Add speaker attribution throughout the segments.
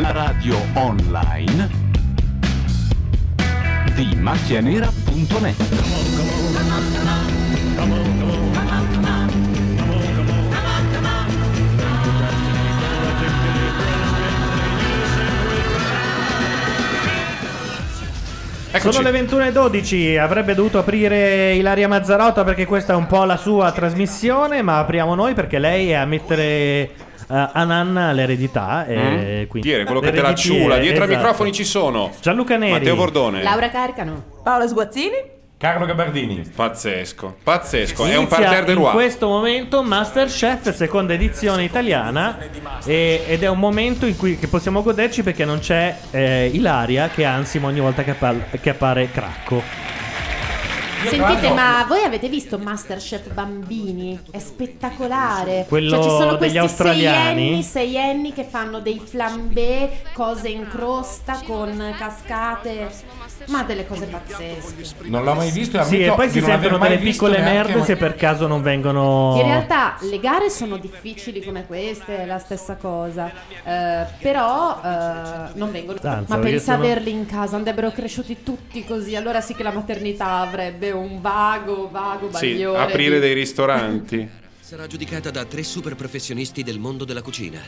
Speaker 1: La radio online di macchianera.net
Speaker 2: Sono le 21.12, avrebbe dovuto aprire Ilaria Mazzarotta perché questa è un po' la sua trasmissione, ma apriamo noi perché lei è a mettere eh, a nanna l'eredità. E Eh? quindi
Speaker 3: Piere, Mm? quello che te la
Speaker 2: L'ereditiere,
Speaker 3: ciula. Dietro ai
Speaker 2: esatto.
Speaker 3: microfoni ci sono
Speaker 2: Gianluca Neri.
Speaker 3: Matteo
Speaker 2: Eh.
Speaker 3: Bordone.
Speaker 4: Laura Carcano.
Speaker 5: Paola Sguazzini.
Speaker 3: Carlo Gabardini. Pazzesco, pazzesco. È un
Speaker 2: Inizia
Speaker 3: parterre de
Speaker 2: in
Speaker 3: roi.
Speaker 2: questo momento Masterchef seconda edizione italiana e- ed è un momento in cui che possiamo goderci perché non c'è eh, Ilaria che ansima ogni volta che, appa- che appare Cracco.
Speaker 4: Sentite, ma voi avete visto Masterchef Bambini? È spettacolare.
Speaker 2: Quello
Speaker 4: cioè, ci sono
Speaker 2: degli
Speaker 4: questi
Speaker 2: australiani.
Speaker 4: seienni, seienni che fanno dei flambé, cose in crosta con cascate, ma delle cose pazzesche.
Speaker 6: Non l'ho mai visto e
Speaker 2: Sì,
Speaker 6: ammetto
Speaker 2: e poi
Speaker 6: di
Speaker 2: si
Speaker 6: non aver
Speaker 2: sentono
Speaker 6: mai
Speaker 2: delle
Speaker 6: visto
Speaker 2: piccole
Speaker 6: neanche
Speaker 2: merde
Speaker 6: un-
Speaker 2: se per caso non vengono.
Speaker 4: In realtà le gare sono difficili come queste, è la stessa cosa, Eh, però eh, non vengono.
Speaker 2: Abbastanza,
Speaker 4: ma
Speaker 2: perché
Speaker 4: pensa
Speaker 2: sono-
Speaker 4: averli in casa, andrebbero cresciuti tutti così, allora sì che la maternità avrebbe un vago, vago
Speaker 3: Sì,
Speaker 4: bagliore.
Speaker 3: aprire
Speaker 4: di-
Speaker 3: dei ristoranti.
Speaker 7: Sarà giudicata da tre super professionisti del mondo della cucina.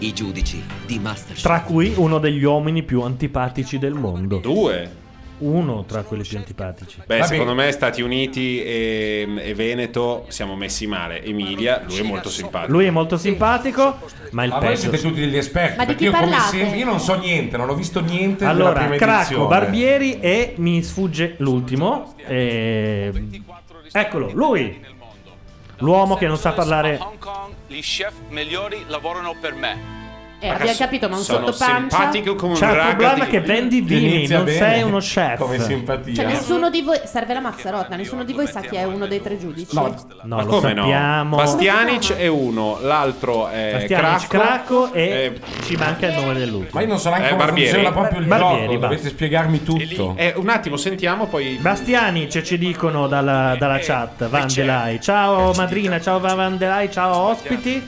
Speaker 7: I giudici di Masterchef.
Speaker 2: Tra cui uno degli uomini più antipatici del mondo.
Speaker 3: Due.
Speaker 2: Uno tra quelli più antipatici.
Speaker 3: Beh,
Speaker 2: Va
Speaker 3: secondo me Stati Uniti e, e Veneto siamo messi male. Emilia, lui è molto simpatico.
Speaker 2: Lui è molto simpatico, ma il
Speaker 3: Ma voi
Speaker 2: peggio.
Speaker 3: siete tutti
Speaker 6: degli esperti.
Speaker 4: Ma
Speaker 6: perché
Speaker 4: di chi
Speaker 6: io, come
Speaker 4: parlate?
Speaker 6: sempre, io non so niente, non ho visto niente della
Speaker 2: Allora,
Speaker 6: prima
Speaker 2: Cracco,
Speaker 6: edizione.
Speaker 2: Barbieri e mi sfugge l'ultimo. E... Eccolo, lui. L'uomo che non sa parlare.
Speaker 8: Gli chef migliori lavorano per me.
Speaker 4: Eh, abbiamo capito, ma un
Speaker 2: sono
Speaker 4: sottopancia.
Speaker 2: simpatico come un C'è il raga problema di- che vendi vini, Inizia non bene sei uno chef. come simpatia.
Speaker 4: Cioè, nessuno di voi. Serve la mazzarotta, nessuno di voi sa chi è uno dei tre giudici.
Speaker 2: No,
Speaker 3: Ma
Speaker 2: lo
Speaker 3: come
Speaker 2: sappiamo.
Speaker 3: no? Bastianic è uno, l'altro è
Speaker 2: Bastianic,
Speaker 3: Eh, Cracco,
Speaker 2: Cracco e ci manca il nome dell'ultimo.
Speaker 6: Ma io non so neanche
Speaker 3: Eh,
Speaker 6: come
Speaker 3: Barbieri.
Speaker 6: funziona proprio il
Speaker 2: Barbieri,
Speaker 6: gioco.
Speaker 2: basta.
Speaker 6: Dovete spiegarmi tutto.
Speaker 3: Eh, un attimo, Eh, sentiamo poi.
Speaker 2: Bastianic ci dicono dalla, dalla chat, Vandelai.
Speaker 3: Eh,
Speaker 2: Ciao madrina, ciao Vandelai, ciao ospiti.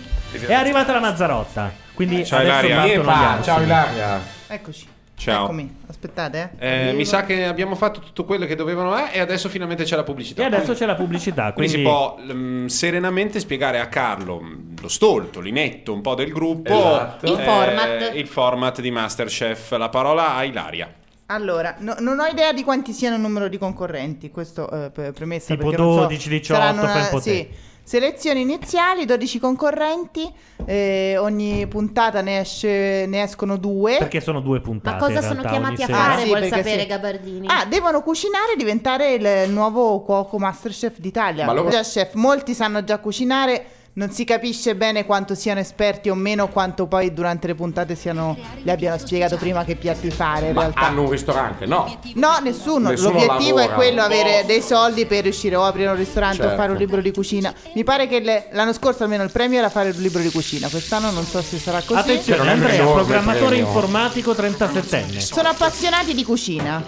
Speaker 2: È arrivata la Mazzarotta. Quindi
Speaker 3: Ciao,
Speaker 2: adesso
Speaker 3: Ilaria.
Speaker 2: battono
Speaker 3: Epa,
Speaker 2: gli altri.
Speaker 3: ciao, Ilaria.
Speaker 9: Eccoci.
Speaker 3: Ciao.
Speaker 9: Eccomi. Aspettate, eh.
Speaker 3: Eh, mi sa che abbiamo fatto tutto quello che dovevano eh, e adesso finalmente c'è la pubblicità.
Speaker 2: E adesso c'è la pubblicità.
Speaker 3: Quindi,
Speaker 2: Quindi,
Speaker 3: si può mm, serenamente spiegare a Carlo, mm, lo stolto, l'inetto un po' del gruppo, eh,
Speaker 9: Esatto. Il format.
Speaker 3: il format di Masterchef. La parola a Ilaria.
Speaker 9: Allora, no- non ho idea di quanti siano il numero di concorrenti, questo eh, pre- premessa.
Speaker 2: Tipo
Speaker 9: perché non so,
Speaker 2: 12, 18,
Speaker 9: saranno eh,
Speaker 2: fai un po' te.
Speaker 9: sì. Selezioni iniziali, 12 concorrenti, eh, ogni puntata ne, esce- ne escono due.
Speaker 2: perché sono due puntate.
Speaker 9: Eh? Ma cosa
Speaker 2: in
Speaker 9: sono
Speaker 2: realtà,
Speaker 9: chiamati
Speaker 2: ogni
Speaker 9: a
Speaker 2: sera.
Speaker 9: fare? Sì,
Speaker 4: vuol
Speaker 9: perché
Speaker 4: sapere
Speaker 9: sì.
Speaker 4: Gabardini.
Speaker 9: Ah, devono cucinare e diventare il nuovo cuoco Masterchef d'Italia.
Speaker 4: Ma lo-
Speaker 9: Già chef, molti sanno già cucinare, non si capisce bene quanto siano esperti o meno, quanto poi durante le puntate siano, le abbiano spiegato prima che piatti fare in
Speaker 6: Ma
Speaker 9: realtà.
Speaker 6: hanno un ristorante? No.
Speaker 9: No, nessuno.
Speaker 6: Nessuno
Speaker 9: L'obiettivo
Speaker 6: lavora.
Speaker 9: è quello avere
Speaker 6: Boh.
Speaker 9: dei soldi per riuscire o a aprire un ristorante o
Speaker 6: Certo.
Speaker 9: fare un libro di cucina. Mi pare che le- l'anno scorso almeno il premio era fare il libro di cucina. Quest'anno non so se sarà così.
Speaker 2: Attenzione, Andrea, Cioè, programmatore informatico 37enne.
Speaker 9: Sono appassionati di cucina.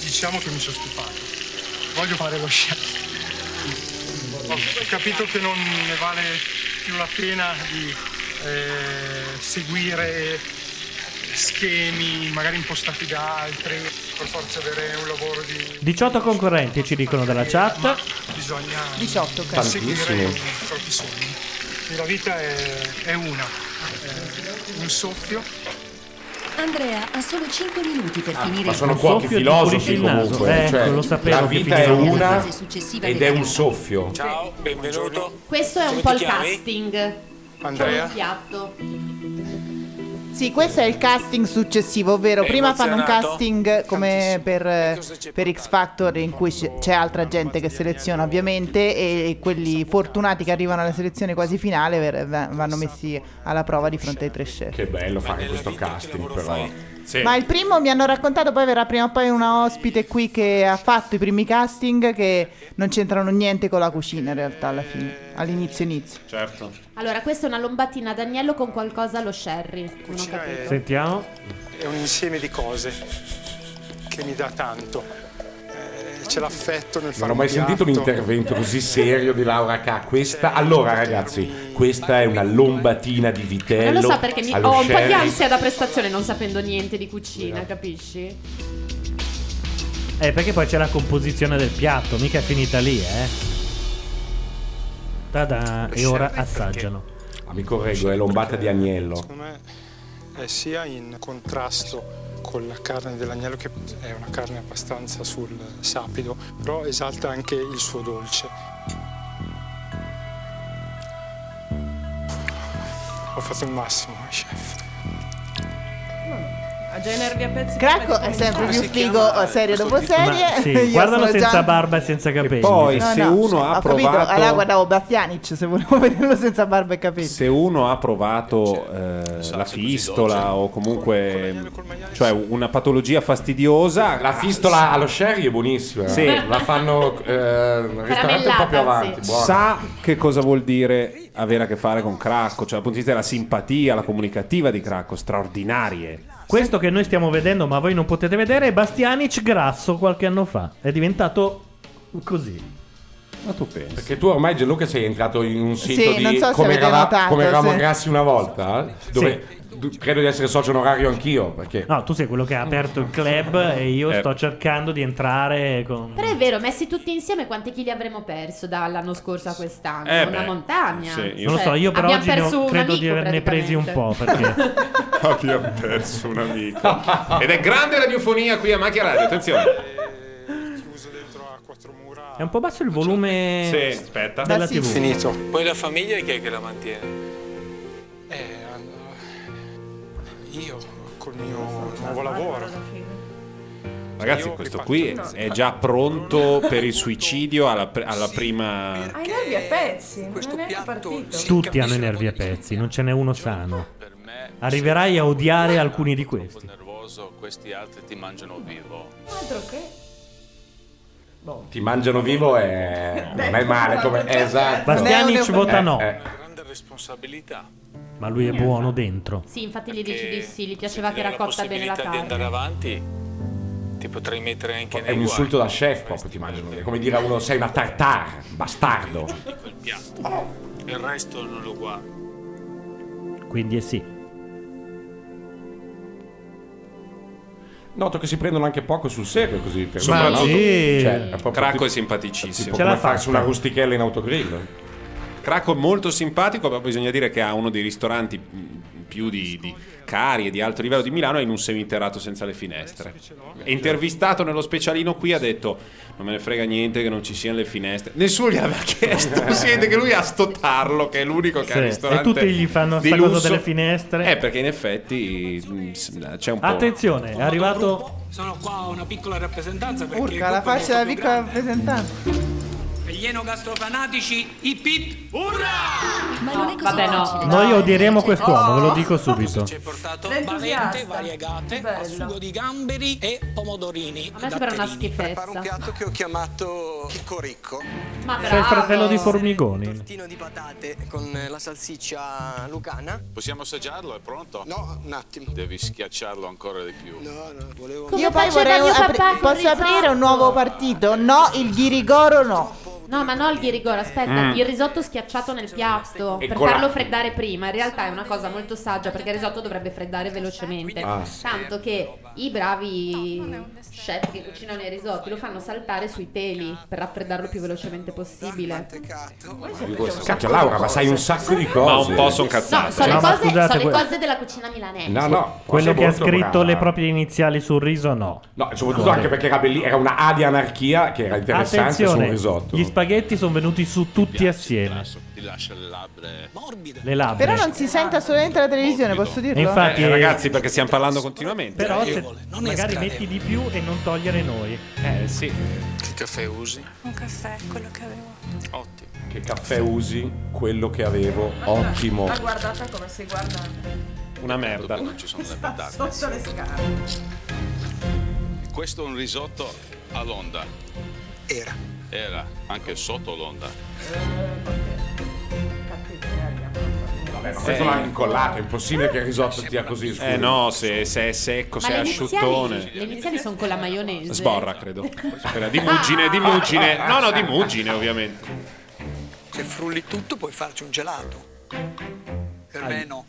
Speaker 10: Diciamo che mi sono stufato. Voglio fare lo chef. Ho capito che non ne vale più la pena di eh, seguire schemi magari impostati da altri, per forza avere un lavoro di
Speaker 2: 18 concorrenti ci dicono dalla chat.
Speaker 10: bisogna
Speaker 9: 18, ok.
Speaker 10: seguire
Speaker 2: Tantissimi.
Speaker 10: i propri sogni. E la vita è, è una, è un soffio.
Speaker 11: Andrea ha solo 5 minuti per finire
Speaker 6: Ah, Ma
Speaker 11: il
Speaker 6: sono
Speaker 11: suo
Speaker 6: cuochi
Speaker 11: soffio di
Speaker 6: filosofi
Speaker 11: pulire il naso.
Speaker 6: comunque.
Speaker 2: Ecco,
Speaker 6: cioè,
Speaker 2: lo sapevo
Speaker 6: la
Speaker 2: che
Speaker 6: vita è
Speaker 2: filosofia.
Speaker 6: una
Speaker 11: Successiva
Speaker 6: ed è
Speaker 11: della
Speaker 6: un
Speaker 11: vita.
Speaker 6: soffio.
Speaker 11: Ciao,
Speaker 10: benvenuto.
Speaker 4: Questo è un
Speaker 9: Come
Speaker 4: po'
Speaker 9: ti
Speaker 4: il
Speaker 9: chiami?
Speaker 4: casting.
Speaker 9: Andrea?
Speaker 4: Con il piatto.
Speaker 9: Sì, questo è il casting successivo, ovvero
Speaker 4: È
Speaker 9: prima fanno un
Speaker 4: emozionato?
Speaker 9: casting come per, eh, per X Factor in cui c- c'è altra gente che seleziona ovviamente e quelli fortunati che arrivano alla selezione quasi finale ver- v- vanno messi alla prova di fronte ai tre chef.
Speaker 6: Che bello fare questo casting, però.
Speaker 9: Ma il primo mi hanno raccontato, poi verrà prima o poi una ospite qui che ha fatto i primi casting che non c'entrano niente con la cucina in realtà alla fine, all'inizio inizio.
Speaker 4: Cioè,
Speaker 3: Certo.
Speaker 4: Allora, questa è una lombatina d'agnello con qualcosa allo sherry. Non ho capito.
Speaker 2: Sentiamo.
Speaker 10: È un insieme di cose che mi dà tanto. Eh, c'è l'affetto nel
Speaker 6: Non
Speaker 10: fare
Speaker 6: ho
Speaker 10: un
Speaker 6: mai sentito un
Speaker 10: piatto. Certo.
Speaker 6: intervento così serio di Laura K. Questa, allora ragazzi, questa è una lombatina di
Speaker 4: Non
Speaker 6: vitello.
Speaker 4: lo so perché mi-
Speaker 6: allo
Speaker 4: ho un po'
Speaker 6: sherry.
Speaker 4: di ansia da prestazione non sapendo niente di cucina, capisci?
Speaker 2: Eh, perché poi c'è la composizione del piatto, mica è finita lì, eh. Tada, e ora assaggiano.
Speaker 6: Ah, mi correggo, è lombata di agnello.
Speaker 10: è eh, sia in contrasto con la carne dell'agnello che è una carne abbastanza sul sapido, però esalta anche il suo dolce. Ho fatto il massimo, eh, chef.
Speaker 5: Ha già i nervi a pezzi.
Speaker 9: Cracco è sempre più figo serie dopo serie.
Speaker 2: Ma sì,
Speaker 9: Io
Speaker 2: guardalo
Speaker 9: sono
Speaker 2: senza
Speaker 9: già-
Speaker 2: barba e senza capelli.
Speaker 3: poi,
Speaker 9: No,
Speaker 3: se
Speaker 9: no,
Speaker 3: uno ha
Speaker 9: ho capito,
Speaker 3: provato-
Speaker 9: allora guardavo Bastianic se volevo vederlo senza barba e capelli.
Speaker 3: Se uno ha provato eh,
Speaker 9: Esatto,
Speaker 3: la fistola o comunque cioè una patologia fastidiosa,
Speaker 6: La fistola allo sherry è buonissima.
Speaker 3: Sì.
Speaker 6: La fanno eh, nel ristorante un po' più avanti. buona.
Speaker 3: sa che cosa vuol dire avere a che fare con Cracco, cioè dal punto di vista della simpatia, la comunicativa di Cracco, straordinarie.
Speaker 2: Questo che noi stiamo vedendo, ma voi non potete vedere, è Bastianic grasso qualche anno fa. È diventato così.
Speaker 3: Ma tu pensi?
Speaker 6: Perché tu ormai Gianluca sei entrato in un sito
Speaker 2: Sì,
Speaker 6: di
Speaker 2: non so se
Speaker 6: come,
Speaker 2: avete notato,
Speaker 6: come eravamo
Speaker 2: sì.
Speaker 6: grassi una volta, eh, dove du- credo di essere socio onorario anch'io, perché
Speaker 2: No, tu sei quello che ha aperto il club e io
Speaker 3: Eh.
Speaker 2: sto cercando di entrare con...
Speaker 4: Però è vero, messi tutti insieme quanti chili avremmo perso dall'anno scorso a quest'anno?
Speaker 2: Eh
Speaker 4: una
Speaker 2: beh,
Speaker 4: montagna.
Speaker 2: sì, io-
Speaker 4: Cioè,
Speaker 2: Non lo so, io per
Speaker 4: abbiamo
Speaker 2: oggi ne ho-
Speaker 4: perso un
Speaker 2: credo di
Speaker 4: amico,
Speaker 2: averne presi un po',
Speaker 4: praticamente.
Speaker 3: Abbiamo perso un amico. Ed è grande radiofonia qui a Macchia Radio, attenzione.
Speaker 2: È un po' basso il volume
Speaker 3: Sì, aspetta.
Speaker 2: della
Speaker 3: Ah, sì.
Speaker 2: TV.
Speaker 3: Finito.
Speaker 12: Poi la famiglia chi è che la mantiene?
Speaker 10: Eh, Io col mio nuovo lavoro.
Speaker 3: Ragazzi, questo qui è già pronto per il suicidio alla, pr- alla prima...
Speaker 5: Ha i nervi a pezzi. Non è neanche partito.
Speaker 2: Tutti hanno i nervi a pezzi, non ce n'è uno sano. Arriverai a odiare alcuni di questi.
Speaker 8: Nervoso, questi altri ti mangiano vivo.
Speaker 5: Altro che. Boh.
Speaker 6: ti mangiano vivo è... non è male come... è esatto.
Speaker 2: Bastianic vota no.
Speaker 6: Eh, eh.
Speaker 12: Grande responsabilità.
Speaker 2: Ma lui è buono dentro.
Speaker 4: Sì, infatti gli dici di sì, gli piaceva che era cotta bene la
Speaker 12: possibilità di
Speaker 4: carne.
Speaker 12: andare avanti ti potrei mettere anche
Speaker 6: È
Speaker 12: nei
Speaker 6: un
Speaker 12: guai.
Speaker 6: insulto da chef proprio, ti mangiano. È come dire a uno sei una tartar, bastardo.
Speaker 12: quel piatto. Il resto non lo guardo.
Speaker 2: Quindi è sì.
Speaker 6: Noto che si prendono anche poco sul serio così. Per
Speaker 2: Ma
Speaker 6: per
Speaker 2: sì.
Speaker 6: l'auto- Cioè, è proprio
Speaker 3: Cracco
Speaker 6: tipo-
Speaker 3: è simpaticissimo.
Speaker 6: tipo
Speaker 3: Ce
Speaker 6: come
Speaker 3: l'ha fatta.
Speaker 6: farsi una rustichella in autogrill.
Speaker 3: Cracco è molto simpatico, però bisogna dire che ha uno dei ristoranti mh, più di, di cari e di alto livello di Milano è in un seminterrato senza le finestre. È intervistato nello specialino qui ha detto non me ne frega niente che non ci siano le finestre. Nessuno gliel'aveva chiesto, si vede che lui ha sto tarlo che è l'unico che ha il
Speaker 2: Sì, Cioè, E
Speaker 3: ristorante
Speaker 2: tutti gli fanno
Speaker 3: di
Speaker 2: sta cosa
Speaker 3: lusso.
Speaker 2: delle finestre.
Speaker 3: Eh, perché in effetti mh, s- c'è un po'...
Speaker 2: Attenzione, è arrivato.
Speaker 12: Sono qua a una piccola rappresentanza perché il
Speaker 9: Urca, la
Speaker 12: gruppo è
Speaker 9: faccia della
Speaker 12: molto più
Speaker 9: piccola rappresentante.
Speaker 12: grande. Per gli enogastrofanatici, hip hip, urra!
Speaker 11: Ma non è così
Speaker 4: Vabbè, no.
Speaker 11: facile.
Speaker 2: Noi odieremo quest'uomo, ve lo dico subito.
Speaker 12: Bavette variegate a sugo di gamberi e pomodorini.
Speaker 4: A me sembra una schifezza.
Speaker 12: un piatto che ho chiamato Chicoricco.
Speaker 4: Ma
Speaker 2: Sei il fratello di Formigoni.
Speaker 12: Tortino di patate con la salsiccia lucana.
Speaker 8: Possiamo assaggiarlo? È pronto?
Speaker 12: No, un attimo.
Speaker 8: Devi schiacciarlo ancora di più. No, no, volevo.
Speaker 9: Io poi vorrei apri- posso aprire un nuovo partito? No, il ghirigoro no.
Speaker 4: No, ma no il ghirigoro, aspetta,
Speaker 9: Mm.
Speaker 4: il risotto schiacciato nel piatto
Speaker 9: E
Speaker 4: per
Speaker 9: con la-
Speaker 4: farlo freddare prima. In realtà è una cosa molto saggia perché il risotto dovrebbe freddare velocemente.
Speaker 9: Ah, sì.
Speaker 4: Tanto che i bravi chef che cucinano i risotti lo fanno saltare sui teli per raffreddarlo più velocemente possibile.
Speaker 6: Cacchio Laura, ma sai un sacco di cose.
Speaker 3: Ma un po' son cazzate.
Speaker 4: No, sono, le
Speaker 2: No, ma
Speaker 4: cose,
Speaker 2: scusate,
Speaker 4: sono le
Speaker 2: que-
Speaker 4: cose della cucina milanese.
Speaker 6: No, no.
Speaker 2: Quello
Speaker 6: sei
Speaker 2: che ha
Speaker 6: molto eh.
Speaker 2: scritto
Speaker 6: brava.
Speaker 2: le proprie iniziali sul riso, no.
Speaker 6: No, e soprattutto anche perché era, belli- era una A di anarchia che era interessante su un
Speaker 2: Attenzione,
Speaker 6: risotto.
Speaker 2: gli spaghetti sono venuti su tutti assieme.
Speaker 8: Ti lascia le labbra.
Speaker 2: Le labbra.
Speaker 9: Però non si sente assolutamente la televisione, posso dirlo?
Speaker 2: Ah, infatti-
Speaker 3: Eh, ragazzi, perché stiamo parlando continuamente.
Speaker 2: Però
Speaker 3: Eh,
Speaker 2: se- magari
Speaker 3: escadere.
Speaker 2: metti di più e non togliere noi.
Speaker 3: Eh, sì.
Speaker 12: Che caffè usi?
Speaker 5: Un caffè, quello che avevo.
Speaker 12: Ottimo.
Speaker 6: Che caffè usi? Quello che avevo, ottimo.
Speaker 5: L'ha guardata come si guarda
Speaker 3: Una merda.
Speaker 8: Non ci sono le patate.
Speaker 5: sotto le scale.
Speaker 8: Questo è un risotto all'onda. Era. Era, anche sotto l'onda.
Speaker 6: Eh, no, questo l'hanno incollato, è impossibile che il risotto stia così scuso.
Speaker 3: Eh no, se, se è secco, se
Speaker 4: le
Speaker 3: è
Speaker 4: iniziali,
Speaker 3: asciuttone.
Speaker 4: le iniziali sono con la maionese.
Speaker 3: Sborra, credo. Spera, Di muggine, di muggine. No, no, di muggine, ovviamente.
Speaker 13: Se frulli tutto puoi farci un gelato. Per me no.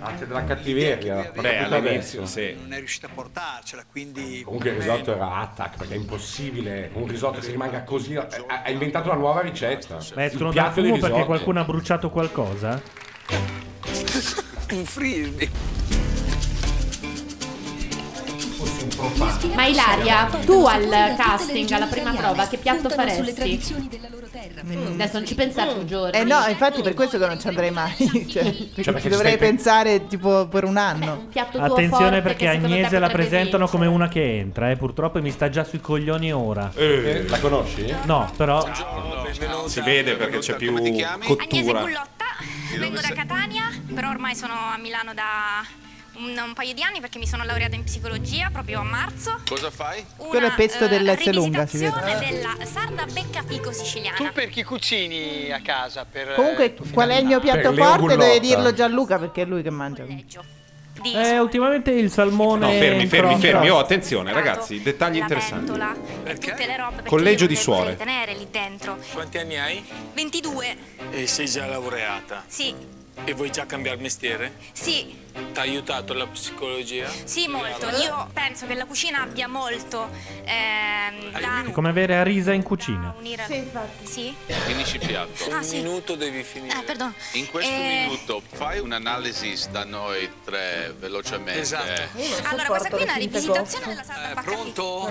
Speaker 6: Anche della cattiveria.
Speaker 3: Ah, Beh,
Speaker 6: capito
Speaker 3: all'inizio,
Speaker 6: adesso.
Speaker 3: sì.
Speaker 13: Non è riuscita a portarcela, quindi...
Speaker 6: Comunque il risotto era attack, perché è impossibile un risotto che rimanga così. Ha, ha inventato una nuova ricetta.
Speaker 2: Ma escono
Speaker 6: Il
Speaker 2: dal
Speaker 6: piatto di
Speaker 2: fumo
Speaker 6: risotto.
Speaker 2: perché qualcuno ha bruciato qualcosa?
Speaker 13: un frisbee.
Speaker 4: Ma Ilaria, tu al casting, alla prima prova, che piatto faresti? Mm. Adesso non ci pensate un giorno.
Speaker 9: Eh no, infatti per questo che non ci andrei mai. cioè, perché
Speaker 2: perché
Speaker 9: ci
Speaker 2: ci
Speaker 9: dovrei
Speaker 2: stai pe-
Speaker 9: pensare tipo per un anno.
Speaker 4: piatto
Speaker 2: Attenzione perché Agnese la presentano come una che entra, eh. Purtroppo mi sta già sui coglioni ora.
Speaker 6: Eh, la conosci?
Speaker 2: No, però.
Speaker 3: Si vede perché c'è più cottura.
Speaker 8: Gullotta, vengo da Catania, però ormai sono a Milano da un, un paio di anni perché mi sono laureata in psicologia proprio a marzo.
Speaker 14: Cosa fai?
Speaker 8: Una,
Speaker 9: Quello è pesto
Speaker 8: eh,
Speaker 9: dell'S lunga, si
Speaker 8: rivisitazione
Speaker 9: vede.
Speaker 8: della sarda beccafico siciliana.
Speaker 13: Tu per chi cucini a casa? Per, eh,
Speaker 9: Comunque,
Speaker 13: tuo
Speaker 9: qual è il mio
Speaker 13: fidanzato?
Speaker 9: piatto forte? Deve dirlo Gianluca perché è lui che mangia.
Speaker 2: Eh, ultimamente il salmone.
Speaker 3: No, fermi, fermi,
Speaker 2: impronto.
Speaker 3: fermi. Oh, attenzione, ragazzi, dettagli interessanti.
Speaker 8: pentola e tutte le robe perché
Speaker 3: Collegio
Speaker 8: io
Speaker 3: di
Speaker 8: le
Speaker 3: suore.
Speaker 8: vorrei tenere lì dentro.
Speaker 15: Quanti anni hai?
Speaker 8: 22.
Speaker 15: E sei già laureata.
Speaker 8: Sì,
Speaker 15: E vuoi già cambiare mestiere?
Speaker 8: sì,
Speaker 15: Ti ha aiutato la psicologia?
Speaker 8: sì, molto. Io penso che la cucina abbia molto ehm, da
Speaker 2: È come avere Arisa in cucina.
Speaker 8: unire. Sì,
Speaker 14: Eh, Finisci piatto.
Speaker 8: Ah, sì.
Speaker 15: minuto devi finire.
Speaker 8: Ah, perdono.
Speaker 14: In questo
Speaker 8: Eh.
Speaker 14: minuto fai un'analisi da noi tre velocemente.
Speaker 8: Eh.
Speaker 13: Esatto.
Speaker 8: Allora, questa qui è una rivisitazione della sarda beccafico.
Speaker 13: Eh, Pronto?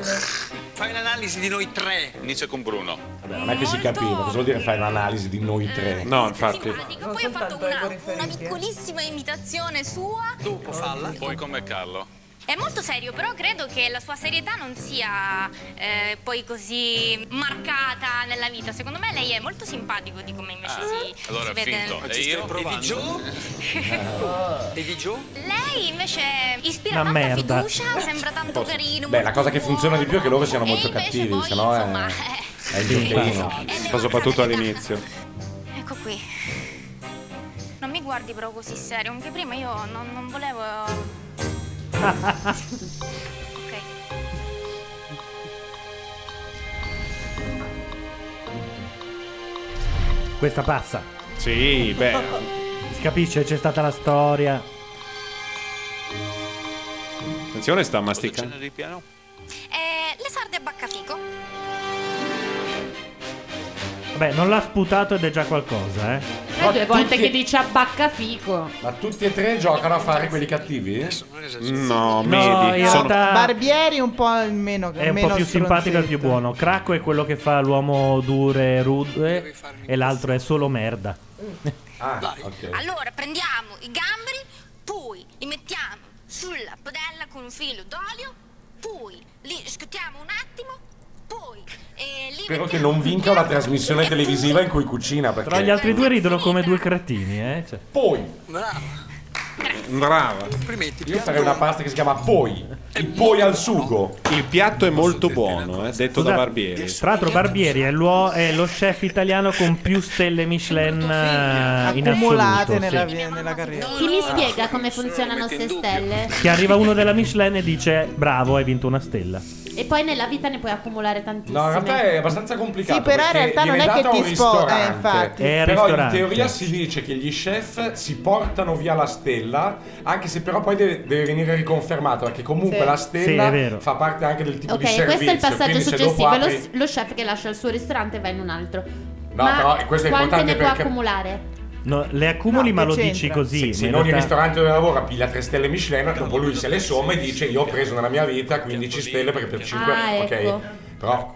Speaker 13: Fai un'analisi di noi tre.
Speaker 14: Inizia con Bruno.
Speaker 6: Vabbè, non è che si capiva, cosa vuol dire fare un'analisi di noi tre?
Speaker 3: Eh, No, infatti.
Speaker 8: Dico, poi ho fatto una, una piccolissima imitazione sua.
Speaker 13: Dopo falla.
Speaker 14: Poi come Carlo.
Speaker 8: È molto serio, però credo che la sua serietà non sia eh, poi così marcata nella vita. Secondo me lei è molto simpatico di come invece si,
Speaker 14: Ah. Allora
Speaker 8: si
Speaker 14: è
Speaker 8: vede.
Speaker 14: finto. E io
Speaker 13: E di Gio? E di Gio?
Speaker 8: Lei invece ispira
Speaker 6: Una
Speaker 8: tanta
Speaker 6: merda.
Speaker 8: fiducia, sembra tanto carino.
Speaker 6: Beh, la cosa che funziona di più è che loro siano molto cattivi, sennò è, è il giochino.
Speaker 3: Ma soprattutto all'inizio.
Speaker 8: Ecco qui. Non mi guardi però così serio, anche prima io non, non volevo... ok.
Speaker 2: Questa passa.
Speaker 3: Sì, beh.
Speaker 2: Si capisce, c'è stata la storia.
Speaker 3: Attenzione, sta masticando.
Speaker 14: Di piano.
Speaker 8: Eh, le sarde a baccafico.
Speaker 2: Vabbè, non l'ha sputato ed è già qualcosa, eh.
Speaker 4: Sai due volte
Speaker 6: tutti-
Speaker 4: che dice abbacca fico.
Speaker 6: Ma tutti e tre giocano a fare quelli cattivi?
Speaker 3: No,
Speaker 2: medi, in sono- realtà-
Speaker 9: Barbieri un po' meno
Speaker 2: È un
Speaker 9: meno
Speaker 2: po' più simpatico e più buono. Cracco è quello che fa l'uomo dure e rude. E l'altro è solo merda.
Speaker 6: Ah, ok.
Speaker 8: Allora prendiamo i gamberi, poi li mettiamo sulla padella con un filo d'olio, poi li scottiamo un attimo, poi eh, li
Speaker 6: Spero
Speaker 8: mettiamo...
Speaker 6: che non vinca una trasmissione televisiva in cui cucina, perché...
Speaker 2: Però gli altri due ridono come due cretini, eh. Cioè.
Speaker 6: Poi,
Speaker 3: Brava.
Speaker 6: io farei una pasta che si chiama poi. Il poi al sugo.
Speaker 3: Il piatto è molto buono, eh, detto da
Speaker 2: Scusate,
Speaker 3: Barbieri.
Speaker 2: Tra l'altro Barbieri è, l'uo- è lo chef italiano con più stelle Michelin eh, in assoluto.
Speaker 9: accumulate nella,
Speaker 2: sì.
Speaker 9: via- nella carriera.
Speaker 4: Chi mi spiega come funzionano ste stelle?
Speaker 2: Che arriva uno della Michelin e dice bravo, hai vinto una stella.
Speaker 4: E poi nella vita ne puoi accumulare tantissime.
Speaker 6: No, in realtà è abbastanza complicato.
Speaker 9: Sì, però in
Speaker 6: perché
Speaker 9: realtà non
Speaker 6: viene
Speaker 9: è che
Speaker 6: data a
Speaker 9: ti
Speaker 6: un
Speaker 9: spo- eh,
Speaker 6: ristorante.
Speaker 9: infatti.
Speaker 2: È il
Speaker 6: però
Speaker 2: ristorante.
Speaker 6: in teoria si dice che gli chef si portano via la stella, anche se però poi deve, deve venire riconfermato, perché comunque
Speaker 4: Sì.
Speaker 6: la
Speaker 2: Sì, è
Speaker 6: stella
Speaker 2: vero.
Speaker 6: fa parte anche del tipo di
Speaker 4: Ok,
Speaker 6: servizio.
Speaker 4: questo è il passaggio
Speaker 6: quindi se dopo
Speaker 4: successivo. Lo,
Speaker 6: apri-
Speaker 4: lo chef che lascia il suo ristorante va in un altro.
Speaker 6: No,
Speaker 4: Ma
Speaker 6: però questo è
Speaker 4: quante
Speaker 6: importante
Speaker 4: ne può
Speaker 6: perché-
Speaker 4: accumulare?
Speaker 2: No, le accumuli
Speaker 6: No,
Speaker 2: ma
Speaker 6: che
Speaker 2: lo
Speaker 6: c'entra?
Speaker 2: dici così.
Speaker 6: Se
Speaker 2: ma
Speaker 6: in
Speaker 2: in
Speaker 6: ogni
Speaker 2: realtà-
Speaker 6: ristorante dove lavora piglia 3 stelle Michelin, dopo lui se le somma e dice io ho preso nella mia vita 15 stelle perché per 5
Speaker 4: Ah, ecco.
Speaker 6: ok. Però,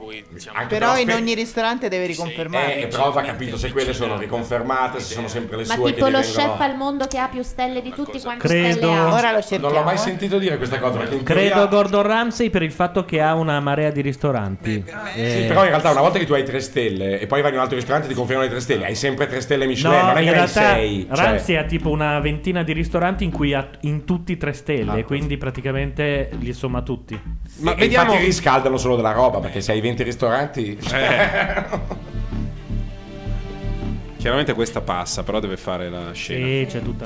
Speaker 6: anche
Speaker 9: Però in
Speaker 6: spe-
Speaker 9: ogni ristorante devi riconfermare.
Speaker 6: eh, però va capito se quelle sono riconfermate, se sono sempre le
Speaker 4: Ma
Speaker 6: sue
Speaker 4: tipo
Speaker 6: che gli
Speaker 4: lo
Speaker 6: vengono-
Speaker 4: chef al mondo che ha più stelle di tutti, quante
Speaker 2: Credo-
Speaker 4: stelle ha?
Speaker 2: Ora lo
Speaker 6: Non
Speaker 4: eh.
Speaker 6: l'ho mai sentito dire questa cosa perché in
Speaker 2: Credo
Speaker 6: teoria-
Speaker 2: a Gordon Ramsay per il fatto che ha una marea di ristoranti.
Speaker 6: Sì,
Speaker 2: Eh,
Speaker 6: però in realtà una volta che tu hai 3 stelle e poi vai in un altro ristorante e ti confermano le 3 stelle, hai sempre 3 stelle
Speaker 2: No,
Speaker 6: Michelin, non è
Speaker 2: in
Speaker 6: che cioè. ne hai
Speaker 2: realtà
Speaker 6: 6.
Speaker 2: Ramsay ha tipo una ventina di ristoranti in cui ha in tutti tre stelle,
Speaker 6: Ah.
Speaker 2: quindi praticamente li somma tutti.
Speaker 6: Ma vediamo... Infatti riscaldano solo
Speaker 12: Eh.
Speaker 6: Eh. della roba perché se hai 20 ristoranti...
Speaker 3: Chiaramente questa passa, però deve fare la scena.
Speaker 2: Sì, c'è tutta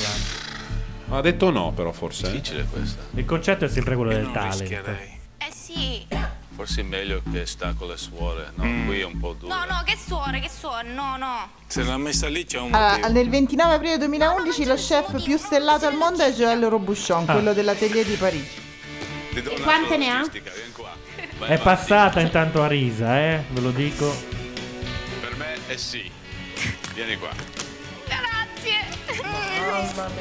Speaker 2: la.
Speaker 3: Ha detto no, però forse. eh?
Speaker 8: Difficile questa.
Speaker 2: Il concetto è sempre quello del
Speaker 8: non rischia
Speaker 2: talent.
Speaker 14: Eh sì.
Speaker 8: Forse è meglio che sta con le suore, no? Qui è un po' dura.
Speaker 14: No, no, che suore, che suore, no, no.
Speaker 8: Mm. Se l'ha messa lì c'è un
Speaker 9: Allora, Ah, nel 29 aprile 2011 lo chef più stellato al mondo è Joël Robuchon,
Speaker 2: Ah.
Speaker 9: quello dell'atelier di Parigi.
Speaker 8: E
Speaker 4: quante ne ha?
Speaker 2: È passata intanto a risa, eh, ve lo dico.
Speaker 8: Per me è sì. Vieni qua.
Speaker 14: Grazie.
Speaker 8: Brava.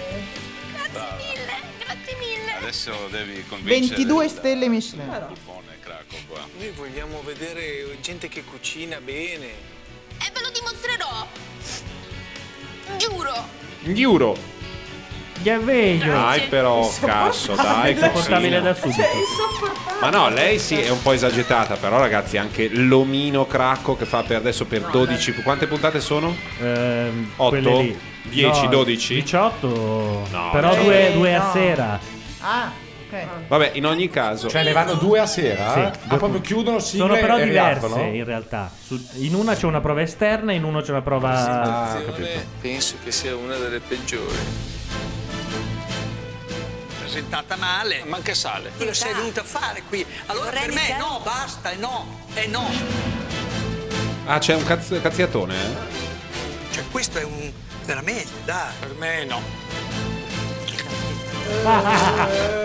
Speaker 14: Grazie mille.
Speaker 8: Adesso devi convincere
Speaker 9: 22
Speaker 8: il
Speaker 9: stelle Michelin.
Speaker 8: buon Craco qua.
Speaker 13: Noi vogliamo vedere gente che cucina bene.
Speaker 14: E ve lo dimostrerò. Giuro.
Speaker 3: Euro.
Speaker 2: È veglio.
Speaker 3: Dai però, cazzo, dai. cosina.
Speaker 2: Insopportabile da
Speaker 16: Cioè,
Speaker 2: subito.
Speaker 3: Ma no, lei sì è un po' esagerata, però ragazzi, anche l'omino cracco che fa per adesso per 12. Quante puntate sono? 8,
Speaker 2: eh. Ehm, quelle lì.
Speaker 3: 10,
Speaker 2: No,
Speaker 3: 12.
Speaker 2: 18. Però due, due a sera.
Speaker 9: Ah, ok.
Speaker 3: Vabbè, in ogni caso.
Speaker 6: Cioè, ne vanno due a sera?
Speaker 2: Sì,
Speaker 6: Ah,
Speaker 2: due
Speaker 6: proprio
Speaker 2: punti.
Speaker 6: chiudono sigle
Speaker 2: Sono però
Speaker 6: e
Speaker 2: diverse
Speaker 6: riaprono?
Speaker 2: in realtà. Su- in una c'è una prova esterna, in una c'è una
Speaker 6: Ah,
Speaker 2: prova. Ah,
Speaker 13: La presentazione penso che sia una delle peggiori. Presentata male. Manca sale. Cosa sei venuta a fare qui? Allora per me no, basta, è no, è no.
Speaker 3: Ah, c'è un cazz- cazziatone. eh?
Speaker 13: Cioè questo è un... veramente, dai. Per me no.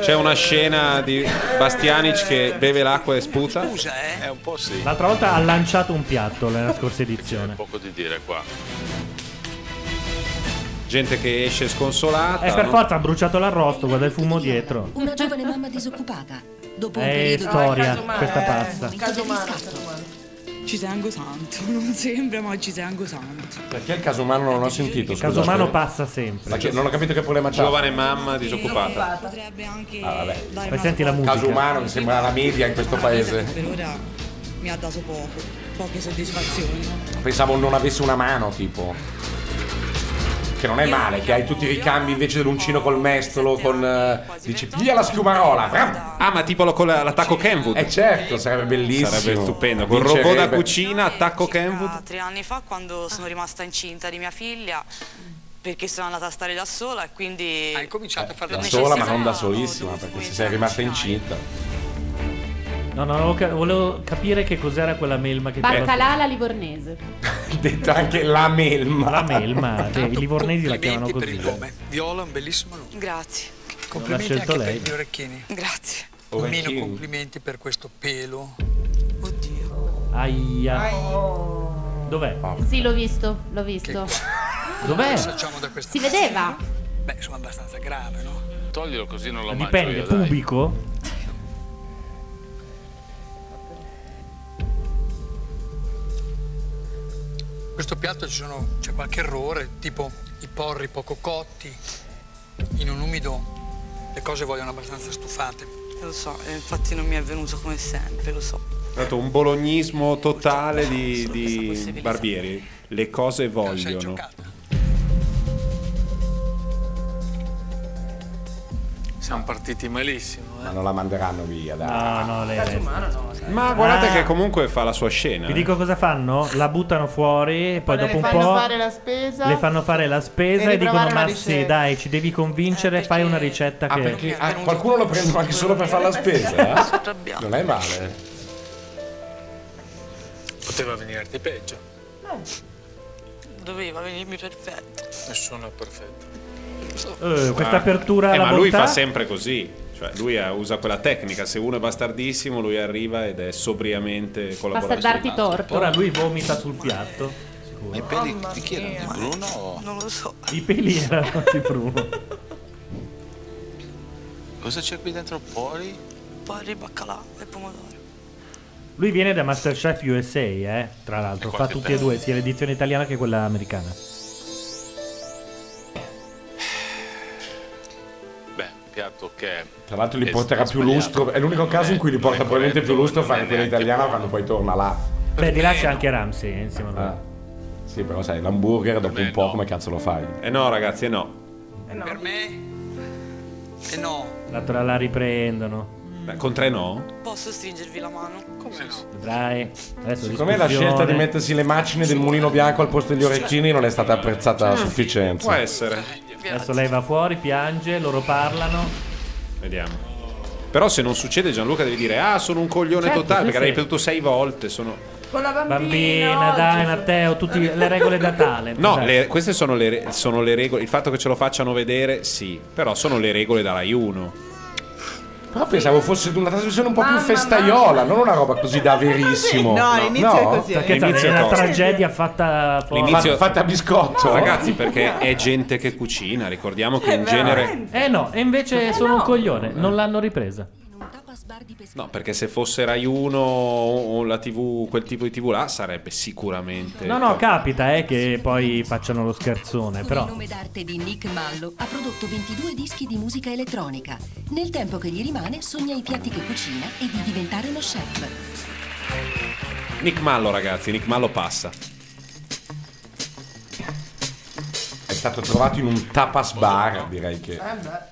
Speaker 3: C'è una scena di Bastianic che beve l'acqua e sputa. Scusa,
Speaker 13: eh.
Speaker 8: È un po' sì.
Speaker 2: L'altra volta ha lanciato un piatto nella scorsa edizione.
Speaker 8: Poco di dire qua.
Speaker 3: Gente che esce sconsolata.
Speaker 2: E Eh, per
Speaker 3: no?
Speaker 2: forza ha bruciato l'arrosto, guarda il fumo dietro.
Speaker 11: Una giovane mamma disoccupata. Dopo un
Speaker 2: È
Speaker 11: periodo
Speaker 2: storia
Speaker 11: di...
Speaker 2: questa pazza.
Speaker 5: Eh, Caso umano, caso umano.
Speaker 17: Ci tengo tanto, non sembra, ma ci tengo tanto.
Speaker 6: Perché il caso umano non l'ho sentito? scusa?
Speaker 2: Casomano passa sempre.
Speaker 6: Ma che- non ho capito che problema c'ha.
Speaker 3: Giovane mamma disoccupata.
Speaker 17: Potrebbe anche
Speaker 6: Ah, vabbè.
Speaker 17: dare
Speaker 2: Ma
Speaker 17: una
Speaker 2: senti la musica.
Speaker 6: Caso umano che sembra la media in questo paese.
Speaker 17: per ora mi ha dato poco, poche soddisfazioni.
Speaker 6: Pensavo non avesse una mano, tipo. Che non è male, che hai tutti i ricambi invece dell'uncino col mestolo, con. eh, dici via la schiumarola!
Speaker 3: Ah, ma tipo lo- con la- l'attacco Kenwood.
Speaker 6: Eh certo, sarebbe bellissimo.
Speaker 3: Sarebbe stupendo. Con
Speaker 6: Vincerebbe.
Speaker 3: robot da cucina, attacco Kenwood.
Speaker 18: Circa tre anni fa quando
Speaker 7: Ah.
Speaker 18: sono rimasta incinta di mia figlia perché sono andata a stare da sola e
Speaker 1: Ah,
Speaker 18: quindi hai
Speaker 13: cominciato a fare
Speaker 6: Da sola, ma non da solissima, perché se sei rimasta incinta.
Speaker 2: No, no, volevo, ca- volevo capire che cos'era quella melma che
Speaker 4: Baccalà alla livornese.
Speaker 6: Detta anche la melma.
Speaker 2: La melma, cioè, i livornesi la chiamano così.
Speaker 13: Viola, un bellissimo nome. Grazie. Complimenti
Speaker 2: scelto
Speaker 13: anche
Speaker 2: lei.
Speaker 13: per gli orecchini. Grazie. Omino,
Speaker 2: Orecchini.
Speaker 13: complimenti per questo pelo.
Speaker 2: Aia. Dov'è?
Speaker 13: Ah.
Speaker 4: Sì, l'ho visto, l'ho visto.
Speaker 2: Dov'è?
Speaker 13: Facciamo da questa
Speaker 4: Si vedeva?
Speaker 13: Beh, insomma, abbastanza grave, no?
Speaker 8: Toglilo così non lo mangio
Speaker 2: Dipende,
Speaker 8: io, dai.
Speaker 2: pubblico?
Speaker 13: In questo piatto ci sono- c'è qualche errore, tipo i porri poco cotti. In un umido le cose vogliono abbastanza stufate.
Speaker 18: lo so e infatti non mi è venuto come sempre lo so
Speaker 3: Tanto un bolognismo totale di, di Barbieri. Le cose vogliono.
Speaker 13: Siamo partiti malissimo.
Speaker 17: eh.
Speaker 6: Ma non la manderanno via,
Speaker 2: No,
Speaker 6: dai.
Speaker 2: no, lei
Speaker 6: Caso
Speaker 2: resta.
Speaker 3: Ma guardate
Speaker 2: Ah.
Speaker 3: che comunque fa la sua scena.
Speaker 2: Vi
Speaker 3: eh.
Speaker 2: dico cosa fanno? La buttano fuori, poi
Speaker 9: Le
Speaker 2: dopo un
Speaker 9: fanno
Speaker 2: po'
Speaker 9: fare la spesa.
Speaker 2: le fanno fare la spesa
Speaker 9: E
Speaker 2: e dicono:
Speaker 9: riprovare una
Speaker 2: Ma
Speaker 9: ricetta." Eh,
Speaker 2: sì, dai, ci devi convincere, fai una ricetta
Speaker 6: Ah,
Speaker 2: che.
Speaker 6: perché ah, qualcuno lo prendono anche solo per fare la spesa? eh? Non è male.
Speaker 13: Poteva venirti peggio.
Speaker 18: doveva venirmi perfetto
Speaker 13: Nessuno è perfetto.
Speaker 2: Eh, questa apertura
Speaker 3: Eh,
Speaker 2: alla
Speaker 3: ma lui
Speaker 2: bontà?
Speaker 3: fa sempre così. Cioè, lui eh, usa quella tecnica. Se uno è bastardissimo, lui arriva ed è sobriamente collaborativo.
Speaker 2: Ora lui vomita sul piatto. Sicuro.
Speaker 8: I peli di chi erano? Di Bruno?
Speaker 18: non lo so
Speaker 2: I peli erano di Bruno.
Speaker 8: Cosa c'è qui dentro? Pori? Pori, baccalà e pomodoro.
Speaker 2: Lui viene da Masterchef USA, eh, tra l'altro,
Speaker 8: E
Speaker 2: fa
Speaker 8: qualche
Speaker 2: tutti e
Speaker 8: tempo.
Speaker 2: due, sia l'edizione italiana che quella americana.
Speaker 8: Beh, piatto che...
Speaker 6: Tra l'altro li
Speaker 8: è
Speaker 6: porterà
Speaker 8: stato
Speaker 6: più
Speaker 8: sbagliato.
Speaker 6: lustro. È l'unico caso in cui li porta probabilmente più lustro
Speaker 8: non è
Speaker 6: fare quella italiana quando poi torna là.
Speaker 2: Beh, di là c'è anche Ramsey eh, insieme a lui.
Speaker 3: Ah.
Speaker 6: Sì, però sai, l'hamburger dopo un po' come cazzo lo fai?
Speaker 3: Eh no, ragazzi, eh no.
Speaker 13: Per me? Eh no.
Speaker 2: L'altra la riprendono.
Speaker 3: Beh, con tre no?
Speaker 19: Posso stringervi la mano? Come no?
Speaker 2: Dai, adesso
Speaker 6: Secondo me la
Speaker 2: discussione.
Speaker 6: scelta di mettersi le macine del mulino bianco al posto degli orecchini non è stata apprezzata a Ah, sufficienza.
Speaker 3: essere.
Speaker 2: Adesso lei va fuori, piange, loro parlano.
Speaker 3: Vediamo. Però se non succede Gianluca devi dire "Ah, sono un coglione
Speaker 2: Certo,
Speaker 3: totale"
Speaker 2: sì,
Speaker 3: perché
Speaker 2: sì.
Speaker 3: l'hai ripetuto sei volte, sono
Speaker 20: Con la bambina.
Speaker 2: Bambina, dai, Matteo, tutte le regole Cioè, da tale.
Speaker 3: No, le- queste sono le, re- sono le regole. Il fatto che ce lo facciano vedere, sì. Però sono le regole da Rai 1.
Speaker 6: Però pensavo fosse una trasmissione un po' più festaiola, non una roba così da verissimo.
Speaker 2: No,
Speaker 6: l'inizio
Speaker 2: all'inizio Perché sai, cioè, è una tragedia fatta fuori.
Speaker 6: fatta a biscotto.
Speaker 3: Ragazzi, perché è gente che cucina. Ricordiamo che in genere.
Speaker 2: Eh no, e invece sono un coglione, non l'hanno ripresa.
Speaker 3: No, perché se fosse Rai 1 o o la TV, quel tipo di TV là, sarebbe sicuramente.
Speaker 2: No, no, capita eh, che poi facciano lo
Speaker 11: Con
Speaker 2: scherzone,
Speaker 11: il
Speaker 2: Eh, però.
Speaker 11: nome d'arte di Nick Mallo ha prodotto 22 dischi di musica elettronica. Nel tempo che gli rimane sogna i piatti che cucina e di diventare uno chef.
Speaker 3: Nick Mallo, ragazzi, Nick Mallo passa.
Speaker 6: È stato trovato in un tapas bar, direi che.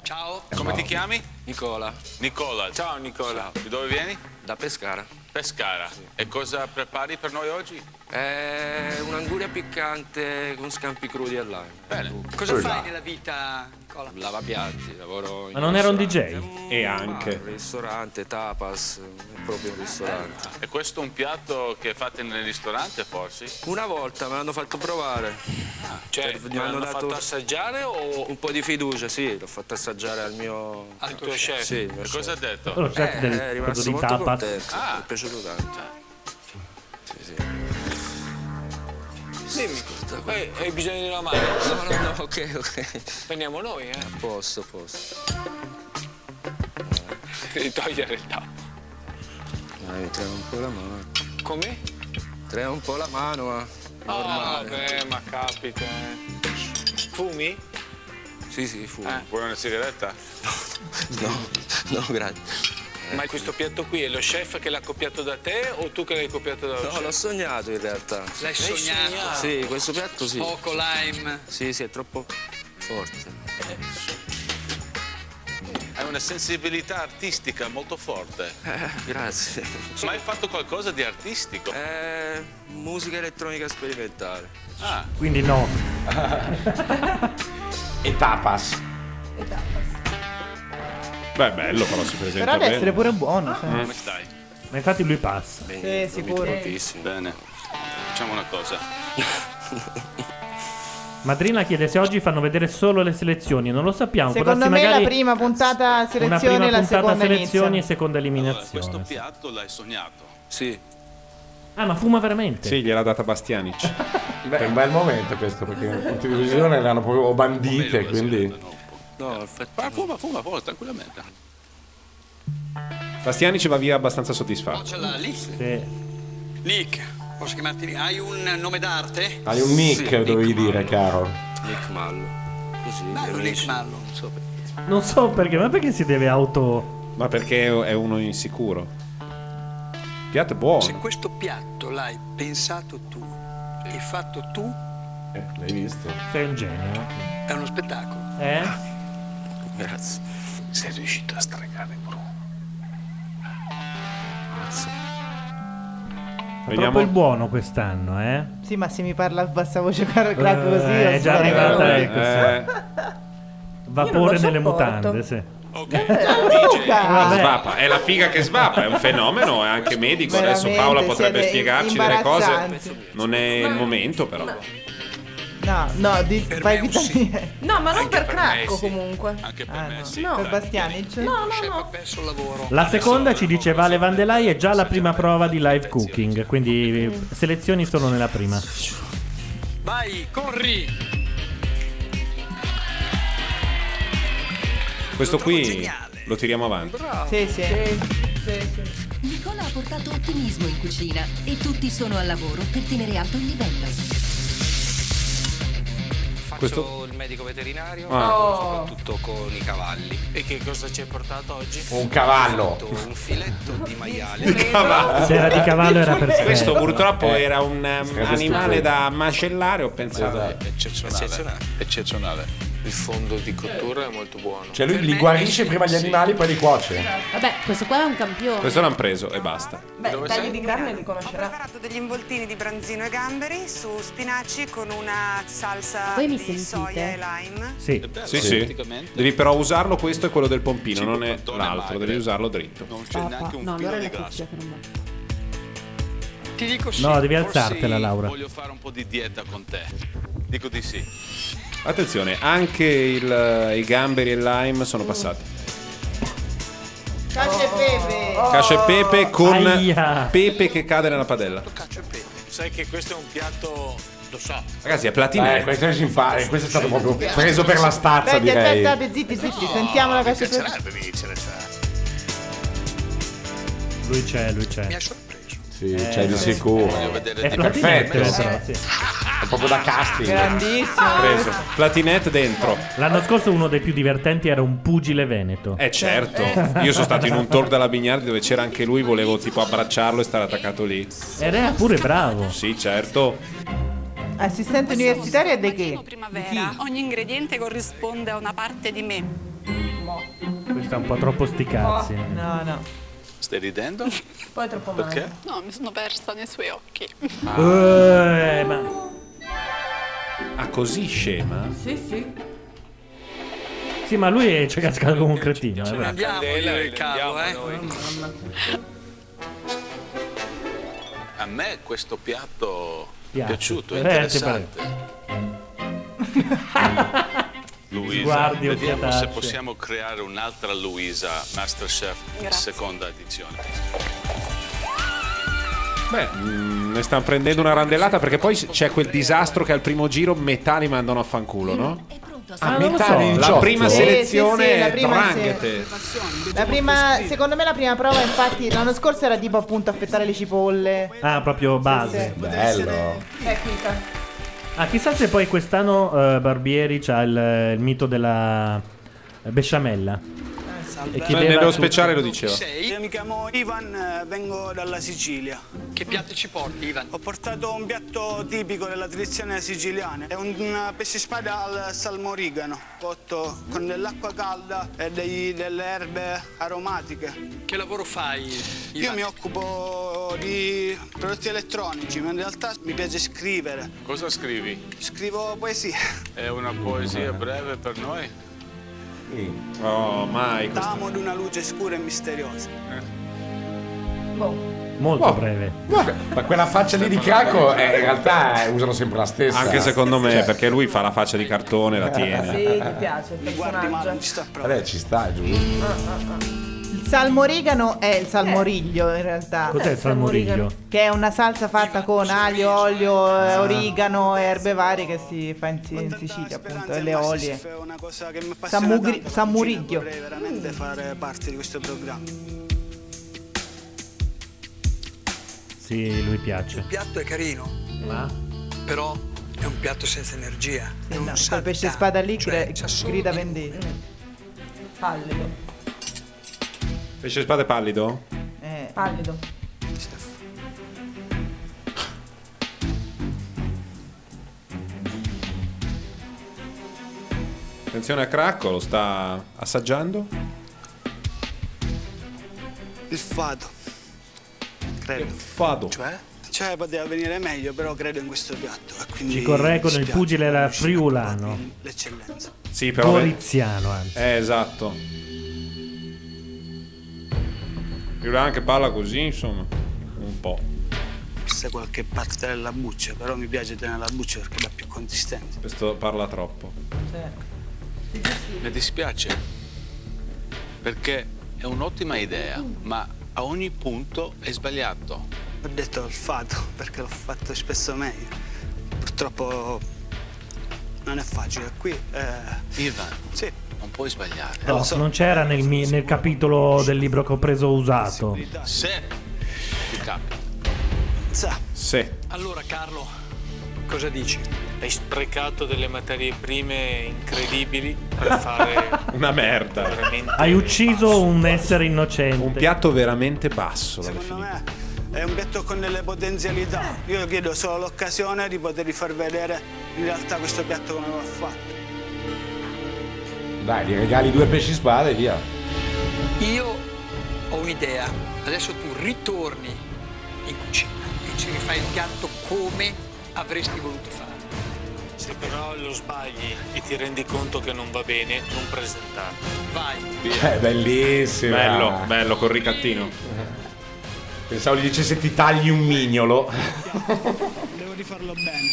Speaker 14: Ciao, come ti chiami? Nicola. Nicola. Ciao Nicola. Di dove vieni? Da Pescara. Pescara. E cosa prepari per noi oggi?
Speaker 1: È un'anguria piccante con scampi crudi al lime.
Speaker 14: Bene.
Speaker 1: Cosa
Speaker 14: Quella.
Speaker 1: fai nella vita, Nicola? Lavapiatti, lavoro in
Speaker 2: Ma non era un DJ?
Speaker 3: E anche.
Speaker 1: ristorante, tapas, è proprio un ristorante.
Speaker 14: E questo è un piatto che fate nel ristorante forse?
Speaker 1: Una volta me l'hanno fatto provare. Cioè,
Speaker 14: te l'hanno fatto
Speaker 1: assaggiare o un po' di fiducia, sì, l'ho fatto assaggiare al mio al
Speaker 14: tuo chef?
Speaker 1: Sì, il mio
Speaker 14: E cosa ha detto?
Speaker 2: Lo chef
Speaker 1: Eh,
Speaker 2: del-
Speaker 1: è rimasto
Speaker 2: quello di
Speaker 1: molto
Speaker 2: tapas.
Speaker 1: contento,
Speaker 14: Ah.
Speaker 1: mi è piaciuto tanto. Sì, sì.
Speaker 15: Dimmi,
Speaker 1: Ascolta,
Speaker 15: hai, hai bisogno di una mano?
Speaker 1: No, no, no, ok, ok.
Speaker 15: Prendiamo noi,
Speaker 1: A
Speaker 15: eh.
Speaker 1: posto, a posto.
Speaker 15: Devi togliere il tappo.
Speaker 1: Dai, trema un po' la mano.
Speaker 15: Come?
Speaker 1: Trema un po' la mano, ma
Speaker 15: Ah,
Speaker 1: normale.
Speaker 15: vabbè, ma capita. eh. Fumi? Eh.
Speaker 1: Sì, sì, fu.
Speaker 14: Vuoi una sigaretta?
Speaker 1: No, no, grazie.
Speaker 15: Ma questo piatto qui è lo chef che l'ha copiato da te o tu che l'hai copiato da
Speaker 1: No, l'ho sognato in realtà.
Speaker 15: L'hai sognato?
Speaker 1: Sì, questo piatto sì.
Speaker 15: Poco
Speaker 1: lime. Sì, sì, è troppo forte.
Speaker 14: Hai una sensibilità artistica molto forte.
Speaker 1: Grazie.
Speaker 14: Ma hai fatto qualcosa di artistico?
Speaker 1: Eh, musica elettronica sperimentale.
Speaker 14: Ah.
Speaker 2: Quindi no.
Speaker 6: e tapas.
Speaker 16: Esatto.
Speaker 3: Beh, bello, però si presenta
Speaker 9: Però deve
Speaker 3: bene. Mm.
Speaker 9: essere pure buono. cioè.
Speaker 14: Ah, Come stai?
Speaker 2: Eh. Ma infatti lui passa.
Speaker 9: Sì, sicuro.
Speaker 14: Bene. Facciamo una cosa.
Speaker 2: Madrina chiede se oggi fanno vedere solo le selezioni, non lo sappiamo. può
Speaker 9: Secondo
Speaker 2: darsi
Speaker 9: me la
Speaker 2: magari
Speaker 9: prima puntata
Speaker 2: una prima
Speaker 9: selezione e la
Speaker 2: puntata
Speaker 9: seconda
Speaker 2: selezioni
Speaker 9: inizio.
Speaker 2: e seconda eliminazione.
Speaker 14: Questo piatto l'hai sognato.
Speaker 1: Sì.
Speaker 2: Ah, ma fuma veramente?
Speaker 3: Sì, gliel'ha data Bastianic.
Speaker 6: Beh, è un bel momento questo, perché in televisione erano proprio bandite, quindi.
Speaker 1: No, infatti.
Speaker 14: Ma fuma, fuma, fuma, tranquillamente.
Speaker 3: Bastianic va via abbastanza soddisfatto.
Speaker 15: C'è la Lick.
Speaker 2: Sì.
Speaker 15: Lick, posso chiamarti Lick? Hai un nome d'arte?
Speaker 6: Hai un nick, dovevi dire, caro.
Speaker 1: Nick Mallo. Così.
Speaker 15: Bello Lick Mallo.
Speaker 2: Non so perché, ma perché si deve auto.
Speaker 3: Ma perché è uno insicuro? Piatto è buono.
Speaker 13: Questo piatto l'hai pensato tu e fatto tu
Speaker 6: l'hai visto?
Speaker 2: Sei un genio.
Speaker 13: è uno spettacolo.
Speaker 2: Eh?
Speaker 1: Grazie.
Speaker 13: Sei riuscito a stregare Bruno.
Speaker 2: È
Speaker 3: Vediamo.
Speaker 2: troppo il buono quest'anno, eh?
Speaker 9: Sì, ma se mi parla a bassa voce caro Cracco così.
Speaker 2: Eh, è
Speaker 9: io
Speaker 2: già
Speaker 9: spero.
Speaker 2: arrivata.
Speaker 9: Eh,
Speaker 2: ecco,
Speaker 9: eh.
Speaker 2: sì.
Speaker 9: Io non
Speaker 2: Vapore
Speaker 9: lo
Speaker 2: nelle
Speaker 9: sopporto. Ah.
Speaker 2: mutande, sì.
Speaker 9: Gianluca!
Speaker 3: Ah, Svapa, è la figa che svapa, è un fenomeno, è anche medico. Adesso
Speaker 9: Veramente,
Speaker 3: Paola potrebbe
Speaker 9: siete
Speaker 3: spiegarci delle cose.
Speaker 9: imbarazzanti.
Speaker 3: Non è il momento, però.
Speaker 9: No, no, di, fai vita mia.
Speaker 20: No, ma non per,
Speaker 9: per me
Speaker 20: Cracco
Speaker 9: sì.
Speaker 20: comunque.
Speaker 14: Anche per
Speaker 9: me sì. No, per Bastianic.
Speaker 20: No, no, no.
Speaker 13: perso il lavoro.
Speaker 2: La seconda ci dice Vale Vandelai è già la prima prova di live cooking, quindi eh, selezioni sono nella prima.
Speaker 13: Vai, corri!
Speaker 3: Questo qui lo tiriamo avanti.
Speaker 9: Sì, sì.
Speaker 11: Nicola ha portato ottimismo in cucina e tutti sono al lavoro per tenere alto il livello.
Speaker 1: Faccio
Speaker 3: Questo-
Speaker 1: il medico veterinario,
Speaker 3: Ah.
Speaker 15: Oh.
Speaker 1: soprattutto con i cavalli.
Speaker 15: E che cosa ci hai portato oggi?
Speaker 6: Un cavallo.
Speaker 1: Ho fatto Un filetto di maiale.
Speaker 2: Se era di cavallo era perfetto.
Speaker 3: Questo purtroppo
Speaker 2: Eh,
Speaker 3: era un um,
Speaker 2: sarebbe
Speaker 3: animale
Speaker 2: stupido.
Speaker 9: Esatto.
Speaker 3: da macellare, ho pensato.
Speaker 14: Eccezionale. Eccezionale.
Speaker 15: Il fondo di cottura è molto buono.
Speaker 6: Cioè lui li guarisce prima gli animali, poi li cuoce.
Speaker 4: Vabbè, questo qua è un campione.
Speaker 3: Questo l'hanno preso e basta.
Speaker 5: Beh, i tagli di carne li
Speaker 18: Ho
Speaker 5: conoscerà.
Speaker 18: preparato degli involtini di branzino e gamberi su spinaci con una salsa
Speaker 4: Voi mi
Speaker 18: di soia e lime.
Speaker 2: Sì,
Speaker 3: sì, sì. Devi però usarlo questo è quello del pompino, non è l'altro, devi usarlo dritto.
Speaker 4: No, allora è la cuffia che non va.
Speaker 13: Ti dico sì.
Speaker 2: No, devi
Speaker 3: Forse
Speaker 2: alzartela, Laura.
Speaker 8: Voglio fare un po' di dieta con te. Dico di sì.
Speaker 3: Attenzione, anche il- eh, i gamberi e il lime sono passati.
Speaker 9: Cacio e pepe.
Speaker 15: Oh,
Speaker 3: Cascia Oh. e pepe con
Speaker 2: Aia.
Speaker 3: pepe che cade nella padella.
Speaker 15: Sai che questo è un piatto. Lo so.
Speaker 3: Ragazzi, è platinello.
Speaker 6: Eh, questo, si fa- questo è stato proprio preso per la stazza,
Speaker 9: Aspetta,
Speaker 6: direi.
Speaker 9: aspettate, zitti, zitti, sentiamo la cacio e pepe.
Speaker 16: cioè.
Speaker 2: Lui c'è, lui c'è. Mi
Speaker 13: ha
Speaker 6: Sì,
Speaker 2: Eh,
Speaker 6: c'è di
Speaker 2: sì.
Speaker 6: sicuro.
Speaker 2: Voglio vedere
Speaker 6: È
Speaker 2: di-
Speaker 6: perfetto.
Speaker 2: Platinette, però, sì.
Speaker 6: È proprio da casting.
Speaker 9: Grandissimo.
Speaker 3: Preso. Platinette dentro.
Speaker 2: L'anno scorso uno dei più divertenti era un pugile veneto.
Speaker 3: Eh certo, io sono stato in un tour della Bignardi dove c'era anche lui, volevo tipo abbracciarlo e stare attaccato lì.
Speaker 2: Ed era pure bravo.
Speaker 3: Sì, certo.
Speaker 9: Assistente universitario e de che?
Speaker 21: primavera. Ogni ingrediente corrisponde a una parte di me.
Speaker 2: Questo è un po' troppo sticazzi.
Speaker 9: No, no.
Speaker 8: Stai ridendo?
Speaker 21: Poi è troppo
Speaker 8: male. Perché?
Speaker 21: No, mi sono persa nei suoi occhi.
Speaker 13: Ah.
Speaker 2: Eh, ma
Speaker 3: Ah, così scema?
Speaker 21: Sì, sì.
Speaker 2: Sì, ma lui è- ci è cascato come un cretino. eh, beh.
Speaker 13: Andiamo io il cavo, eh.
Speaker 8: A me questo piatto è
Speaker 2: Piace.
Speaker 8: piaciuto,
Speaker 3: Eh,
Speaker 8: è
Speaker 2: Veramente
Speaker 8: interessante. Luisa,
Speaker 2: Sguardi
Speaker 8: vediamo se
Speaker 2: occhiatacce.
Speaker 8: possiamo creare un'altra Luisa Masterchef seconda edizione.
Speaker 3: Beh, mm, ne stanno prendendo una randellata perché poi c'è quel disastro che al primo giro metà li mandano a fanculo, no?
Speaker 9: Ah, non lo
Speaker 3: metà
Speaker 9: so.
Speaker 3: di
Speaker 9: La
Speaker 3: 18. prima
Speaker 9: Sì, sì,
Speaker 3: selezione
Speaker 9: sì, la
Speaker 3: è
Speaker 9: prima
Speaker 3: dranghete.
Speaker 9: La prima, secondo me la prima prova, infatti, l'anno scorso era tipo appunto affettare le cipolle.
Speaker 2: Ah, proprio base.
Speaker 9: sì.
Speaker 2: Bello.
Speaker 5: Tecnica.
Speaker 2: Ah, chissà se poi quest'anno eh, Barbieri c'ha il, il mito della eh, besciamella. E chiedeva
Speaker 3: Nello
Speaker 2: a tutti-
Speaker 3: speciale lo diceva.
Speaker 12: Sei? Mi chiamo Ivan, eh, vengo dalla Sicilia. Che piatto ci porti, Ivan? Ho portato un piatto tipico della tradizione siciliana. È un un pesce spada al salmorigano, cotto con dell'acqua calda e dei- delle erbe aromatiche. Che lavoro fai? Io mi occupo di prodotti elettronici, ma in realtà mi piace scrivere.
Speaker 8: Cosa scrivi?
Speaker 12: Scrivo poesie.
Speaker 8: È una poesia breve per noi?
Speaker 3: Oh, mai questo.
Speaker 12: T'amo di una luce scura e misteriosa.
Speaker 2: Molto breve.
Speaker 6: Ma quella faccia lì di Cracco è- Ecco, in realtà eh, usano sempre la Cioè. stessa.
Speaker 3: Anche secondo me, perché lui fa la faccia di cartone e la
Speaker 5: Sì,
Speaker 3: tiene.
Speaker 5: ti
Speaker 9: Ah,
Speaker 5: piace
Speaker 9: certo,
Speaker 5: il
Speaker 12: Ah,
Speaker 5: personaggio.
Speaker 6: Vabbè, ci sta, giusto.
Speaker 9: Il salmorigano è il salmoriglio in realtà.
Speaker 2: Cos'è il salmoriglio? Ah.
Speaker 9: Che è una salsa fatta con aglio, olio, eh, origano, erbe varie che si fa in, in Sicilia appunto, e le olie.
Speaker 12: È una cosa che mi appassiona
Speaker 9: Sammugri-
Speaker 12: tanto,
Speaker 9: sammuriglio.
Speaker 12: vorrei veramente fare parte di questo programma.
Speaker 2: Sì, lui piace.
Speaker 13: Il piatto è carino, però è un piatto senza energia.
Speaker 9: Sì, no, col pesce spada lì gri- grida vendetta.
Speaker 5: Pallido.
Speaker 3: Pesce spade pallido?
Speaker 9: Eh.
Speaker 5: Pallido.
Speaker 3: Attenzione a Cracco, lo sta assaggiando.
Speaker 12: Il fado. Credo.
Speaker 3: Fado.
Speaker 12: Cioè? Cioè poteva venire meglio, però credo in questo piatto. E quindi
Speaker 2: Ci correggono,
Speaker 12: mi
Speaker 2: il
Speaker 12: spiace.
Speaker 2: pugile era friulano.
Speaker 12: L'eccellenza.
Speaker 3: Sì, però.
Speaker 2: Goriziano, anzi.
Speaker 3: Eh, esatto. Riulà anche parla così, insomma. Un po'.
Speaker 12: Forse qualche parte della buccia, però mi piace tenere la buccia perché è la più consistente.
Speaker 3: Questo parla troppo.
Speaker 8: Mi dispiace perché è un'ottima idea, ma a ogni punto è sbagliato.
Speaker 12: Ho detto il fado perché l'ho fatto spesso meglio. Purtroppo non è facile qui. eh,
Speaker 8: Ivan,
Speaker 12: sì.
Speaker 8: non puoi sbagliare.
Speaker 2: No, non c'era nel, mi- nel capitolo del libro che ho preso usato.
Speaker 8: Se ti capita.
Speaker 12: Sa.
Speaker 3: Sì.
Speaker 13: Allora, Carlo, cosa dici?
Speaker 15: Hai sprecato delle materie prime incredibili per fare
Speaker 3: Una merda.
Speaker 15: veramente.
Speaker 2: Hai ucciso un essere innocente. Un
Speaker 3: piatto veramente basso.
Speaker 12: È un piatto con delle potenzialità. Io chiedo solo l'occasione di potervi far vedere in realtà questo piatto come va fatto.
Speaker 6: Dai, gli regali due pesci spada e via.
Speaker 13: Io ho un'idea. Adesso tu ritorni in cucina e ci rifai il piatto come avresti voluto fare.
Speaker 15: Se però lo sbagli e ti rendi conto che non va bene, non presentarlo. Vai.
Speaker 6: È bellissimo.
Speaker 3: Bello, bello, col ricattino.
Speaker 6: Pensavo gli dicesse ti tagli un mignolo.
Speaker 12: Devo rifarlo bene.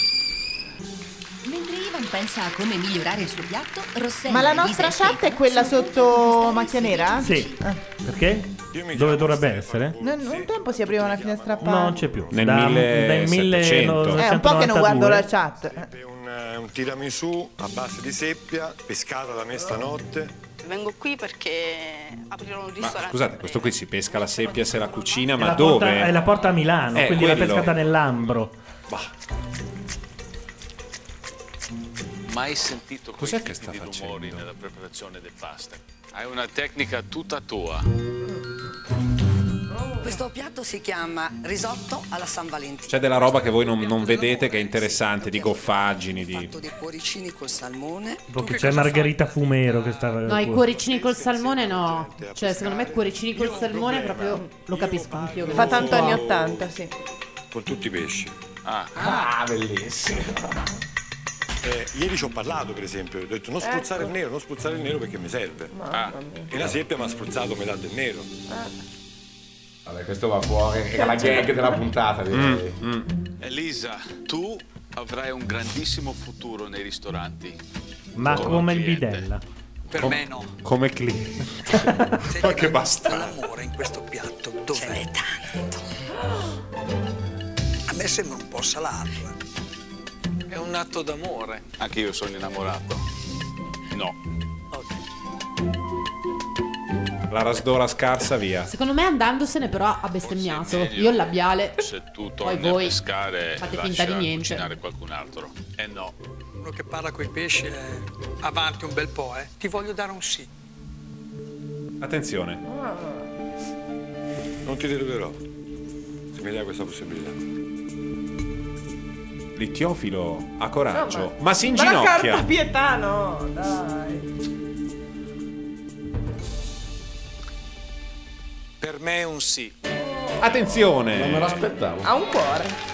Speaker 11: Mentre Ivan pensa a come migliorare il suo piatto, Rossella
Speaker 9: Ma la
Speaker 11: e Lisa
Speaker 9: nostra
Speaker 11: e
Speaker 9: chat è quella sotto macchia nera?
Speaker 2: Sì. Perché? Dove dovrebbe essere?
Speaker 9: Non- un tempo si apriva una finestra a
Speaker 2: No, non c'è più.
Speaker 3: Nel
Speaker 2: Da-
Speaker 3: 1700.
Speaker 9: Eh, un po' che non
Speaker 2: 1992.
Speaker 9: guardo la chat.
Speaker 16: Un, eh, un tiramisù a base di seppia, pescata da me stanotte.
Speaker 21: Vengo qui perché aprirono un ristorante.
Speaker 3: Scusate, questo qui si pesca la seppia se la cucina, ma
Speaker 2: è la
Speaker 3: dove?
Speaker 2: Porta, è la porta a Milano,
Speaker 3: Eh,
Speaker 2: quindi l'ha
Speaker 3: quello.
Speaker 2: pescata nell'Ambro.
Speaker 8: Mai sentito
Speaker 3: Cos'è
Speaker 8: questi
Speaker 3: che sta
Speaker 8: tipi di
Speaker 3: facendo?
Speaker 8: rumori nella preparazione del pasta. Hai una tecnica tutta tua.
Speaker 22: Questo piatto si chiama risotto alla San Valentino.
Speaker 3: C'è della roba che voi non, non vedete che è interessante, di goffaggini, di...
Speaker 22: Dei cuoricini col salmone.
Speaker 2: Perché c'è Margherita Fumero che sta. eh,
Speaker 4: No, i cuoricini col salmone no. Cioè, secondo me cuoricini col salmone proprio lo capisco anch'io.
Speaker 9: Fa tanto anni 80, sì.
Speaker 16: Con tutti i pesci.
Speaker 8: Ah,
Speaker 16: bellissimo. Eh, ieri ci ho parlato, per esempio, ho detto non spruzzare
Speaker 9: Ecco.
Speaker 16: il nero, non spruzzare il nero perché mi serve.
Speaker 9: Mamma
Speaker 3: Ah.
Speaker 16: E la seppia mi ha spruzzato metà del nero.
Speaker 6: Ah. Vabbè, questo va fuori. Era la gag della puntata. direi.
Speaker 14: mm.
Speaker 8: Elisa, tu avrai un grandissimo futuro nei ristoranti.
Speaker 3: Oh,
Speaker 2: Ma come il bidella.
Speaker 8: Per me no.
Speaker 3: Come cliente. Ma che basta.
Speaker 13: L'amore in questo piatto dov'è? Ce n'è tanto. A me sembra un po' salato.
Speaker 15: È un atto d'amore.
Speaker 8: Anche io sono innamorato. No.
Speaker 3: La rasdora scarsa, via.
Speaker 4: Secondo me andandosene però ha bestemmiato. Io il labiale.
Speaker 8: Se tu torni
Speaker 4: voi
Speaker 8: a pescare,
Speaker 4: fate
Speaker 8: Eh, lascia
Speaker 4: finta di niente.
Speaker 8: cucinare qualcun altro. Eh no.
Speaker 13: Uno che parla coi pesci è avanti un bel po', eh. Ti voglio dare un sì.
Speaker 3: Attenzione.
Speaker 16: Non ti deluderò. Se mi dai questa possibilità.
Speaker 3: L'ittiofilo ha coraggio,
Speaker 5: Insomma.
Speaker 3: ma si
Speaker 5: Ma la carta
Speaker 3: inginocchia.
Speaker 5: pietà, no, dai.
Speaker 15: Per me è un sì.
Speaker 3: Attenzione!
Speaker 6: Non me l'aspettavo.
Speaker 5: Ha un cuore.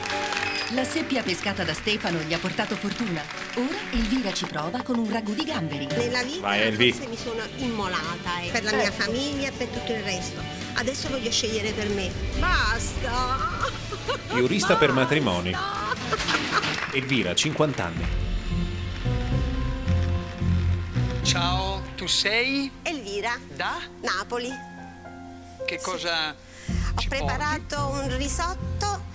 Speaker 11: La seppia pescata da Stefano gli ha portato fortuna. Ora Elvira ci prova con un ragù di gamberi.
Speaker 23: Nella vita
Speaker 3: Vai, Elvi.
Speaker 23: forse mi sono immolata eh, per la mia famiglia e per tutto il resto. Adesso voglio scegliere per me. Basta!
Speaker 3: Giurista per matrimoni. Elvira, 50 anni.
Speaker 13: Ciao, tu sei?
Speaker 23: Elvira.
Speaker 13: Da?
Speaker 23: Napoli.
Speaker 13: Che cosa...
Speaker 23: Ho preparato un risotto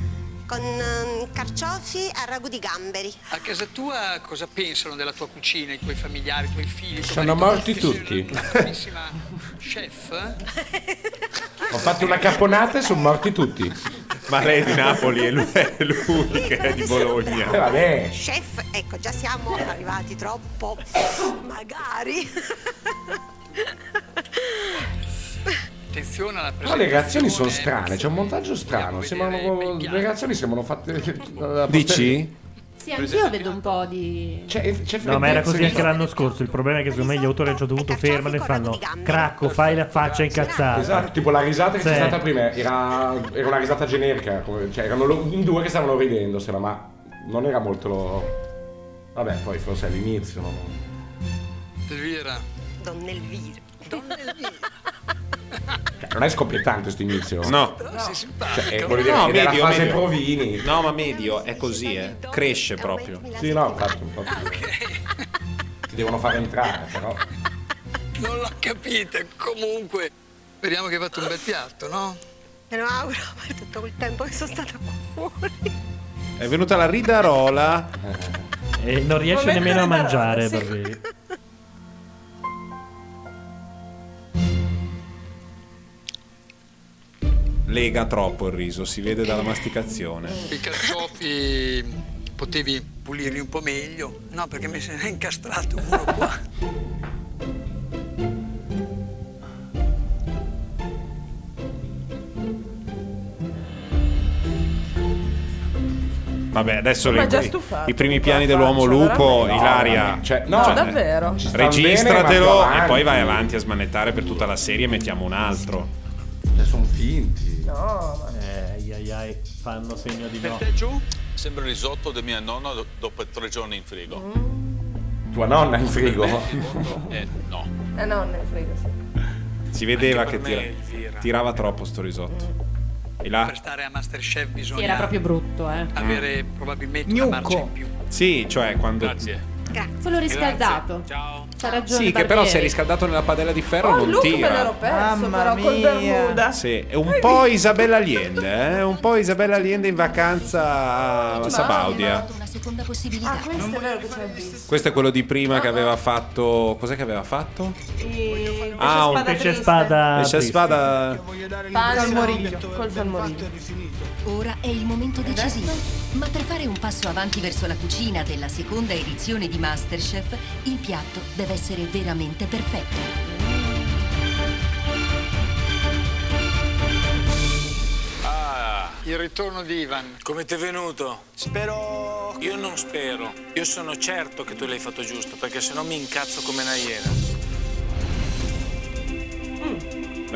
Speaker 23: con ehm, carciofi a ragù di gamberi.
Speaker 13: A casa tua cosa pensano della tua cucina, i tuoi familiari, i tuoi figli? tuo
Speaker 6: Sono
Speaker 13: marito?
Speaker 6: morti
Speaker 13: Che sei
Speaker 6: tutti.
Speaker 13: una bravissima chef? eh?
Speaker 6: Ho fatto una caponata e sono morti tutti.
Speaker 3: Ma lei è di Napoli e lui è, lui che è di Bologna.
Speaker 6: Eh, vabbè.
Speaker 23: Chef, ecco, già siamo arrivati troppo. Magari.
Speaker 13: Attenzione
Speaker 6: Ma
Speaker 13: alla
Speaker 6: le
Speaker 13: presentazione.
Speaker 6: reazioni sono strane, c'è un montaggio strano. Sembrano, le reazioni sembrano fatte. Dici?
Speaker 4: Sì, anch'io vedo un po' di.
Speaker 2: No, ma era così anche l'anno scorso. Il problema è che secondo me gli autori a un certo punto fermano e fanno cracco, fai la faccia incazzata.
Speaker 6: Esatto, tipo la risata che
Speaker 2: Sì.
Speaker 6: c'è stata prima era, era una risata generica, come- cioè erano lo- in due che stavano ridendo, se no, ma non era molto lo... Vabbè, poi forse all'inizio. no?
Speaker 13: Elvira.
Speaker 23: Donna Elvira.
Speaker 13: Donna Elvira.
Speaker 6: Cioè, non è scoppiettante questo inizio.
Speaker 3: No.
Speaker 13: Sei
Speaker 6: Cioè,
Speaker 13: simpatico.
Speaker 6: eh, voglio dire,
Speaker 3: No,
Speaker 6: è della
Speaker 3: medio,
Speaker 6: fase
Speaker 3: medio.
Speaker 6: provini.
Speaker 3: No, ma medio è così, eh. Cresce proprio.
Speaker 6: Sì, no, infatti, infatti. Ti devono far entrare, però.
Speaker 13: Non la capite, comunque. Vediamo che hai fatto un bel piatto, no?
Speaker 23: Me lo auguro per tutto quel tempo che sono stata qua fuori.
Speaker 3: È venuta la ridarola.
Speaker 2: E non riesce
Speaker 23: Momento
Speaker 2: nemmeno a
Speaker 23: ridarola,
Speaker 2: mangiare.
Speaker 23: sì.
Speaker 2: Barbieri.
Speaker 3: Lega troppo il riso, si vede dalla masticazione.
Speaker 13: I carciofi potevi pulirli un po' meglio. No, perché mi se ne è incastrato uno qua.
Speaker 3: Vabbè, adesso
Speaker 1: Ma
Speaker 3: le-
Speaker 1: già
Speaker 3: i-
Speaker 1: stufato,
Speaker 3: i primi piani dell'uomo
Speaker 1: faccio,
Speaker 3: lupo,
Speaker 1: veramente.
Speaker 3: Ilaria. Cioè,
Speaker 1: No, no, davvero. Ci sta bene,
Speaker 3: Registratelo
Speaker 1: ma
Speaker 3: e poi
Speaker 1: avanti.
Speaker 3: vai avanti a smanettare per tutta la serie e mettiamo un altro.
Speaker 6: sono finti.
Speaker 2: No, ma... Eh, ai, ai, ai, fanno segno di no.
Speaker 8: giù? Sembra il risotto di mia nonna do- dopo tre giorni in frigo.
Speaker 6: Tua nonna in frigo.
Speaker 8: Eh, no.
Speaker 1: Eh no, nel frigo sì.
Speaker 3: Si vedeva
Speaker 13: Anche
Speaker 3: che
Speaker 13: per
Speaker 3: tira-
Speaker 13: me, Elvira.
Speaker 3: tirava troppo sto risotto. E là,
Speaker 13: Stare a Masterchef bisogna
Speaker 4: era proprio brutto, eh.
Speaker 13: avere probabilmente una marcia in più.
Speaker 3: sì, cioè quando.
Speaker 4: Solo riscaldato. Ciao. C'ha ragione.
Speaker 3: Sì, che però
Speaker 4: Barbieri.
Speaker 3: se è riscaldato nella padella di ferro
Speaker 4: Oh,
Speaker 3: non
Speaker 4: Luke me
Speaker 3: tira.
Speaker 4: l'ero perso,
Speaker 1: Mamma però, col mia.
Speaker 4: Bermuda.
Speaker 3: Sì, è un po' Isabella Allende, eh? un po' Isabella Allende in vacanza a Sabaudia.
Speaker 11: Una seconda possibilità.
Speaker 1: Ah, questo è vero che c'è il bis.
Speaker 3: Questo è quello di prima che aveva fatto. Cos'è che aveva fatto?
Speaker 1: E...
Speaker 3: Ah, un
Speaker 1: pesce
Speaker 3: pesce
Speaker 2: spada.
Speaker 3: Pesce
Speaker 2: triste.
Speaker 3: spada.
Speaker 1: Col moriglio. Col salmoriglio.
Speaker 11: Ora è il momento decisivo. Ma per fare un passo avanti verso la cucina della seconda edizione di Masterchef, il piatto deve essere veramente perfetto.
Speaker 15: Ah, il ritorno di Ivan. Come ti è venuto? Spero. Io non spero. Io sono certo che tu l'hai fatto giusto, perché sennò mi incazzo come una iena.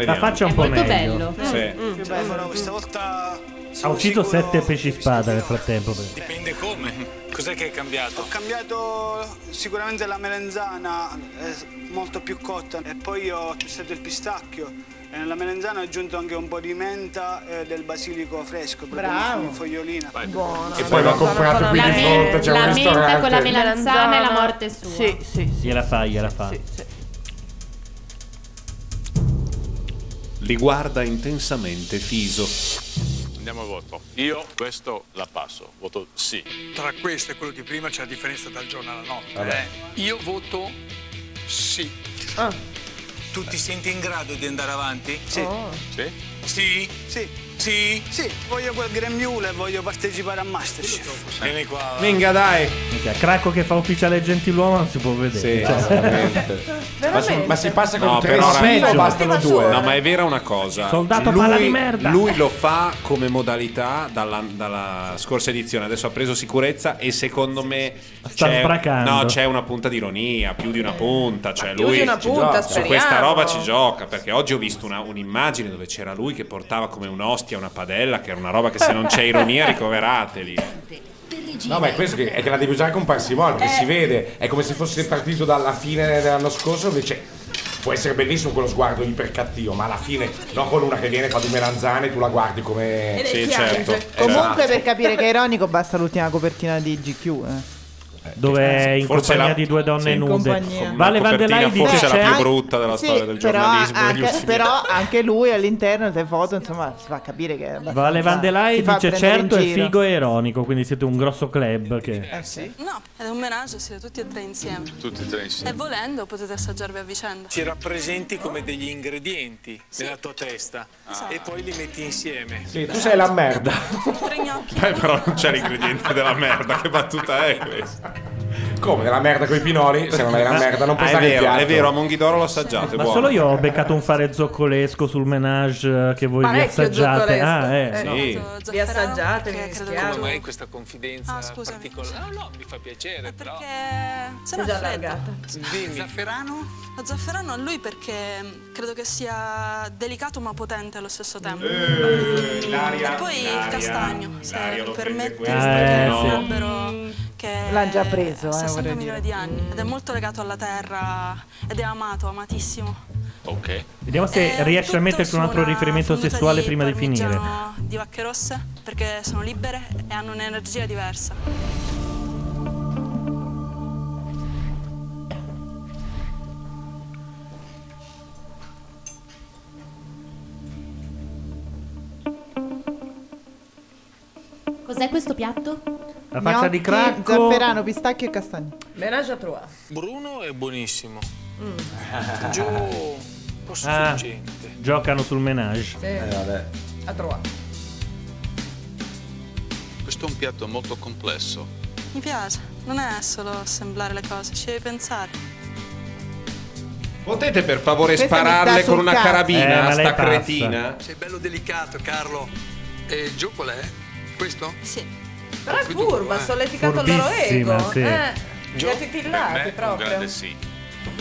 Speaker 2: La faccia un po' meglio.
Speaker 12: Sì. Allora, questa volta
Speaker 2: Ha ucciso sette pesci spada nel frattempo. per-
Speaker 12: Dipende come. Cos'è che hai cambiato? Ho cambiato sicuramente la melenzana, eh, molto più cotta, e poi ho accettato il pistacchio. E nella melenzana ho aggiunto anche un po' di menta e del basilico fresco, proprio
Speaker 1: Bravo.
Speaker 12: in fogliolina.
Speaker 1: Buona.
Speaker 6: E poi l'ho comprato qui di fronte, c'è un ristorante.
Speaker 4: melanzana e la morte sua.
Speaker 1: Sì, sì.
Speaker 2: Gliela fa, gliela fa.
Speaker 3: Li guarda intensamente, fiso.
Speaker 8: Andiamo al voto. Io questo la passo. Voto sì.
Speaker 13: Tra questo e quello di prima c'è la differenza dal giorno alla notte.
Speaker 8: Vabbè.
Speaker 13: eh. Io voto sì.
Speaker 6: Ah.
Speaker 15: Tu ti senti in grado di andare avanti?
Speaker 12: Sì. Oh.
Speaker 8: Sì?
Speaker 15: Sì?
Speaker 12: Sì. Sì? Sì, voglio quel grembiule e voglio partecipare a Masterchef.
Speaker 15: Vieni qua.
Speaker 3: Minga dai!
Speaker 2: Minchia, Cracco che fa ufficiale gentiluomo non si può vedere.
Speaker 3: Sì,
Speaker 2: Cioè-
Speaker 3: assolutamente.
Speaker 6: Ma, si- ma si passa con
Speaker 3: No,
Speaker 6: tre
Speaker 3: però
Speaker 6: sfide o bastano due?
Speaker 3: No, ma è vera una cosa.
Speaker 2: Soldato palla di merda.
Speaker 3: Lui lo fa come modalità dalla, dalla scorsa edizione. Adesso ha preso sicurezza e secondo me
Speaker 2: Sta
Speaker 3: c'è,
Speaker 2: sbracando.
Speaker 3: no, c'è una punta di ironia, più di una punta. Cioè
Speaker 1: più
Speaker 3: lui
Speaker 1: di una
Speaker 3: ci
Speaker 1: punta,
Speaker 3: gioca. su
Speaker 1: speriamo.
Speaker 3: questa roba ci gioca. Perché oggi ho visto una- un'immagine dove c'era lui che portava come un'ostia una padella, che era una roba che se non c'è ironia ricoverateli.
Speaker 6: No, ma è questo che, è che la devi usare con parsimonia, perché si vede. È come se fosse partito dalla fine dell'anno scorso, invece può essere bellissimo quello sguardo ipercattivo, ma alla fine, no con una che viene fa di melanzane, tu la guardi come...
Speaker 1: E lei Sì, piange. certo.
Speaker 3: Esatto.
Speaker 6: Esatto.
Speaker 9: Comunque, per capire che è ironico, basta l'ultima copertina di GQ. eh.
Speaker 2: Dove è in
Speaker 3: Forse
Speaker 2: compagnia
Speaker 3: la-
Speaker 2: di due donne
Speaker 3: sì, in
Speaker 2: nude.
Speaker 3: compagnia.
Speaker 2: Vale
Speaker 3: Una
Speaker 2: Van der Leyen
Speaker 3: copertina
Speaker 2: dice certo.
Speaker 3: forse la più
Speaker 2: c'è-
Speaker 3: brutta della
Speaker 9: Sì,
Speaker 3: storia del
Speaker 9: però
Speaker 3: giornalismo degli
Speaker 9: anche,
Speaker 3: ultimi-
Speaker 9: però anche lui all'interno delle foto, insomma, si fa capire che è abbastanza-
Speaker 2: Vale Van der
Speaker 9: si
Speaker 2: Leyen
Speaker 9: fa
Speaker 2: dice
Speaker 9: prendere in
Speaker 2: certo è
Speaker 9: giro.
Speaker 2: figo e ironico, quindi siete un grosso club che...
Speaker 1: Eh sì.
Speaker 7: No, è un menaggio, siete tutti e tre insieme.
Speaker 8: Tutti e tre insieme.
Speaker 7: E volendo potete assaggiarvi a vicenda.
Speaker 15: Ci rappresenti come degli ingredienti nella tua testa e poi li metti insieme.
Speaker 6: Sì, tu sei la merda.
Speaker 3: Beh, però non c'è l'ingrediente della merda, che battuta è questa?
Speaker 6: Come della merda con i pinoli? Se non hai la merda non puoi
Speaker 3: Ah,
Speaker 6: stare
Speaker 3: è
Speaker 6: in
Speaker 3: vero,
Speaker 6: piatto.
Speaker 3: È vero, a Monghidoro l'ho assaggiato. è
Speaker 2: Ma
Speaker 3: buono.
Speaker 2: solo io ho beccato un fare zoccolesco sul menage eh, che voi vi
Speaker 1: Parecchio
Speaker 2: assaggiate.
Speaker 1: zoccolesco.
Speaker 2: Ah, eh.
Speaker 1: Eh, Vi assaggiate, vi mischiate.
Speaker 15: Come mai questa confidenza particolare? No, no, mi fa piacere, però.
Speaker 7: Perché Eh, se no
Speaker 15: È
Speaker 7: è
Speaker 15: già
Speaker 7: fredda.
Speaker 15: allargata. Dimmi.
Speaker 7: Zafferano? Lo zafferano a lui perché mh, credo che sia delicato ma potente allo stesso tempo.
Speaker 3: Ilaria,
Speaker 7: e poi il
Speaker 3: Ilaria,
Speaker 7: castagno, se
Speaker 3: Ilaria lo
Speaker 7: mi
Speaker 3: prende
Speaker 7: permette,
Speaker 3: questo, eh,
Speaker 7: è
Speaker 3: no.
Speaker 7: un albero che
Speaker 9: L'ha già preso, eh,
Speaker 7: ha 60
Speaker 9: vorrei
Speaker 7: milioni
Speaker 9: dire.
Speaker 7: di anni ed è molto legato alla terra ed è amato, amatissimo.
Speaker 8: Ok.
Speaker 2: Vediamo se
Speaker 7: Eh,
Speaker 2: riesce a
Speaker 7: tutto
Speaker 2: metterci un altro
Speaker 7: suona
Speaker 2: riferimento
Speaker 7: finta
Speaker 2: sessuale
Speaker 7: di
Speaker 2: prima di finire.
Speaker 7: parmigiano di vacche rosse perché sono libere e hanno un'energia diversa.
Speaker 4: Cos'è questo piatto?
Speaker 2: La faccia di
Speaker 9: Gnocchi,
Speaker 2: cracco.
Speaker 9: Zafferano, pistacchio e castagno.
Speaker 1: Menage a trois.
Speaker 15: Bruno è buonissimo.
Speaker 7: Mm.
Speaker 15: Giù un po'
Speaker 2: Ah,
Speaker 15: sfuggente.
Speaker 2: giocano sul menage.
Speaker 1: Sì. Eh, vabbè. A trois.
Speaker 8: Questo è un piatto molto complesso.
Speaker 7: Mi piace, non è solo assemblare le cose, ci devi pensare.
Speaker 3: Potete per favore
Speaker 7: Questa mi sta
Speaker 3: spararle
Speaker 7: sul
Speaker 3: con una
Speaker 7: cazzo.
Speaker 3: carabina,
Speaker 2: Eh, ma lei
Speaker 3: sta
Speaker 2: pazza.
Speaker 3: cretina?
Speaker 13: Sei bello delicato, Carlo. E il gioco qual è? Questo?
Speaker 7: Sì.
Speaker 16: Però è furba,
Speaker 13: eh.
Speaker 16: ha solleticato il loro
Speaker 2: Furbissima,
Speaker 16: ego.
Speaker 2: sì.
Speaker 16: Eh, li
Speaker 13: Gio?
Speaker 16: ha titillati
Speaker 13: Per me, un
Speaker 16: proprio. Eh.
Speaker 13: grande sì.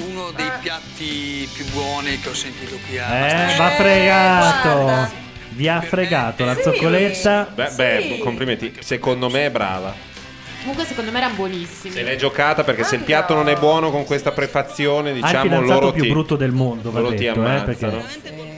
Speaker 13: Uno dei piatti più buoni che ho sentito qui a
Speaker 2: Eh,
Speaker 13: Masterchef.
Speaker 2: va fregato. Vi ha fregato la
Speaker 3: Sì.
Speaker 2: zoccoletta.
Speaker 3: Beh, beh, complimenti. Secondo me è brava.
Speaker 24: Comunque secondo me erano buonissimi.
Speaker 3: Se l'è giocata perché
Speaker 6: Ah.
Speaker 3: se il piatto non è buono con questa prefazione,
Speaker 2: ha il
Speaker 3: diciamo
Speaker 2: fidanzato
Speaker 3: loro
Speaker 2: più
Speaker 3: ti
Speaker 2: brutto del mondo, va
Speaker 3: loro ti
Speaker 2: detto, eh,
Speaker 3: ammazzano.
Speaker 2: perché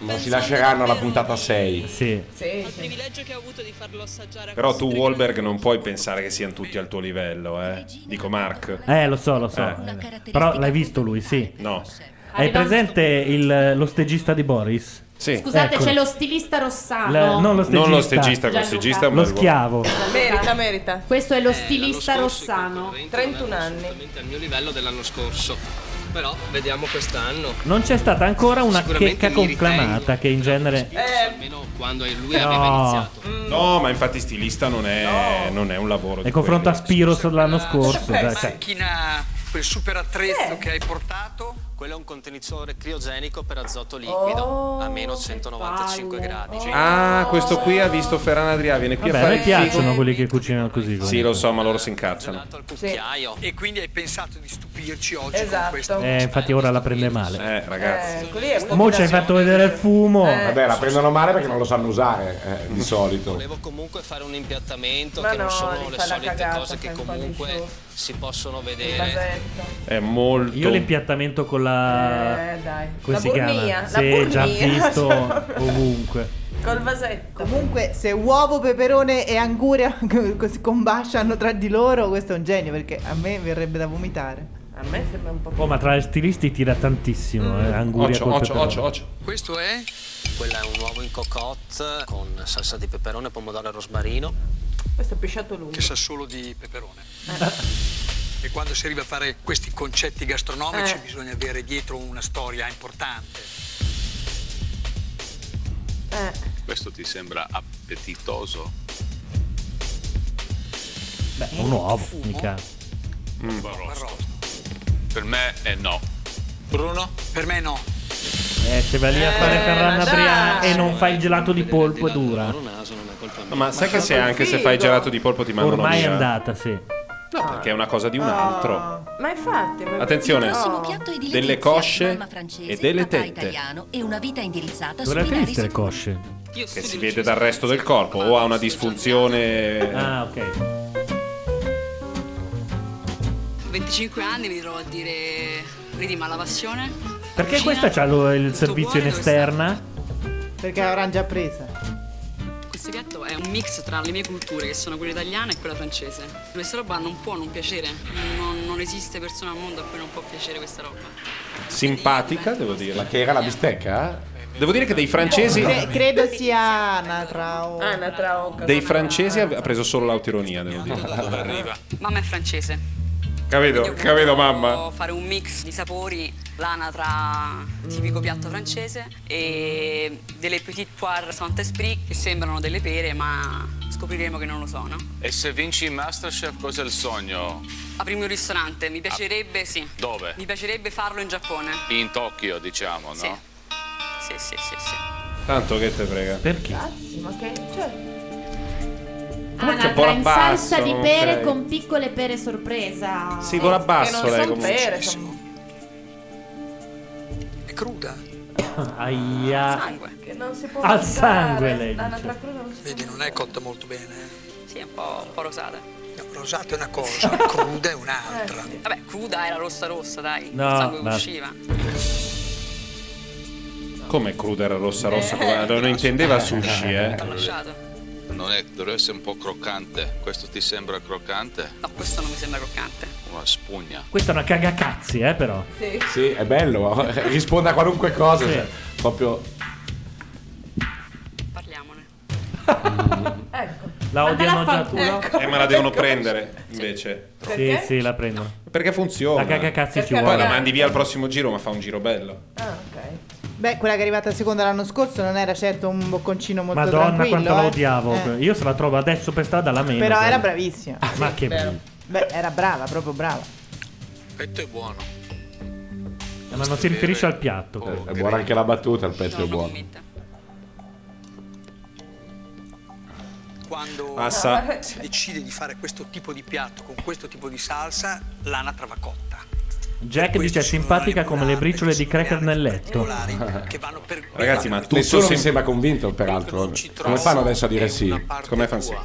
Speaker 6: Ma si lasceranno alla puntata 6.
Speaker 2: Sì.
Speaker 16: Sì,
Speaker 25: privilegio che ho avuto di farlo assaggiare
Speaker 3: Però tu Wahlberg non puoi pensare che siano tutti al tuo livello, eh. Dico Mark.
Speaker 2: Eh, lo so, lo so.
Speaker 3: Eh.
Speaker 2: Però l'hai visto lui, sì.
Speaker 3: No.
Speaker 2: Hai presente il- lo stagista di Boris?
Speaker 3: Sì.
Speaker 4: Scusate,
Speaker 2: Ecco.
Speaker 4: c'è lo stilista Rossano.
Speaker 2: La- non lo stagista.
Speaker 3: Non lo stagista, quello
Speaker 4: Gianluca.
Speaker 3: stagista è un
Speaker 2: Lo
Speaker 3: bel uomo.
Speaker 2: schiavo.
Speaker 16: Merita, merita.
Speaker 4: Questo è
Speaker 3: Eh,
Speaker 4: lo stilista Rossano.
Speaker 16: 31 anni.
Speaker 1: al mio livello dell'anno scorso. Però vediamo quest'anno.
Speaker 2: Non c'è stata ancora una
Speaker 1: Sicuramente
Speaker 2: checca
Speaker 1: mi
Speaker 2: conclamata che in genere...
Speaker 1: Almeno quando lui
Speaker 2: No.
Speaker 1: aveva iniziato.
Speaker 3: No, ma infatti stilista non è, non è un lavoro.
Speaker 2: Nel
Speaker 3: di
Speaker 2: confronto a Spiros l'anno scorso.
Speaker 13: Quella
Speaker 2: dai, cioè,
Speaker 13: macchina, quel super attrezzo che hai portato.
Speaker 1: Quello è un contenitore criogenico per azoto liquido a meno 195 gradi. cioè
Speaker 3: quelli. Ah, questo qui ha visto Ferran Adrià, viene qui
Speaker 2: Vabbè,
Speaker 3: a
Speaker 2: a
Speaker 3: fare
Speaker 2: me
Speaker 3: il figo.
Speaker 2: piacciono quelli che cucinano così.
Speaker 3: Sì,
Speaker 2: comunque.
Speaker 3: lo so, ma loro si incazzano.
Speaker 13: E quindi hai pensato di stupirci oggi
Speaker 16: Esatto.
Speaker 13: con questo. Cioè,
Speaker 2: Eh, infatti ora la prende male.
Speaker 3: Eh, ragazzi.
Speaker 16: Ecco, lì è
Speaker 2: Mo ci hai fatto vedere il fumo.
Speaker 6: Vabbè, la prendono male perché non lo sanno usare, eh, di solito.
Speaker 1: Comunque fare un impiattamento
Speaker 16: Ma
Speaker 1: che
Speaker 16: no,
Speaker 1: non
Speaker 16: li
Speaker 1: sono le
Speaker 16: fa la
Speaker 1: solite
Speaker 16: cagata,
Speaker 1: cose che
Speaker 16: fai un po' di
Speaker 1: comunque
Speaker 16: show.
Speaker 1: si possono vedere.
Speaker 16: Basetto.
Speaker 3: È molto.
Speaker 2: Io l'impiattamento con la.
Speaker 16: Eh, dai.
Speaker 2: Come
Speaker 16: La
Speaker 2: si
Speaker 16: burnia,
Speaker 2: chiama?
Speaker 16: la
Speaker 2: Sì, già
Speaker 16: burnia. Cioè,
Speaker 2: visto ovunque.
Speaker 16: Col vasetto.
Speaker 9: Comunque, se uovo, peperone e anguria così combasciano tra di loro, questo è un genio perché a me verrebbe da vomitare.
Speaker 16: A me sembra un po'
Speaker 2: Oh, ma tra i stilisti tira tantissimo.
Speaker 16: Mm.
Speaker 2: Eh, anguria
Speaker 1: Occio,
Speaker 2: col
Speaker 1: occio,
Speaker 2: peperone.
Speaker 1: occio, occio.
Speaker 13: Questo è?
Speaker 1: Quello è un uovo in cocotte con salsa di peperone, pomodoro e rosmarino.
Speaker 16: Questo è pesciato lungo.
Speaker 13: Che sa solo di peperone.
Speaker 25: Eh.
Speaker 13: E quando si arriva a fare questi concetti gastronomici
Speaker 16: Eh.
Speaker 13: bisogna avere dietro una storia importante.
Speaker 14: Questo ti sembra appetitoso?
Speaker 2: Beh, un uovo, mica.
Speaker 14: Per me è no.
Speaker 13: Bruno? Per me no.
Speaker 2: Eh, se vai lì a fare
Speaker 13: Eh,
Speaker 2: Ferran
Speaker 13: ma
Speaker 2: Adrià
Speaker 13: dai.
Speaker 2: e non fai il gelato di polpo è dura.
Speaker 3: No, ma sai che se anche se fai gelato di polpo ti mandano
Speaker 2: Ormai è
Speaker 3: via?
Speaker 2: andata, sì.
Speaker 3: No, perché è una cosa di un altro.
Speaker 16: Ma infatti, ma-
Speaker 3: Attenzione,
Speaker 11: Il prossimo
Speaker 16: No.
Speaker 11: piatto è di
Speaker 3: delle
Speaker 11: Letizia,
Speaker 3: cosce
Speaker 11: mamma francese,
Speaker 3: e delle
Speaker 11: papà
Speaker 3: tette.
Speaker 11: italiano e una vita indirizzata su
Speaker 3: Dovreste
Speaker 11: binari
Speaker 3: esistere
Speaker 11: sicuri.
Speaker 2: Cosce.
Speaker 3: Che si vede dal resto del corpo o ha una disfunzione.
Speaker 2: Ah, ok.
Speaker 25: 25 anni mi trovo a dire, vedi, ma la passione?
Speaker 2: Perché questa c'ha lo- il servizio in esterna?
Speaker 25: Perché l'avranno già presa. Questo piatto è un mix tra le mie culture, che sono quella italiana e quella francese. Questa roba non può non piacere. Non, non esiste persona al mondo a cui non può piacere questa roba.
Speaker 3: Simpatica, devo dire. Ma
Speaker 6: che era la bistecca?
Speaker 3: eh? Devo dire che dei francesi.
Speaker 9: Cre- credo sia Anatra o...
Speaker 16: Anatra
Speaker 3: Dei francesi ha ha preso solo l'autironia, devo dire.
Speaker 1: Dove arriva?
Speaker 25: Mamma è francese.
Speaker 3: Capito, capito, mamma.
Speaker 25: Può fare un mix di sapori, l'anatra, tipico piatto francese, e delle petit poire saint esprit che sembrano delle pere, ma scopriremo che non lo sono.
Speaker 26: E se vinci Masterchef, cos'è il sogno?
Speaker 25: Aprimi un ristorante, mi piacerebbe, sì.
Speaker 26: Dove?
Speaker 25: Mi piacerebbe farlo in Giappone.
Speaker 26: In Tokyo, diciamo, no?
Speaker 25: Sì. Sì, sì, sì, sì.
Speaker 3: Tanto che te frega.
Speaker 2: Perché?
Speaker 4: Ah,
Speaker 16: Ma che cioè,
Speaker 3: che
Speaker 4: Anatra
Speaker 3: vola
Speaker 4: in
Speaker 3: basso,
Speaker 4: Ah, salsa di
Speaker 3: ok.
Speaker 4: pere con piccole pere sorpresa.
Speaker 3: Si vola
Speaker 4: Che
Speaker 3: basso
Speaker 4: non
Speaker 3: lei
Speaker 4: son
Speaker 3: comunque.
Speaker 4: pere,
Speaker 13: È cruda.
Speaker 2: Aia.
Speaker 16: che non si può
Speaker 2: Al
Speaker 16: mangiare.
Speaker 2: sangue, lei
Speaker 16: L'anatra cruda non si
Speaker 13: Vedi, non è cotta molto bene. eh.
Speaker 25: Sì, è un po', un po' rosata.
Speaker 13: Rosata è una cosa, cruda è un'altra.
Speaker 25: Eh, Vabbè, cruda era rossa rossa, dai.
Speaker 3: No,
Speaker 25: il sangue
Speaker 3: basta.
Speaker 25: usciva.
Speaker 3: Come cruda era rossa rossa?
Speaker 25: Eh.
Speaker 3: guarda, Non intendeva sushi, eh.
Speaker 25: L'ho lasciato.
Speaker 14: Non è, dovrebbe essere un po' croccante. Questo ti sembra croccante?
Speaker 25: No, questo non mi sembra croccante.
Speaker 14: Una spugna.
Speaker 2: Questa è una cagacazzi, eh, però.
Speaker 6: Sì, è bello, eh, risponde a qualunque cosa.
Speaker 2: Sì.
Speaker 6: cioè, proprio
Speaker 2: La odiano già tu.
Speaker 3: Eh, ma la devono prendere invece.
Speaker 2: Sì, sì, la prendo.
Speaker 3: Perché funziona.
Speaker 2: La cagacazzi ci
Speaker 3: Poi
Speaker 2: vuole.
Speaker 3: la mandi via al prossimo giro, ma fa un giro bello.
Speaker 9: Beh, quella che è arrivata seconda l'anno scorso non era certo un bocconcino molto
Speaker 2: Madonna,
Speaker 9: tranquillo.
Speaker 2: quanto la
Speaker 9: eh.
Speaker 2: odiavo.
Speaker 9: Eh.
Speaker 2: Io se la trovo adesso per strada la meno. cioè.
Speaker 9: Però
Speaker 2: quella.
Speaker 9: era bravissima.
Speaker 2: Ah, Ma che bello.
Speaker 9: Beh, era brava, proprio brava.
Speaker 13: Petto è buono.
Speaker 2: Ma non si riferisce al piatto.
Speaker 6: eh, è buona anche la battuta, il pezzo è buono.
Speaker 13: quando
Speaker 3: Passa.
Speaker 13: si decide di fare questo tipo di piatto con questo tipo di salsa, l'anatra va cotta.
Speaker 2: Jack dice è simpatica come le briciole di cracker nel letto.
Speaker 6: Ragazzi, ma
Speaker 2: tutto
Speaker 6: Nessuno
Speaker 2: sem-
Speaker 6: mi sembra convinto, peraltro. Come fanno adesso a dire sì? Come fanno sì?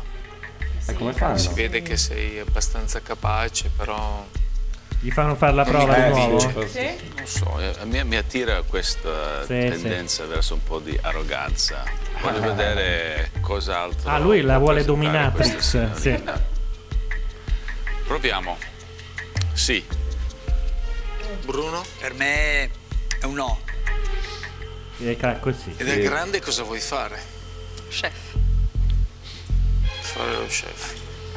Speaker 6: E come fanno?
Speaker 17: Si vede che sei abbastanza capace, però
Speaker 2: Gli fanno fare la prova
Speaker 15: Eh,
Speaker 2: di nuovo.
Speaker 17: Non so, eh, a me mi attira questa
Speaker 2: Sì,
Speaker 17: tendenza verso un po' di arroganza. Voglio
Speaker 2: Ah.
Speaker 17: vedere cos'altro.
Speaker 2: Ah, lui la vuole
Speaker 17: presentare
Speaker 2: dominatrix.
Speaker 17: questa
Speaker 2: Sì.
Speaker 17: signorina. Proviamo. Sì.
Speaker 13: Bruno? Per me è un no.
Speaker 2: Direi cracco sì.
Speaker 17: Ed è
Speaker 2: Sì.
Speaker 17: grande
Speaker 15: Cosa vuoi fare?
Speaker 14: Chef.
Speaker 15: Fare lo chef.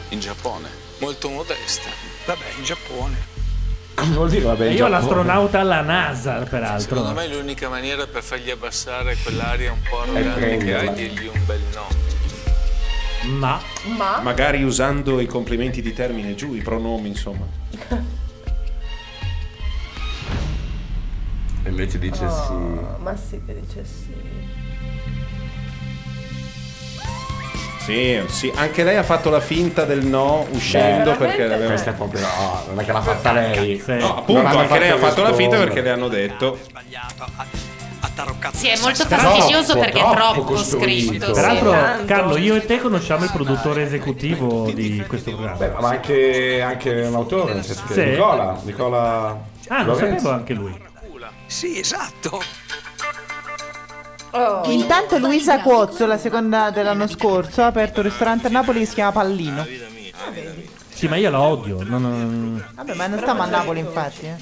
Speaker 17: In Giappone.
Speaker 15: Molto modesta. Vabbè, in Giappone.
Speaker 6: Vuol dire, vabbè,
Speaker 2: E
Speaker 6: in
Speaker 2: io
Speaker 6: Giappone.
Speaker 2: l'astronauta alla NASA, peraltro.
Speaker 15: Secondo me l'unica maniera per fargli abbassare quell'aria un po'
Speaker 2: È
Speaker 15: arrogante che
Speaker 2: prenderla.
Speaker 15: hai è dirgli un bel no.
Speaker 2: Ma
Speaker 1: Ma?
Speaker 3: Magari usando i complimenti di termine giù, i pronomi, insomma.
Speaker 18: E invece dice
Speaker 1: Oh, Ma sì che dice sì.
Speaker 3: Sì, sì, anche lei ha fatto la finta del no uscendo
Speaker 6: Beh,
Speaker 3: perché
Speaker 6: veramente?
Speaker 3: l'aveva...
Speaker 6: Questa è proprio- no, non è che l'ha fatta lei.
Speaker 3: Sì.
Speaker 6: Non
Speaker 3: No, appunto,
Speaker 6: hanno
Speaker 3: anche lei ha
Speaker 6: fatto
Speaker 3: fatto la finta
Speaker 6: rispondere.
Speaker 3: perché le hanno detto
Speaker 10: Sì, è molto
Speaker 2: Troppo,
Speaker 10: fastidioso perché è
Speaker 2: troppo
Speaker 10: troppo scritto. sì.
Speaker 2: Peraltro, Carlo, io e te conosciamo il produttore esecutivo di questo
Speaker 6: Beh,
Speaker 2: programma.
Speaker 6: ma anche, anche un autore, nel senso che
Speaker 2: Sì.
Speaker 6: Nicola, Nicola
Speaker 2: Ah, lo
Speaker 6: Lorenzo.
Speaker 2: sapevo anche lui.
Speaker 15: Sì, esatto.
Speaker 9: Intanto Luisa Cuozzo, la seconda dell'anno scorso, ha aperto un ristorante a Napoli che si chiama Pallino.
Speaker 2: Sì, ma io la odio. non-
Speaker 9: Vabbè, ma non stiamo a Napoli, infatti. eh.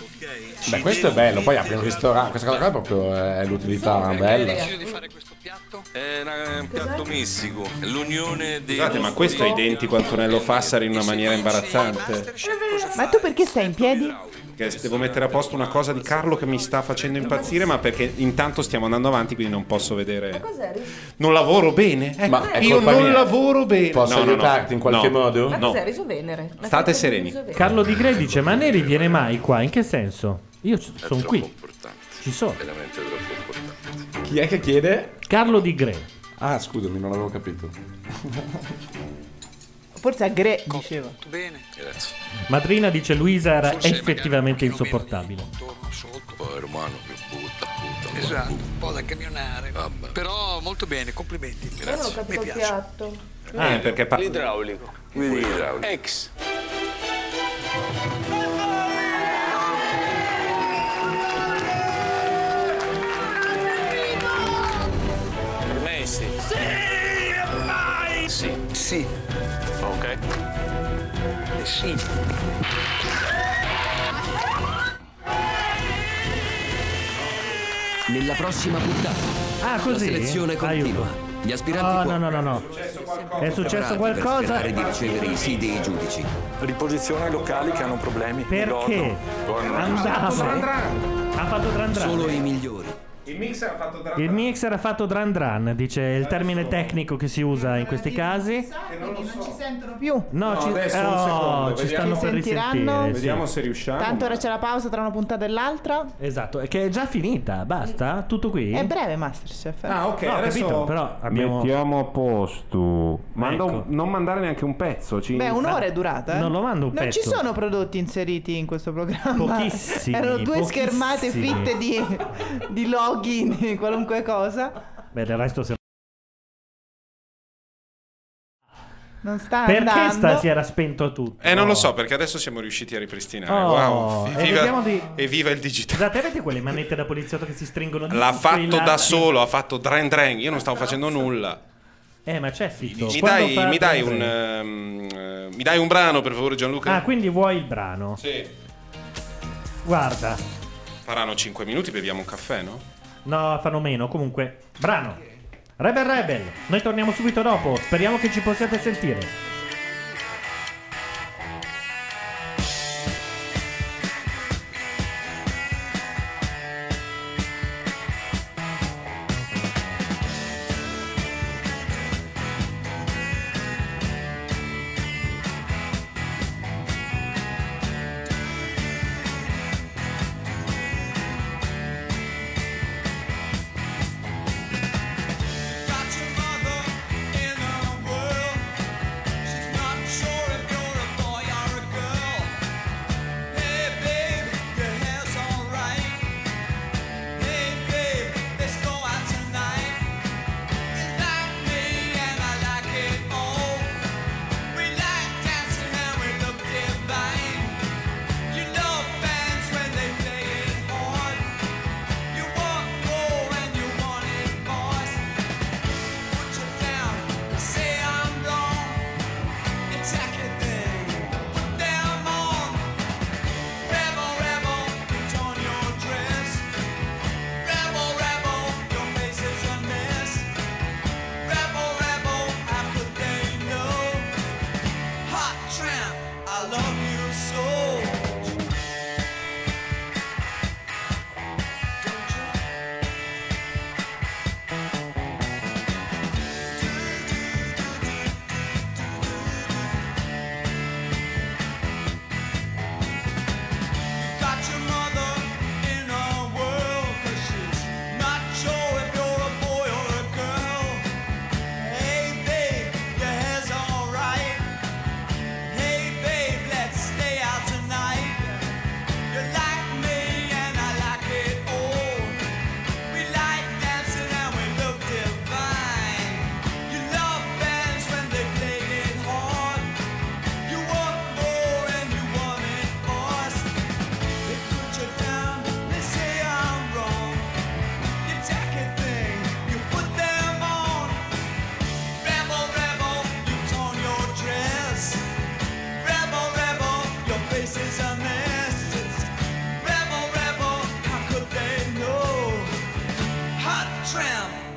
Speaker 6: Beh, questo è bello, poi apri un ristorante, questa cosa qua è proprio eh, è l'utilità bella.
Speaker 27: È una-
Speaker 1: Eh,
Speaker 27: un piatto mistico. È L'unione dei.
Speaker 3: Scusate, ma questo è identico a Antonello Fassari in una maniera imbarazzante.
Speaker 9: Ma tu perché stai in piedi?
Speaker 3: Che devo mettere a posto una cosa di Carlo che mi sta facendo impazzire, ma perché intanto stiamo andando avanti, quindi non posso vedere. Non lavoro bene? Ecco,
Speaker 6: Ma è
Speaker 3: io
Speaker 6: colpa
Speaker 3: non
Speaker 6: mia.
Speaker 3: lavoro bene.
Speaker 6: Posso
Speaker 3: No, no, no.
Speaker 6: aiutarti in qualche
Speaker 3: No,
Speaker 6: modo?
Speaker 1: Ma
Speaker 3: No.
Speaker 1: cos'è? Riso Venere?
Speaker 3: State
Speaker 1: La festa del
Speaker 3: sereni.
Speaker 1: riso venere.
Speaker 2: Carlo Di Gre dice: Ma Neri viene mai qua? In che senso? Io sono qui. Ci sono.
Speaker 17: Veramente troppo importante.
Speaker 6: Chi è che chiede?
Speaker 2: Carlo Di Gre.
Speaker 6: Ah, scusami, non avevo capito.
Speaker 9: Forse a Gre, dicevo.
Speaker 2: Madrina dice: Luisa era effettivamente insopportabile.
Speaker 17: Poi romano che butta, butta.
Speaker 13: Esatto, un po' da camionare. Però molto bene, complimenti.
Speaker 1: Io non ho
Speaker 13: Mi
Speaker 1: capito il
Speaker 13: piace.
Speaker 1: piatto.
Speaker 3: Ah, perché pa-
Speaker 15: L'idraulico.
Speaker 17: L'idraulico.
Speaker 15: Ex.
Speaker 17: Per
Speaker 1: Eh,
Speaker 17: me sì.
Speaker 15: Sì. Sì.
Speaker 17: Ok.
Speaker 1: Eh,
Speaker 15: Sì.
Speaker 16: Ah,
Speaker 21: Nella prossima puntata.
Speaker 2: Ah, così?
Speaker 21: La selezione continua. Gli aspiranti
Speaker 2: Oh,
Speaker 21: può-
Speaker 2: no, no, no, no. È
Speaker 21: preparati per
Speaker 2: successo qualcosa?
Speaker 21: cercare di ricevere i sì dei giudici.
Speaker 15: Riposizione ai locali che hanno problemi.
Speaker 2: Perché? Andava. Ha fatto dran dran.
Speaker 21: Solo i migliori.
Speaker 3: Il mix ha fatto dra-
Speaker 2: Il mixer ha fatto dran dran, dice il termine tecnico che si usa in questi casi.
Speaker 9: Non ci sentono più.
Speaker 2: No, ci,
Speaker 3: adesso un
Speaker 2: oh,
Speaker 3: secondo,
Speaker 2: ci
Speaker 3: vediamo.
Speaker 2: stanno
Speaker 3: Ci
Speaker 2: per
Speaker 9: sentiranno?
Speaker 2: risentire. sì.
Speaker 3: Vediamo se riusciamo.
Speaker 9: Tanto ora c'è la pausa tra una puntata e l'altra.
Speaker 2: Esatto, e che è già finita, basta? Tutto qui?
Speaker 9: È breve Masterchef. eh.
Speaker 3: Ah, ok,
Speaker 2: No, ho
Speaker 3: adesso
Speaker 2: capito, però abbiamo... Ecco.
Speaker 3: Mettiamo a posto. Manda un- non mandare neanche un pezzo. Ci...
Speaker 9: Beh, un'ora è durata. eh.
Speaker 3: Non lo mando un
Speaker 9: Non
Speaker 3: pezzo.
Speaker 9: ci sono prodotti inseriti in questo programma.
Speaker 2: Pochissimi,
Speaker 9: Erano due schermate
Speaker 2: pochissimi.
Speaker 9: fitte di, di login, di qualunque cosa.
Speaker 2: Beh, del resto se...
Speaker 9: Non sta
Speaker 2: Perché
Speaker 9: andando.
Speaker 2: sta, si era spento tutto?
Speaker 3: Eh, non lo so, perché adesso siamo riusciti a ripristinare.
Speaker 2: Oh,
Speaker 3: wow.
Speaker 2: e vediamo
Speaker 3: Evviva,
Speaker 2: di-
Speaker 3: evviva il digitale.
Speaker 2: Scusate, avete quelle manette da poliziotto che si stringono di
Speaker 3: L'ha
Speaker 2: qui,
Speaker 3: fatto
Speaker 2: là?
Speaker 3: da solo, ha fatto dren dren. Io non stavo facendo nulla.
Speaker 2: Eh, ma c'è Fito.
Speaker 3: Mi
Speaker 2: Quando
Speaker 3: dai,
Speaker 2: fa-
Speaker 3: mi dai un, ehm, eh, mi dai un brano, per favore, Gianluca?
Speaker 2: Ah, quindi vuoi il brano?
Speaker 3: Sì.
Speaker 2: Guarda.
Speaker 3: Faranno 5 minuti, beviamo un caffè, no?
Speaker 2: No, fanno meno. Comunque, brano. Rebel Rebel. Noi torniamo subito dopo. Speriamo che ci possiate sentire.
Speaker 28: Got your mother in the world.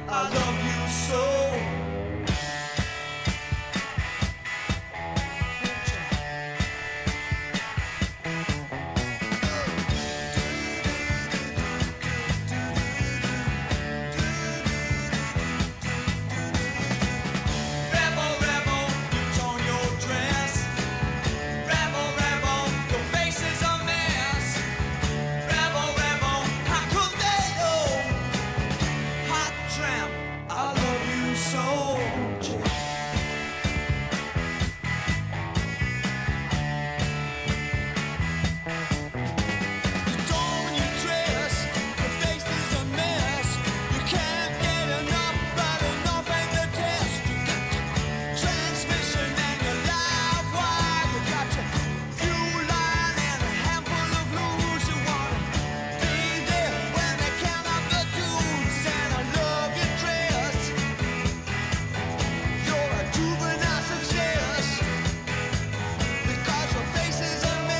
Speaker 16: I love you so. Rebel, rebel, you've torn your dress. Rebel, rebel, your face is a mess. Rebel, rebel, how could they know? Hot tramp, I love you so. You've torn your dress, your face is a mess. You can't get enough, but enough ain't the test. You got to transmission and your live wire. You got your fuel line and a handful of blues. You wanna be there when they count up the dudes. And I love your dress. You're a juvenile success because your face is a mess.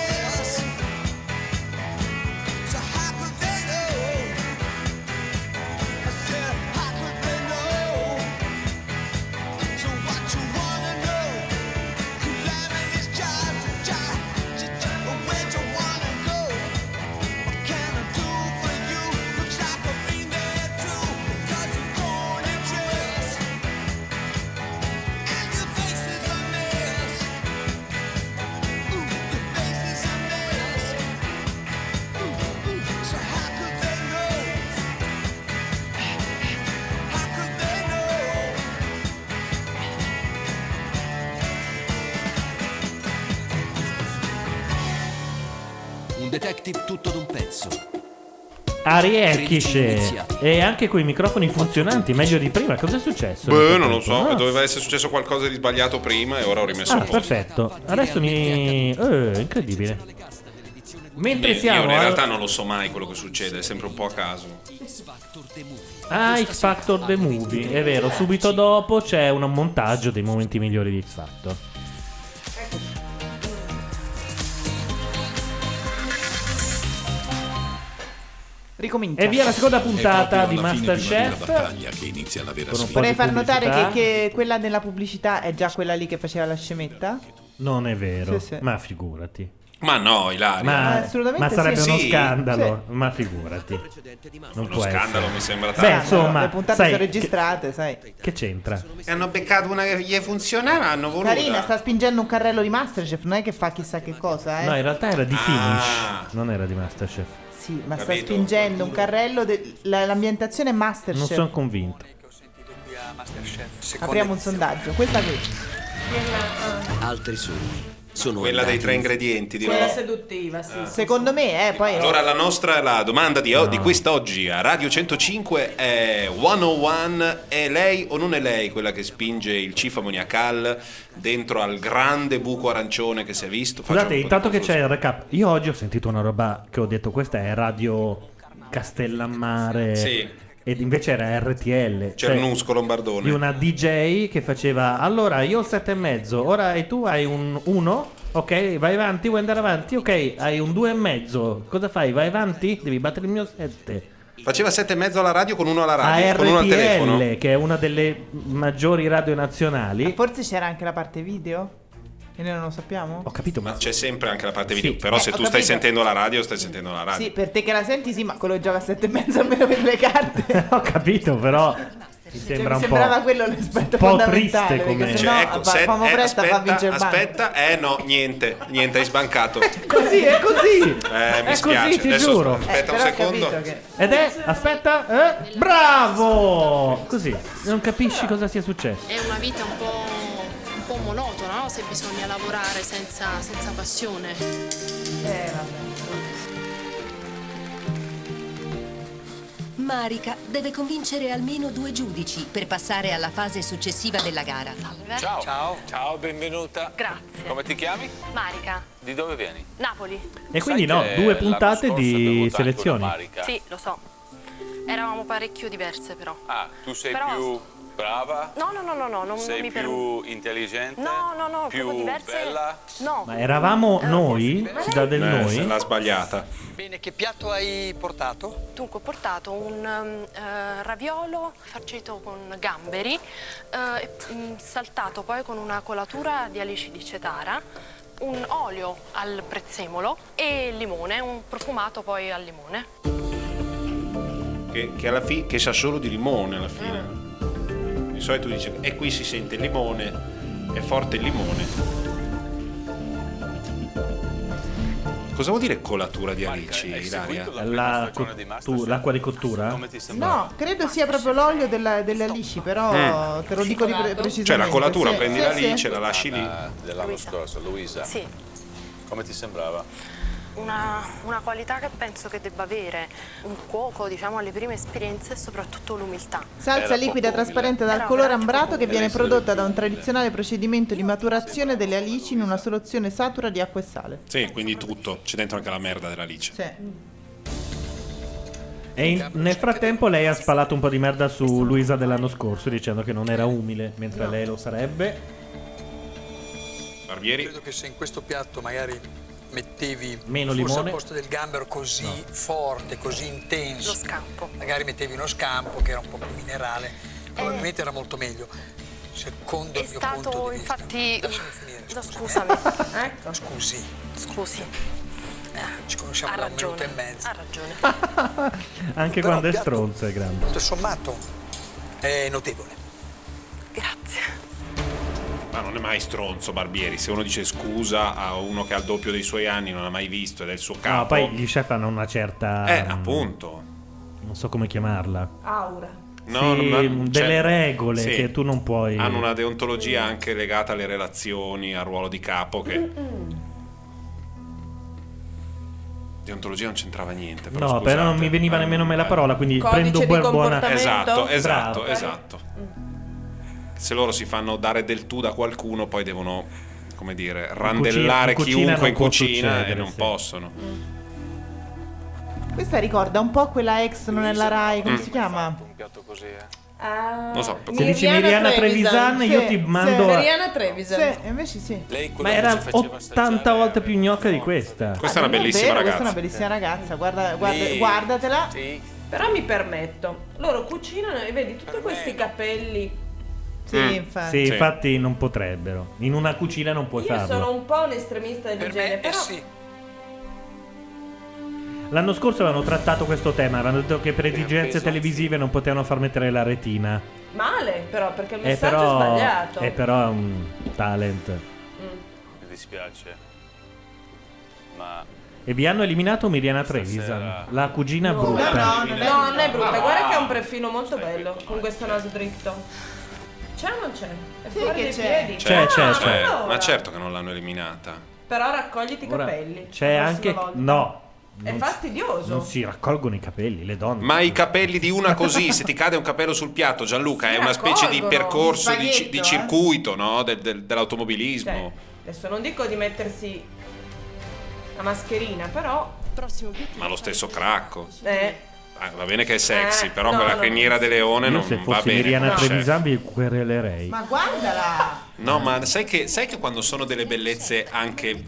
Speaker 16: So how could they know? I said, how could they know? So what you wanna know? Climbing this job, job, job. Where you wanna go? What can I do for you? Looks like I've been there too. Cause you're torn and dressed, and your face is a mess. Ooh, your face is a mess. Ooh, ooh. So how could they know? How could they know?
Speaker 21: Un detective tutto d'un pezzo.
Speaker 2: Ariechisce. E anche quei microfoni funzionanti, meglio di prima. Cosa è successo?
Speaker 3: Beh, non lo so,
Speaker 2: Ah,
Speaker 3: doveva essere successo qualcosa di sbagliato prima e ora ho rimesso
Speaker 2: ah,
Speaker 3: a posto.
Speaker 2: perfetto. Adesso mi. Eh, incredibile. Mentre
Speaker 3: Beh,
Speaker 2: siamo.
Speaker 3: Io in
Speaker 2: al-
Speaker 3: realtà non lo so mai quello che succede, è sempre un po' a caso.
Speaker 2: Ah, X Factor The Movie, è vero, subito dopo c'è un montaggio dei momenti migliori di X Factor.
Speaker 9: Ricomincia.
Speaker 2: E via la
Speaker 3: Eh,
Speaker 2: seconda
Speaker 15: È
Speaker 2: puntata di
Speaker 15: proprio alla fine prima della
Speaker 2: Masterchef.
Speaker 15: battaglia che inizia la vera
Speaker 2: Con un
Speaker 15: sfida.
Speaker 2: po'
Speaker 9: Vorrei
Speaker 2: di
Speaker 9: far notare
Speaker 2: pubblicità.
Speaker 9: che, che quella della pubblicità è già quella lì che faceva la scemetta.
Speaker 2: Non è vero,
Speaker 9: Sì, sì.
Speaker 2: ma figurati.
Speaker 3: Ma no, Ilaria.
Speaker 2: Ma,
Speaker 9: Eh, assolutamente
Speaker 2: ma sarebbe
Speaker 9: sì.
Speaker 2: uno
Speaker 9: Sì.
Speaker 2: scandalo, ma figurati. Non
Speaker 3: Uno
Speaker 2: può
Speaker 3: scandalo
Speaker 2: essere.
Speaker 3: mi sembra
Speaker 2: Beh,
Speaker 3: tanto.
Speaker 2: insomma,
Speaker 9: le puntate
Speaker 2: sai,
Speaker 9: sono registrate, sai.
Speaker 2: che, che c'entra?
Speaker 29: Hanno beccato una che gli funzionava, hanno voluto.
Speaker 9: Carina, sta spingendo un carrello di Masterchef, non è che fa chissà che cosa, eh.
Speaker 2: No, in realtà era
Speaker 3: Ah.
Speaker 2: di Finish, non era di Masterchef.
Speaker 9: Sì, ma sta spingendo un carrello, de- la- l'ambientazione è Masterchef.
Speaker 2: Non sono convinto.
Speaker 9: Apriamo un sondaggio, questa qui.
Speaker 3: Altri sogni. Quella dei tre ingredienti, di
Speaker 30: Quella
Speaker 3: no?
Speaker 30: seduttiva, sì.
Speaker 9: Secondo me, eh, poi...
Speaker 3: Allora la nostra la domanda di, o- di quest'oggi a Radio 105 è 101 è lei o non è lei quella che spinge il cif ammoniacal dentro al grande buco arancione che si è visto? Faccio
Speaker 2: Scusate,
Speaker 3: un po'
Speaker 2: intanto
Speaker 3: di
Speaker 2: che c'è il recap, io oggi ho sentito una roba che ho detto questa è Radio Castellammare.
Speaker 3: Sì.
Speaker 2: Ed invece era RTL. cioè,
Speaker 3: Cernusco Lombardone.
Speaker 2: di una DJ che faceva allora io ho il 7 e mezzo, ora e tu hai un 1, ok, vai avanti, vuoi andare avanti, ok, hai un 2 e mezzo, cosa fai? Vai avanti? Devi battere il mio 7.
Speaker 3: Faceva sette e mezzo alla radio con uno alla radio,
Speaker 2: A
Speaker 3: Ah, con uno al telefono.
Speaker 2: RTL, che è una delle maggiori radio nazionali.
Speaker 9: Ah, Forse c'era anche la parte video? E noi non lo sappiamo?
Speaker 2: Ho capito,
Speaker 3: ma c'è sempre anche la parte video. Però
Speaker 9: Eh,
Speaker 3: se
Speaker 9: ho
Speaker 3: tu stai
Speaker 9: capito.
Speaker 3: sentendo la radio, stai sentendo la radio.
Speaker 9: Sì, per te che la senti, sì, ma quello gioca a sette e mezzo almeno per le carte.
Speaker 2: Ho capito, però mi
Speaker 9: Cioè,
Speaker 2: sembra
Speaker 9: mi
Speaker 2: un
Speaker 9: sembrava
Speaker 2: po'.
Speaker 9: quello l'aspetto
Speaker 2: un po'
Speaker 9: fondamentale.
Speaker 2: triste come-
Speaker 9: perché
Speaker 3: Cioè,
Speaker 9: sennò
Speaker 3: ecco,
Speaker 9: fa-
Speaker 3: se-
Speaker 9: famo
Speaker 3: eh,
Speaker 9: presto, fa
Speaker 3: aspetta,
Speaker 9: vincere il Bayern.
Speaker 3: aspetta, eh no, niente, niente, hai sbancato.
Speaker 9: Così, è così.
Speaker 3: Eh, mi
Speaker 2: È
Speaker 3: spiace.
Speaker 2: così, ti
Speaker 3: Adesso
Speaker 2: giuro.
Speaker 3: aspetta
Speaker 2: Eh,
Speaker 3: un
Speaker 2: però ho
Speaker 3: secondo.
Speaker 2: capito Ed è, aspetta, eh, bravo! Così, non capisci cosa sia successo.
Speaker 28: È una vita un po', un po' monotona, no? Se bisogna lavorare senza, senza passione. Eh,
Speaker 31: Marica deve convincere almeno due giudici per passare alla fase successiva della gara.
Speaker 14: Ciao. Ciao. benvenuta.
Speaker 28: Grazie.
Speaker 14: Come ti chiami?
Speaker 28: Marica,
Speaker 14: Di dove vieni?
Speaker 28: Napoli.
Speaker 2: E quindi no,
Speaker 14: Sai che
Speaker 2: due
Speaker 14: l'anno
Speaker 2: puntate
Speaker 14: scorso
Speaker 2: di
Speaker 14: anche una
Speaker 2: selezioni.
Speaker 14: marica.
Speaker 28: Sì, lo so. Eravamo parecchio diverse però.
Speaker 14: Ah, tu sei
Speaker 28: Però-
Speaker 14: più Brava?
Speaker 28: No, no, no, no, no, non, non
Speaker 14: Sei
Speaker 28: mi permetto.
Speaker 14: più intelligente?
Speaker 28: No, no, no,
Speaker 14: più
Speaker 28: proprio diverse.
Speaker 14: bella?
Speaker 28: No.
Speaker 2: Ma eravamo noi? Si dà del
Speaker 3: Eh,
Speaker 2: noi?
Speaker 3: L'ha sbagliata.
Speaker 14: Bene, che piatto hai portato?
Speaker 28: Dunque, ho portato un ehm, eh, raviolo farcito con gamberi, eh, e, mm, saltato poi con una colatura di alici di cetara, un olio al prezzemolo e limone, un profumato poi al limone.
Speaker 3: Che, che alla fine che sa solo di limone alla fine.
Speaker 9: Ah.
Speaker 3: Di solito dice, e qui si sente il limone, è forte il limone. Cosa vuol dire colatura di alici, Ilaria?
Speaker 2: La cottu- l'acqua di cottura?
Speaker 9: No, credo sia proprio l'olio della, delle alici, però
Speaker 29: Eh.
Speaker 9: te lo dico di pre- precisamente.
Speaker 3: Cioè la colatura,
Speaker 9: Sì,
Speaker 3: prendi
Speaker 9: sì,
Speaker 3: la
Speaker 9: sì.
Speaker 3: lì, ce la lasci lì.
Speaker 14: Ah, Dell'anno scorso, Luisa.
Speaker 28: Sì.
Speaker 14: Come ti sembrava?
Speaker 28: Una, una qualità che penso che debba avere un cuoco, diciamo, alle prime esperienze e soprattutto l'umiltà.
Speaker 9: Salsa liquida trasparente dal
Speaker 28: Era
Speaker 9: colore
Speaker 28: veramente
Speaker 9: ambrato che
Speaker 28: poco
Speaker 9: viene
Speaker 28: umile.
Speaker 9: prodotta da un tradizionale procedimento di maturazione delle alici in una soluzione satura di acqua e sale.
Speaker 3: Sì, quindi tutto, c'è dentro anche la merda dell'alice.
Speaker 2: E in- nel frattempo lei ha spalato un po' di merda su Luisa dell'anno scorso dicendo che non era umile, mentre
Speaker 13: No.
Speaker 2: lei lo sarebbe.
Speaker 3: Barbieri.
Speaker 13: Credo che se in questo piatto magari mettevi
Speaker 2: Meno
Speaker 13: forse
Speaker 2: limone?
Speaker 13: al posto del gambero così forte, così intenso,
Speaker 28: Lo scampo.
Speaker 13: magari mettevi uno scampo che era un po' più minerale, probabilmente era molto meglio. Secondo
Speaker 28: È
Speaker 13: il mio punto
Speaker 28: stato
Speaker 13: di vista.
Speaker 28: infatti... No, scusami. ecco.
Speaker 13: Scusi. Eh,
Speaker 28: Scusi.
Speaker 13: Ci conosciamo
Speaker 28: Ha
Speaker 13: da un minuto
Speaker 28: ragione,
Speaker 13: e mezzo.
Speaker 28: Ha ragione.
Speaker 2: Anche
Speaker 13: Però
Speaker 2: quando è
Speaker 13: piatto-
Speaker 2: stronzo è grande.
Speaker 13: Tutto sommato è notevole.
Speaker 3: Ma non è mai stronzo Barbieri, se uno dice scusa a uno che ha il doppio dei suoi anni, non ha mai visto ed è il suo capo.
Speaker 2: No, poi gli chef hanno una certa...
Speaker 3: Eh,
Speaker 2: mm,
Speaker 3: appunto.
Speaker 2: Non so come chiamarla.
Speaker 1: Aura.
Speaker 3: No,
Speaker 2: Sì, mm,
Speaker 3: non-
Speaker 2: delle
Speaker 3: cioè,
Speaker 2: regole
Speaker 3: sì.
Speaker 2: che tu non puoi...
Speaker 3: Hanno una deontologia anche legata alle relazioni, al ruolo di capo che... Deontologia non c'entrava niente.
Speaker 2: No,
Speaker 3: Però scusate.
Speaker 2: però non mi veniva nemmeno me la parola, quindi
Speaker 3: Codice
Speaker 2: prendo
Speaker 3: di
Speaker 2: buona... buona...
Speaker 3: Esatto, esatto,
Speaker 2: Bravo.
Speaker 3: esatto. Se loro si fanno dare del tu da qualcuno, poi devono, come dire, randellare
Speaker 2: in cucina
Speaker 3: chiunque in
Speaker 2: non può
Speaker 3: cucina e
Speaker 2: succedere,
Speaker 3: non
Speaker 2: sì.
Speaker 3: possono.
Speaker 9: Questa ricorda un po' quella ex non è la Rai, come
Speaker 3: Mm.
Speaker 9: si chiama?
Speaker 14: Un piatto così, eh.
Speaker 1: Ah,
Speaker 3: Non so,
Speaker 2: Se dici Miriana Trevisan, io ti mando... a-
Speaker 9: Trevisan. Sì, invece sì.
Speaker 2: Ma era 80 volte più gnocca di questa.
Speaker 3: Questa
Speaker 1: Ah,
Speaker 3: è una
Speaker 9: Ah, È
Speaker 3: bellissima ragazza.
Speaker 9: vero,
Speaker 3: Eh.
Speaker 9: Questa è una bellissima ragazza, guarda, guarda-
Speaker 3: Sì.
Speaker 9: guardatela.
Speaker 1: Però mi permetto, loro cucinano e vedi tutti questi capelli.
Speaker 9: Sì,
Speaker 2: Mm.
Speaker 9: infatti.
Speaker 2: Sì, infatti non potrebbero. In una cucina non puoi
Speaker 1: Io
Speaker 2: farlo.
Speaker 1: sono un po' un estremista del
Speaker 14: eh
Speaker 1: genere, però
Speaker 2: L'anno scorso avevano trattato questo tema, avevano detto che per esigenze televisive non potevano far mettere la retina.
Speaker 1: male, però perché il
Speaker 2: E
Speaker 1: messaggio è
Speaker 2: Eh, però,
Speaker 1: sbagliato.
Speaker 2: è però un talent.
Speaker 14: Mi dispiace. Ma
Speaker 2: E vi hanno eliminato Miriana Trevisan, la cugina
Speaker 1: No,
Speaker 2: brutta.
Speaker 1: No, non è, no, non è
Speaker 14: Ah.
Speaker 1: brutta. Guarda che ha un prefino molto bello con questo naso dritto. C'è o non c'è? È fuori
Speaker 9: che
Speaker 1: dei
Speaker 9: c'è.
Speaker 1: piedi.
Speaker 2: C'è, c'è,
Speaker 1: Ah,
Speaker 2: c'è.
Speaker 1: allora.
Speaker 3: Cioè, Ma certo che non l'hanno eliminata.
Speaker 1: Però raccogliti i
Speaker 2: Ora
Speaker 1: capelli.
Speaker 2: C'è
Speaker 1: la prossima
Speaker 2: anche...
Speaker 1: volta.
Speaker 2: No.
Speaker 1: È
Speaker 2: non-
Speaker 1: fastidioso.
Speaker 2: Non si raccolgono i capelli, le donne.
Speaker 3: Ma i capelli di una così, se ti cade un capello sul piatto, Gianluca, è una specie di
Speaker 1: raccolgono,
Speaker 3: percorso di, ci-
Speaker 1: spaghetto,
Speaker 3: di
Speaker 1: eh.
Speaker 3: circuito no? Del- del- dell'automobilismo.
Speaker 1: Cioè, adesso non dico di mettersi la mascherina, però. Prossimo obiettivo.
Speaker 3: Ma lo stesso cracco.
Speaker 1: Eh,
Speaker 3: Ah, va bene che è sexy,
Speaker 1: Eh,
Speaker 3: però
Speaker 1: no,
Speaker 3: quella
Speaker 1: no.
Speaker 3: criniera di leone
Speaker 2: Io
Speaker 3: non
Speaker 2: se
Speaker 3: va
Speaker 2: fossi
Speaker 3: bene. Cioè,
Speaker 2: Miriana
Speaker 3: come chef.
Speaker 2: Trevisan vi querelerei.
Speaker 9: Ma guardala!
Speaker 3: No, ma sai che, sai che quando sono delle bellezze anche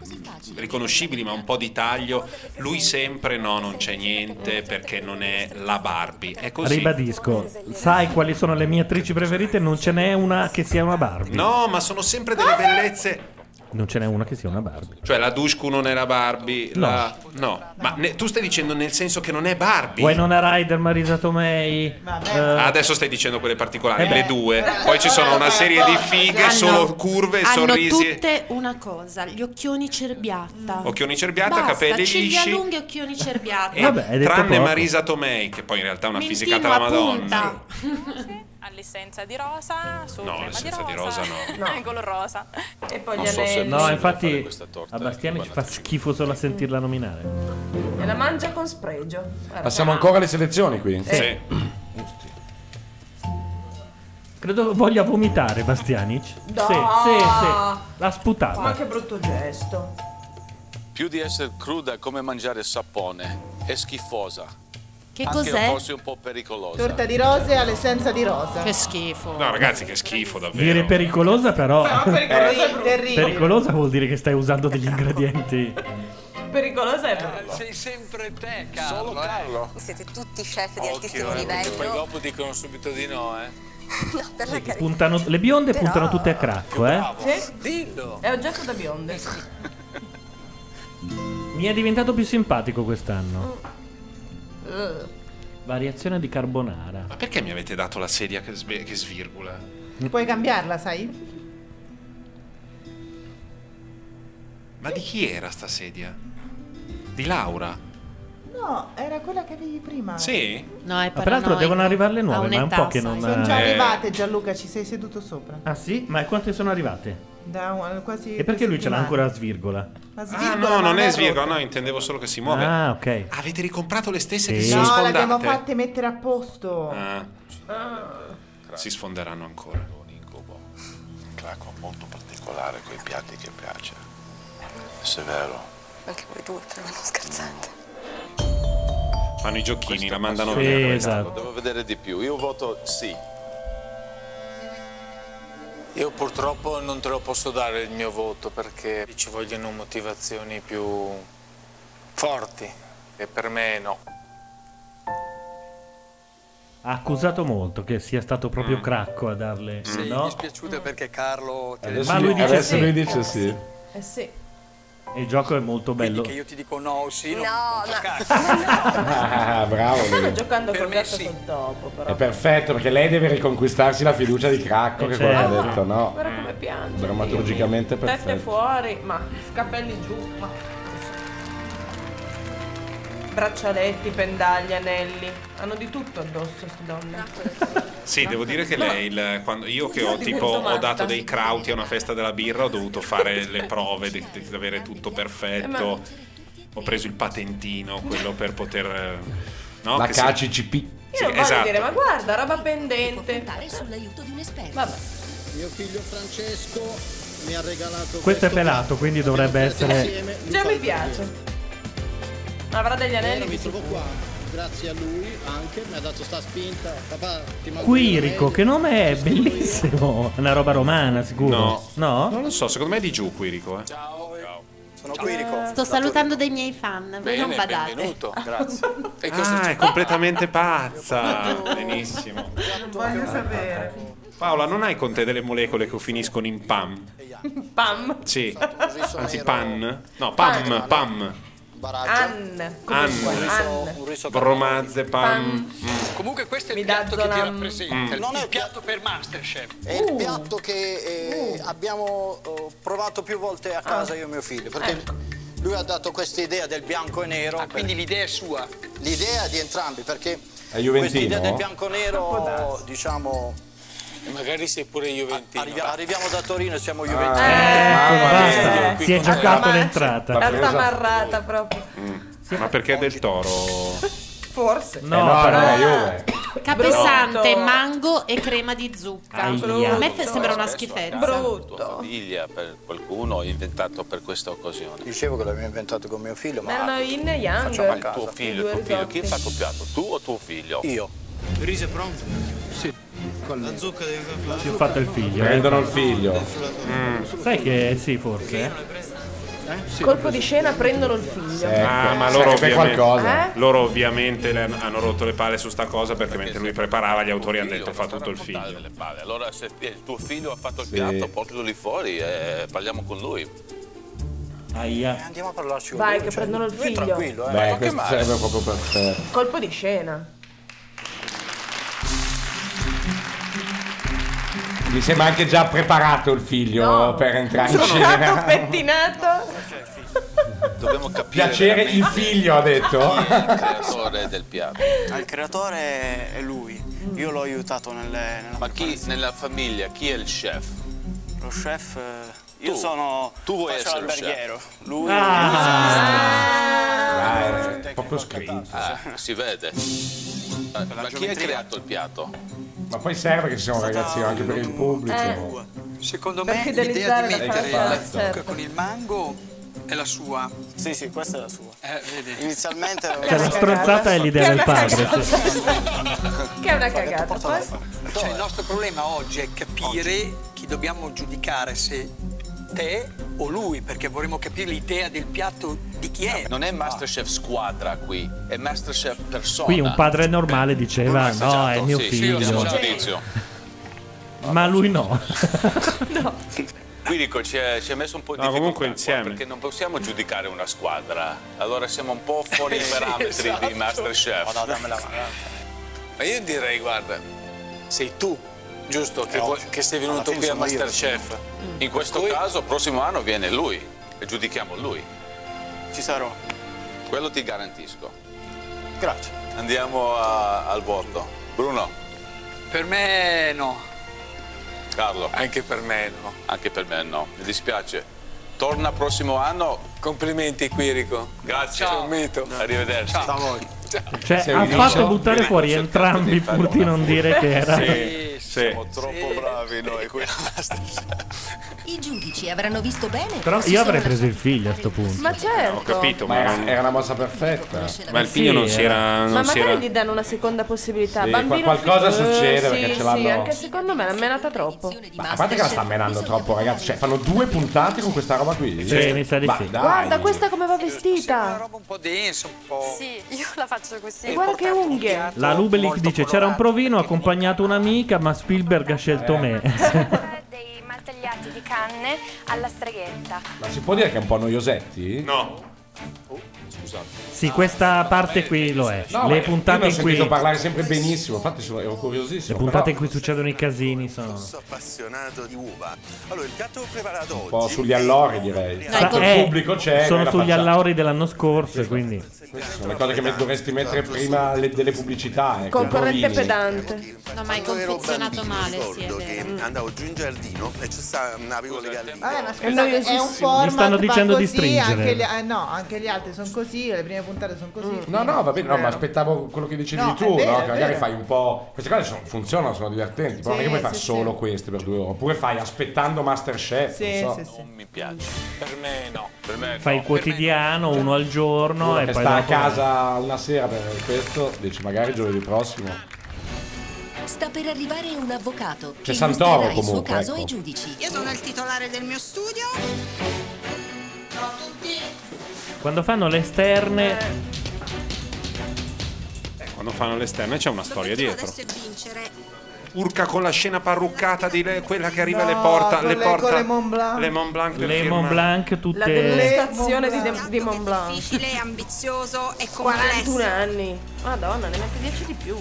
Speaker 3: riconoscibili, ma un po' di taglio, lui sempre no, non c'è niente perché non è la Barbie. È così.
Speaker 2: Ribadisco, sai quali sono le mie attrici preferite? Non ce n'è una che sia una Barbie.
Speaker 3: No, ma sono sempre delle bellezze.
Speaker 2: Non ce n'è una che sia una Barbie.
Speaker 3: Cioè, la Dushku non è la Barbie.
Speaker 2: No.
Speaker 3: la- no. ma ne- tu stai dicendo nel senso che non è Barbie.
Speaker 2: Winona Ryder, Marisa Tomei. eh,
Speaker 3: Ah, Adesso stai dicendo quelle particolari,
Speaker 2: Eh.
Speaker 3: le due. Poi ci sono una serie di fighe,
Speaker 4: Hanno-
Speaker 3: solo curve e
Speaker 4: hanno
Speaker 3: sorrisi. Mm.
Speaker 4: tutte una cosa, gli occhioni cerbiatta.
Speaker 3: Occhioni cerbiata,
Speaker 4: Basta,
Speaker 3: capelli
Speaker 4: ciglia
Speaker 3: lisci.
Speaker 4: lunghe, occhioni cerbiata.
Speaker 3: E tranne Marisa Tomei, che poi in realtà è una fisicata alla Madonna.
Speaker 32: All'essenza di rosa, sul
Speaker 3: No,
Speaker 32: crema
Speaker 3: l'essenza
Speaker 32: di
Speaker 3: di
Speaker 32: rosa,
Speaker 3: rosa
Speaker 32: in color rosa. E poi
Speaker 3: Non gli so se- anelli.
Speaker 2: No,
Speaker 3: Possibile
Speaker 2: infatti a
Speaker 3: eh,
Speaker 2: Bastiani ci fa schifo solo a sentirla nominare.
Speaker 1: e la mangia con spregio. Guarda.
Speaker 33: Passiamo ancora alle selezioni qui.
Speaker 1: Sì. Sì.
Speaker 2: Credo voglia vomitare Bastianic.
Speaker 1: No.
Speaker 2: Sì, sì, sì. L'ha
Speaker 1: Ma
Speaker 2: sputata.
Speaker 1: che brutto gesto.
Speaker 14: più di essere cruda è come mangiare sapone. È schifosa.
Speaker 9: Che
Speaker 14: anche
Speaker 9: cos'è?
Speaker 14: forse un po' pericolosa.
Speaker 9: Torta di rose all'essenza di rosa. Che
Speaker 34: schifo.
Speaker 3: No, ragazzi, che schifo davvero.
Speaker 2: Dire pericolosa però.
Speaker 1: pericolosa è brutto.
Speaker 2: pericolosa vuol dire che stai usando degli ingredienti.
Speaker 1: Pericolosa è brutto.
Speaker 15: Eh, Sei sempre te, Carlo. eh. Solo Carlo.
Speaker 16: Siete tutti chef di altissimo
Speaker 15: Occhio, eh, perché poi
Speaker 16: livello.
Speaker 15: dopo dicono subito di no, eh.
Speaker 16: No, per la carità.
Speaker 2: Puntano- le bionde
Speaker 16: Però-
Speaker 2: puntano tutte a cracco, eh.
Speaker 1: Sì? Dillo. È oggetto da
Speaker 15: Eh
Speaker 1: bionde.
Speaker 2: Mi è diventato più simpatico quest'anno.
Speaker 1: Eh.
Speaker 2: Variazione di carbonara.
Speaker 3: Ma perché mi avete dato la sedia che, sve- che svirgola?
Speaker 9: Puoi cambiarla, sai?
Speaker 3: Ma di chi era sta sedia? Di Laura?
Speaker 9: No, era quella che avevi prima.
Speaker 3: Sì?
Speaker 34: No, è
Speaker 2: Ma peraltro devono arrivare le nuove, ma è un po' che non...
Speaker 9: Sono già
Speaker 2: eh.
Speaker 9: arrivate, Gianluca, ci sei seduto sopra.
Speaker 2: Ah sì? Ma quante sono arrivate?
Speaker 9: Da un- quasi
Speaker 2: E perché
Speaker 9: due
Speaker 2: lui ce l'ha
Speaker 9: settimane.
Speaker 2: ancora a svirgola?
Speaker 9: La
Speaker 3: Ah,
Speaker 9: svirgola
Speaker 3: no, non è
Speaker 9: rotta.
Speaker 3: svirgola, no, intendevo solo che si muove.
Speaker 2: Ah, ok.
Speaker 3: Avete ricomprato le stesse che
Speaker 2: Sì.
Speaker 3: si sono
Speaker 2: No,
Speaker 9: No,
Speaker 3: sfondate?
Speaker 9: l'abbiamo fatte mettere a posto.
Speaker 3: Ah, si sfonderanno ancora.
Speaker 14: Un cracco molto particolare coi piatti che piace. È severo.
Speaker 16: Anche voi due, però non scherzate.
Speaker 3: Fanno i giochini, la mandano
Speaker 14: Sì,
Speaker 3: via.
Speaker 14: esatto. Devo vedere di più. Io voto sì.
Speaker 15: Io purtroppo non te lo posso dare il mio voto perché ci vogliono motivazioni più forti e per me no.
Speaker 2: Ha accusato molto che sia stato proprio cracco a darle...
Speaker 13: Sei
Speaker 2: Eh, No?
Speaker 13: dispiaciuta perché Carlo ti ha
Speaker 2: Adesso
Speaker 13: detto
Speaker 2: lui
Speaker 13: no?
Speaker 2: dice Adesso sì. lui dice
Speaker 13: sì.
Speaker 1: Eh sì.
Speaker 2: E il gioco è molto bello.
Speaker 13: Che io ti dico no
Speaker 15: Oh
Speaker 13: o sì,
Speaker 16: No,
Speaker 6: Ah, bravo.
Speaker 1: Stanno
Speaker 6: lui.
Speaker 1: giocando col gatto col topo, però.
Speaker 6: È perfetto perché lei deve riconquistarsi la fiducia di Cracco
Speaker 2: Eh,
Speaker 6: che
Speaker 2: certo.
Speaker 6: quello ha detto no.
Speaker 1: Guarda come piange.
Speaker 6: Drammaturgicamente
Speaker 1: Teste
Speaker 6: perfetto.
Speaker 1: fuori, ma capelli giù, ma... Braccialetti, pendagli, anelli. Hanno di tutto addosso queste donne.
Speaker 3: Sì, devo dire che lei, il- quando io che ho,
Speaker 1: Io
Speaker 3: tipo,
Speaker 1: divento
Speaker 3: ho
Speaker 1: matta.
Speaker 3: dato dei crauti a una festa della birra, ho dovuto fare le prove di, di avere tutto perfetto.
Speaker 1: Eh,
Speaker 3: Ho preso il patentino, quello per poter... eh, No,
Speaker 6: La
Speaker 3: che si-
Speaker 6: KCCP.
Speaker 1: Io non voglio
Speaker 3: esatto.
Speaker 1: dire, ma guarda, roba pendente.
Speaker 35: sull'aiuto di un esperto.
Speaker 1: Vabbè.
Speaker 12: Mio figlio Francesco mi ha regalato
Speaker 2: Questo è pelato, quindi dovrebbe essere...
Speaker 1: Già mi piace. Avrà degli anelli.
Speaker 12: Mi trovo qua. Grazie a lui anche, mi ha dato sta spinta. Papà, ti mando
Speaker 2: Quirico, che nome è? Bellissimo! Una roba romana, sicuro.
Speaker 3: No.
Speaker 2: No?
Speaker 3: Non lo so, secondo me è di giù Quirico. Eh.
Speaker 12: Sono Quirico.
Speaker 4: Sto salutando dei miei fan, voi
Speaker 3: Bene,
Speaker 4: non badate.
Speaker 3: Grazie. ah, è completamente pazza. Benissimo.
Speaker 1: Esatto.
Speaker 9: Voglio sapere.
Speaker 3: Paola, non hai con te delle molecole che finiscono in PAM?
Speaker 1: Pam.
Speaker 3: Sì. Anzi, PAN? No, PAM, PAM.
Speaker 1: Ann.
Speaker 3: Ann. Bromazze, PAM.
Speaker 13: Comunque questo è il piatto che ti rappresenta.
Speaker 3: Mm.
Speaker 13: Non è il piatto per Masterchef.
Speaker 12: È
Speaker 4: Uh.
Speaker 12: il piatto che eh, abbiamo eh, provato più volte a casa io e mio figlio, perché lui ha dato questa idea del bianco e
Speaker 13: Ah,
Speaker 12: nero. quindi l'idea è sua? L'idea è di entrambi, perché
Speaker 6: È juventino?
Speaker 12: questa idea del bianco e nero, diciamo...
Speaker 15: Magari sei pure Juventino.
Speaker 12: arriviamo da Torino e siamo Eh,
Speaker 2: Ecco,
Speaker 12: Juventini.
Speaker 1: Ah, eh,
Speaker 3: Eh,
Speaker 2: basta. Si è giocato
Speaker 1: La
Speaker 2: l'entrata.
Speaker 1: tamarrata proprio.
Speaker 3: Mm. Ma perché è del toro? Eh?
Speaker 6: Eh,
Speaker 1: Forse.
Speaker 2: No, però-
Speaker 4: Capesante, mango e crema di zucca.
Speaker 14: Aia.
Speaker 4: A me fe- sembra una
Speaker 14: Spesso a
Speaker 4: schifezza.
Speaker 14: casa, Tua famiglia, per qualcuno, inventato per questa occasione.
Speaker 12: Dicevo che l'abbiamo inventato con mio figlio, ma...
Speaker 1: Erano in e yang.
Speaker 12: Facciamo a
Speaker 14: Il tuo
Speaker 12: casa.
Speaker 14: figlio, tuo figlio, chi fa il piatto? Tu o tuo figlio?
Speaker 12: Io. Il riso è pronto?
Speaker 13: Sì.
Speaker 12: La zucca deve
Speaker 2: Si è fatto il figlio. eh. Mm.
Speaker 6: Prendono il figlio.
Speaker 2: Sai che sì, forse. eh.
Speaker 12: Eh,
Speaker 1: Colpo di scena, prendono il figlio.
Speaker 3: Ah, ma loro
Speaker 6: Serve
Speaker 3: ovviamente,
Speaker 6: qualcosa.
Speaker 9: Eh?
Speaker 3: loro ovviamente le hanno hanno rotto le palle su sta cosa perché mentre lui preparava gli autori hanno detto fa tutto il figlio.
Speaker 14: Le palle. Allora se il tuo figlio ha fatto il piatto, portalo lì fuori e parliamo con lui.
Speaker 2: Aia.
Speaker 12: Andiamo a parlarci con
Speaker 1: Vai,
Speaker 12: lui,
Speaker 1: che
Speaker 12: cioè,
Speaker 1: prendono il
Speaker 12: lui è
Speaker 1: figlio.
Speaker 12: tranquillo, eh.
Speaker 6: Beh,
Speaker 12: Ma che
Speaker 6: questo
Speaker 12: male.
Speaker 6: serve proprio perfetto.
Speaker 1: Colpo di scena.
Speaker 6: Mi sembra anche già preparato il figlio per entrare in
Speaker 1: Giocato,
Speaker 6: scena.
Speaker 1: pettinato.
Speaker 14: Dobbiamo capire.
Speaker 6: Piacere il figlio ha detto.
Speaker 14: creatore del piatto. Mm.
Speaker 12: Ah, Il creatore è lui. Io l'ho aiutato nel, nella
Speaker 14: Ma chi nella famiglia, chi è il chef?
Speaker 12: Lo chef. eh, Io
Speaker 14: Tu.
Speaker 12: sono.
Speaker 14: Tu vuoi
Speaker 12: faccio
Speaker 14: essere lo chef.
Speaker 12: l'alberghiero. Lui.
Speaker 6: Ah. È proprio scritto.
Speaker 14: Ah, si vede. Ma, ma chi ha creato il piatto?
Speaker 6: Ma poi serve che ci siano ragazzi anche per il pubblico.
Speaker 13: Secondo
Speaker 12: Per
Speaker 13: me l'idea
Speaker 12: fidelizzare
Speaker 13: di
Speaker 12: la
Speaker 13: mettere
Speaker 12: famiglia,
Speaker 13: la zucca
Speaker 12: certo.
Speaker 13: con il mango È la sua. Sì, sì, questa è la sua. Eh, vedi.
Speaker 12: Inizialmente
Speaker 2: Cioè, la stronzata è l'idea del padre.
Speaker 1: Che è una cagata. Poi
Speaker 13: Cioè, il nostro problema oggi è capire chi dobbiamo giudicare, se te o lui, perché vorremmo capire l'idea del piatto di chi è.
Speaker 14: Non è Masterchef squadra qui, è Masterchef persona.
Speaker 2: Qui un padre normale diceva: No, è mio
Speaker 14: esatto, sì, sì, io sono
Speaker 2: figlio.
Speaker 14: giudizio.
Speaker 2: Ma lui no.
Speaker 14: Qui dico, ci è, ci è messo un po' di
Speaker 3: No,
Speaker 14: difficoltà
Speaker 3: comunque insieme.
Speaker 14: qua, perché non possiamo giudicare una squadra. Allora siamo un po' fuori dai
Speaker 22: Sì,
Speaker 14: parametri
Speaker 22: esatto.
Speaker 14: di Masterchef.
Speaker 22: No, no, dammela,
Speaker 14: Ma io direi, guarda, sei tu, giusto,
Speaker 22: Eh,
Speaker 15: che vuoi- che sei venuto qui a Masterchef.
Speaker 14: In questo caso, prossimo anno viene lui e giudichiamo lui. Ci sarò. Quello ti garantisco. Grazie. Andiamo a- al voto. Bruno,
Speaker 13: Per me no.
Speaker 14: Carlo. Anche per me no. Anche per me no. Mi dispiace. Torna prossimo anno. Complimenti Quirico. Grazie.
Speaker 13: Ciao.
Speaker 14: Arrivederci. Ciao a voi.
Speaker 2: Cioè, ha fatto buttare fuori entrambi pur di non dire che era.
Speaker 14: Sì, siamo troppo bravi noi qui.
Speaker 11: I giudici avranno visto bene.
Speaker 2: Però io avrei preso il figlio a sto punto.
Speaker 1: Ma certo.
Speaker 3: Ho capito,
Speaker 6: Ma
Speaker 3: ma,
Speaker 6: era, era una mossa perfetta.
Speaker 3: ma il figlio
Speaker 6: Sì,
Speaker 3: non si era.
Speaker 1: Ma
Speaker 3: Non si
Speaker 1: magari
Speaker 3: era...
Speaker 1: gli danno una seconda possibilità.
Speaker 6: Sì,
Speaker 1: Bambino
Speaker 6: qual- qualcosa
Speaker 1: figlio-
Speaker 6: succede
Speaker 1: sì,
Speaker 6: perché ce
Speaker 1: Sì,
Speaker 6: l'hanno-
Speaker 1: anche secondo me l'ha menata troppo.
Speaker 6: Ma a parte che la sta menando troppo, ragazzi. Cioè, fanno due puntate con questa roba qui. Cioè,
Speaker 2: Sì, mi sa di
Speaker 6: Ma
Speaker 2: sì.
Speaker 6: dai.
Speaker 1: Guarda questa come va vestita.
Speaker 13: Un po' denso, un po'.
Speaker 7: Sì, io la faccio così.
Speaker 1: E guarda che unghie.
Speaker 2: La Lubelic dice: C'era un provino, ho accompagnato un'amica, ma Spielberg ha scelto me.
Speaker 28: Eh.
Speaker 17: dei maltagliati di canne alla streghetta.
Speaker 6: Ma si può dire che è un po' noiosetti? Oh,
Speaker 14: No.
Speaker 6: Scusate.
Speaker 2: sì, questa parte qui lo è.
Speaker 6: No, ma
Speaker 2: Le
Speaker 6: io- io ne
Speaker 2: puntate in
Speaker 6: ho
Speaker 2: cui.
Speaker 6: sentito parlare sempre benissimo, infatti sono- ero
Speaker 2: Le
Speaker 6: curiosissimo.
Speaker 2: puntate in
Speaker 6: però
Speaker 2: cui succedono i casini sono.
Speaker 16: appassionato di uva. Allora, il piatto preparato
Speaker 6: un po' sugli allori direi.
Speaker 2: Sa-
Speaker 6: Tanto
Speaker 2: eh,
Speaker 6: il pubblico c'è, noi
Speaker 2: sono
Speaker 6: la
Speaker 2: sugli
Speaker 6: facciamo.
Speaker 2: allauri dell'anno scorso, e quindi.
Speaker 6: Sono le cose che me- dovresti mettere prima le- delle pubblicità. ecco,
Speaker 1: Concorrente
Speaker 6: provini.
Speaker 1: pedante.
Speaker 17: No, ma è confezionato male, sì, è
Speaker 16: ricordo che
Speaker 17: vero.
Speaker 16: andavo giù in giardino e c'è sta- mm, avevo le galline.
Speaker 9: Vabbè, ma
Speaker 16: E noi-
Speaker 9: scusate, è un
Speaker 16: Mi
Speaker 9: format
Speaker 2: stanno
Speaker 9: va
Speaker 2: dicendo di
Speaker 9: così,
Speaker 2: stringere.
Speaker 9: Anche gli, eh, no, anche gli altri sono così, le prime puntate sono così.
Speaker 6: Mm, No, no, va bene, no, ma
Speaker 9: Vero.
Speaker 6: aspettavo quello che dicevi
Speaker 9: Eh. No, è
Speaker 6: tu,
Speaker 9: vero,
Speaker 6: no?
Speaker 9: è
Speaker 6: Che magari
Speaker 9: vero.
Speaker 6: fai un po'. Queste cose sono- funzionano, sono divertenti. Però non è
Speaker 9: Sì,
Speaker 6: che puoi fare
Speaker 9: sì,
Speaker 6: solo queste per due ore. Oppure fai aspettando Masterchef.
Speaker 9: Sì,
Speaker 6: non so.
Speaker 9: sì, sì.
Speaker 14: Non mi piace. Per me no. Per me
Speaker 2: Fai il quotidiano, uno al giorno,
Speaker 6: Uno
Speaker 2: e
Speaker 6: che
Speaker 2: poi.
Speaker 6: sta a
Speaker 2: dopo-
Speaker 6: casa una sera per questo, dici magari giovedì prossimo.
Speaker 11: Sta per arrivare un avvocato che
Speaker 6: Cioè, Santoro,
Speaker 11: illustrerà il suo
Speaker 6: comunque,
Speaker 11: caso
Speaker 6: ecco.
Speaker 11: ai giudici.
Speaker 27: Io sono il titolare del mio studio. Ciao a tutti.
Speaker 2: Quando fanno le esterne.
Speaker 3: Quando fanno le esterne c'è una storia dietro.
Speaker 27: Adesso è vincere.
Speaker 3: Urca con la scena parruccata di lei, quella che arriva e le
Speaker 9: No,
Speaker 3: porta.
Speaker 9: con
Speaker 3: Le
Speaker 9: le-
Speaker 3: porta
Speaker 9: con le Mont Blanc.
Speaker 3: Le Mont Blanc per
Speaker 2: Le
Speaker 3: firmare.
Speaker 2: Mont Blanc
Speaker 1: La
Speaker 2: tutte.
Speaker 1: degustazione di, De- di Mont Blanc.
Speaker 27: Difficile, ambizioso e complesso.
Speaker 1: 41 anni. Madonna, ne mette 10 di più.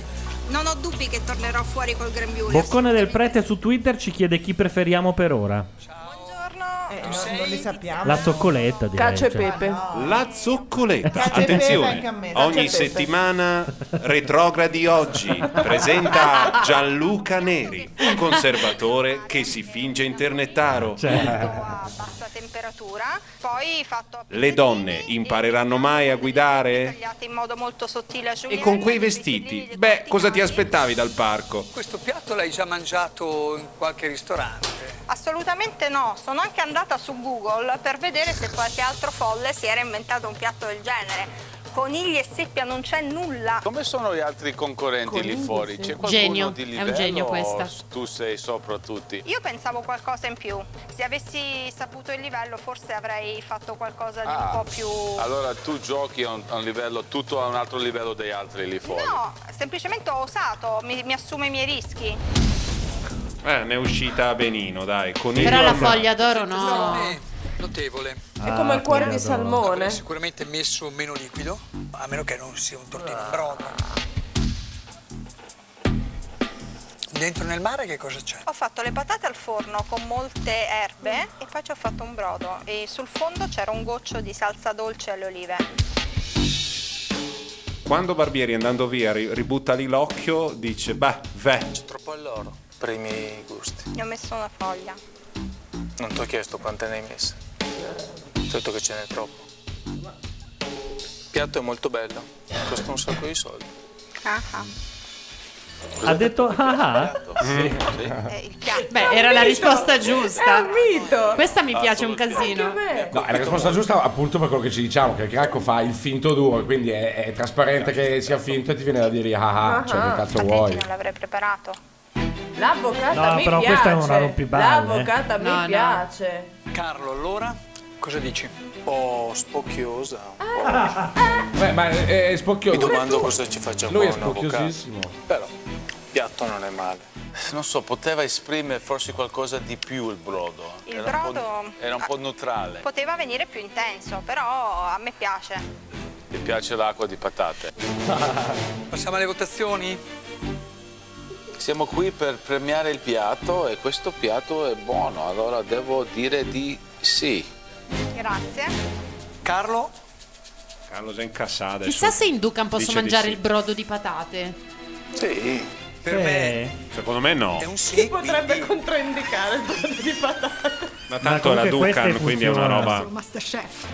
Speaker 27: Non ho dubbi che tornerò fuori col grembiule.
Speaker 2: Boccone del prete su Twitter ci chiede chi preferiamo per ora.
Speaker 9: Eh, no, non li sappiamo.
Speaker 2: La zoccoletta direi.
Speaker 9: Cacio e
Speaker 2: cioè.
Speaker 9: pepe. No.
Speaker 14: La zoccoletta.
Speaker 9: Cacio e pepe anche a me.
Speaker 14: Attenzione,
Speaker 9: Cacio e
Speaker 14: ogni
Speaker 9: pepe.
Speaker 14: settimana retrogradi oggi presenta Gianluca Neri, un conservatore che si finge internettaro.
Speaker 17: Certo.
Speaker 27: Bassa temperatura, poi fatto a
Speaker 14: Le donne impareranno mai a guidare?
Speaker 27: tagliate in modo molto sottile su
Speaker 14: E con quei vestiti? Beh, cosa ti aspettavi dal parco?
Speaker 13: Questo piatto l'hai già mangiato in qualche ristorante.
Speaker 27: Assolutamente no, sono anche andata su Google per vedere se qualche altro folle si era inventato un piatto del genere. Conigli e seppia non c'è nulla.
Speaker 14: Come sono gli altri concorrenti lì fuori? C'è qualcuno
Speaker 27: Genio,
Speaker 14: di
Speaker 27: è un
Speaker 14: livello?
Speaker 27: genio
Speaker 14: o
Speaker 27: questa.
Speaker 14: Tu sei sopra tutti.
Speaker 27: Io pensavo qualcosa in più. Se avessi saputo il livello forse avrei fatto qualcosa di
Speaker 14: Ah,
Speaker 27: un po' più...
Speaker 14: Allora tu giochi a un, a un livello, tutto a un altro livello degli altri lì fuori.
Speaker 27: No, semplicemente ho osato, mi, mi assumo i miei rischi.
Speaker 3: Eh, ne è uscita benino, dai. Con il
Speaker 17: Però la
Speaker 3: mamma-
Speaker 17: foglia d'oro no.
Speaker 13: Notevole.
Speaker 1: È come il cuore di salmone.
Speaker 13: Sicuramente messo meno liquido, a meno che non sia un tortino in brodo. Dentro nel mare che cosa c'è?
Speaker 27: Ho fatto le patate al forno con molte erbe e poi ci ho fatto un brodo e sul fondo c'era un goccio di salsa dolce alle olive.
Speaker 3: Quando Barbieri andando via ri- ributta lì l'occhio, dice: Beh, veh.
Speaker 15: Troppo all'oro per i miei gusti.
Speaker 27: Ne ho messo una foglia.
Speaker 15: Non ti ho chiesto quante ne hai messe. Ti ho detto che ce n'è troppo. Il piatto è molto bello, costa un sacco di soldi.
Speaker 27: Ah, ah.
Speaker 2: Ha detto ah ah?
Speaker 5: Beh, era la risposta giusta. Questa mi piace un casino.
Speaker 6: No, è
Speaker 14: Ecco.
Speaker 6: la risposta giusta appunto per quello che ci diciamo, che il cracco fa il finto duro, quindi è, è trasparente che sia finto e ti viene da dire ah ah, cioè che cazzo vuoi.
Speaker 27: l'avrei preparato.
Speaker 1: L'avvocata
Speaker 6: No,
Speaker 1: mi
Speaker 6: però
Speaker 1: piace.
Speaker 6: questa è una
Speaker 15: rompiballe, eh.
Speaker 1: L'avvocata mi
Speaker 15: No, no.
Speaker 1: piace.
Speaker 15: Carlo, allora cosa dici? Oh, spocchiosa.
Speaker 1: Ah.
Speaker 6: Beh, ma è, è spocchioso.
Speaker 15: Mi domando cosa ci faccia
Speaker 6: Lui è
Speaker 15: qua un avvocato.
Speaker 6: spocchiosissimo.
Speaker 14: Però
Speaker 15: piatto non è male.
Speaker 14: Non so, poteva esprimere forse qualcosa di più il brodo.
Speaker 27: Il
Speaker 14: era un po'
Speaker 27: brodo-
Speaker 14: n- era un po' neutrale.
Speaker 27: Poteva venire più intenso, però a me piace.
Speaker 14: Mi piace l'acqua di patate.
Speaker 15: Passiamo alle votazioni?
Speaker 14: Siamo qui per premiare il piatto e questo piatto è buono, allora devo dire di sì.
Speaker 27: Grazie.
Speaker 15: Carlo?
Speaker 3: Carlo già incassato adesso.
Speaker 5: Chissà se in Ducan posso
Speaker 3: Dice di
Speaker 5: mangiare
Speaker 3: sì.
Speaker 5: il brodo di patate.
Speaker 3: Sì.
Speaker 15: Per
Speaker 2: Eh.
Speaker 3: me. Secondo me no.
Speaker 1: Chi potrebbe controindicare il brodo di patate?
Speaker 3: Ma
Speaker 2: Ma
Speaker 3: tanto
Speaker 2: comunque
Speaker 3: la Ducan,
Speaker 2: queste
Speaker 3: quindi è una
Speaker 2: funzionano.
Speaker 3: roba.
Speaker 11: Masterchef.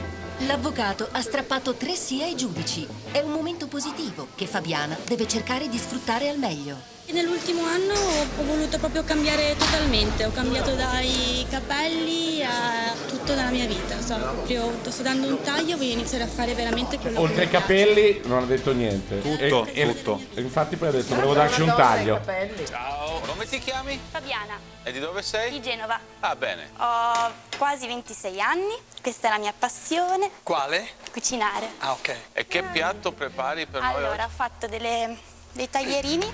Speaker 11: L'avvocato ha strappato tre sì ai giudici. È un momento positivo che Fabiana deve cercare di sfruttare al meglio.
Speaker 8: Nell'ultimo anno ho voluto proprio cambiare totalmente, ho cambiato dai capelli a tutto della mia vita, so, proprio sto dando un taglio, voglio iniziare a fare veramente quello
Speaker 6: Oltre ai
Speaker 8: che
Speaker 6: capelli non ha detto niente.
Speaker 3: Tutto,
Speaker 6: E- e-
Speaker 3: tutto.
Speaker 6: e infatti poi ha detto volevo darci un taglio.
Speaker 14: Ciao, come ti chiami?
Speaker 21: Fabiana,
Speaker 14: E di dove sei?
Speaker 21: di Genova.
Speaker 14: Ah, bene.
Speaker 21: Ho quasi 26 anni, questa è la mia passione,
Speaker 14: Quale?
Speaker 21: cucinare.
Speaker 14: Ah, ok. E che piatto prepari per noi
Speaker 21: Allora, ho
Speaker 14: oggi?
Speaker 21: fatto delle- dei taglierini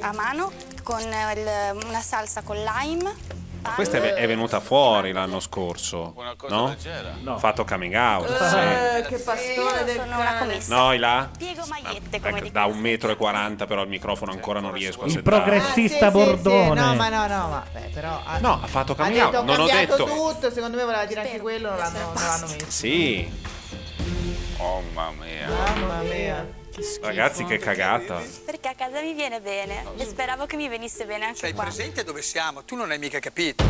Speaker 21: a mano con eh, il- una salsa con lime.
Speaker 3: Ma questa è, è venuta fuori l'anno scorso. Una
Speaker 14: cosa
Speaker 3: no?
Speaker 14: leggera.
Speaker 3: No. Fatto coming out.
Speaker 1: Eh, che pastore del cane.
Speaker 3: sì. Noi là?
Speaker 21: Piego magliette,
Speaker 3: Ecco, Da un metro e quaranta, però il microfono ancora non riesco a
Speaker 2: Il
Speaker 3: settare.
Speaker 2: progressista
Speaker 9: Ah, sì, sì, sì,
Speaker 2: Bordone.
Speaker 9: No, ma no, no, ma beh, però. Ha,
Speaker 3: No, ha fatto
Speaker 9: ha
Speaker 3: coming
Speaker 9: detto,
Speaker 3: out.
Speaker 9: ho
Speaker 3: Non ho
Speaker 9: cambiato
Speaker 3: detto.
Speaker 9: tutto. Secondo me voleva dire anche quello, non l'hanno, non l'hanno messo.
Speaker 3: Sì. Oh mamma mia.
Speaker 9: Mamma mia.
Speaker 3: Ragazzi, che cagata.
Speaker 21: Perché a casa mi viene bene e speravo che mi venisse bene anche
Speaker 15: Sei
Speaker 21: qua.
Speaker 15: presente dove siamo? Tu non hai mica capito.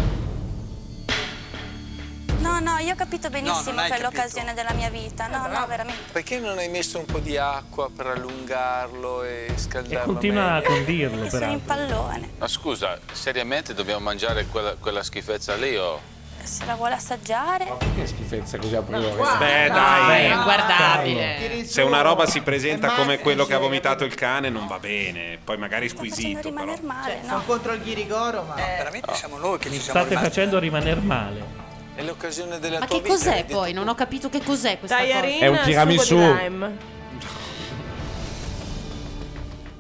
Speaker 21: No, no, io ho capito benissimo
Speaker 15: non hai
Speaker 21: che è
Speaker 15: capito.
Speaker 21: l'occasione della mia vita. No, no, veramente.
Speaker 14: Perché non hai messo un po' di acqua per allungarlo e
Speaker 2: E
Speaker 14: scaldarlo?
Speaker 2: continua a
Speaker 14: meglio?
Speaker 2: condirlo, peraltro.
Speaker 21: Pallone,
Speaker 14: Ma scusa, seriamente dobbiamo mangiare quella, quella schifezza lì o...
Speaker 21: se la vuole assaggiare.
Speaker 6: Che schifezza così a priori.
Speaker 3: Beh, dai.
Speaker 21: È guardabile. Tiri
Speaker 3: Se
Speaker 21: su.
Speaker 3: una roba si presenta
Speaker 9: È
Speaker 3: come
Speaker 9: massimo,
Speaker 3: quello che ha
Speaker 9: cioè,
Speaker 3: vomitato il cane, non va bene. Poi magari è squisito, però. Ah.
Speaker 21: male,
Speaker 9: no? Cioè, Sono contro il ghirigoro, ma.
Speaker 15: Eh, Veramente siamo noi che ci siamo
Speaker 2: State
Speaker 15: rimasti.
Speaker 2: facendo rimanere male.
Speaker 14: È l'occasione della
Speaker 5: Ma
Speaker 14: tua
Speaker 5: che
Speaker 14: vita.
Speaker 5: cos'è
Speaker 14: vedi?
Speaker 5: poi? Non ho capito che cos'è questa
Speaker 1: Tagliarini
Speaker 5: cosa.
Speaker 6: È un al sugo di tiramisù.
Speaker 1: lime.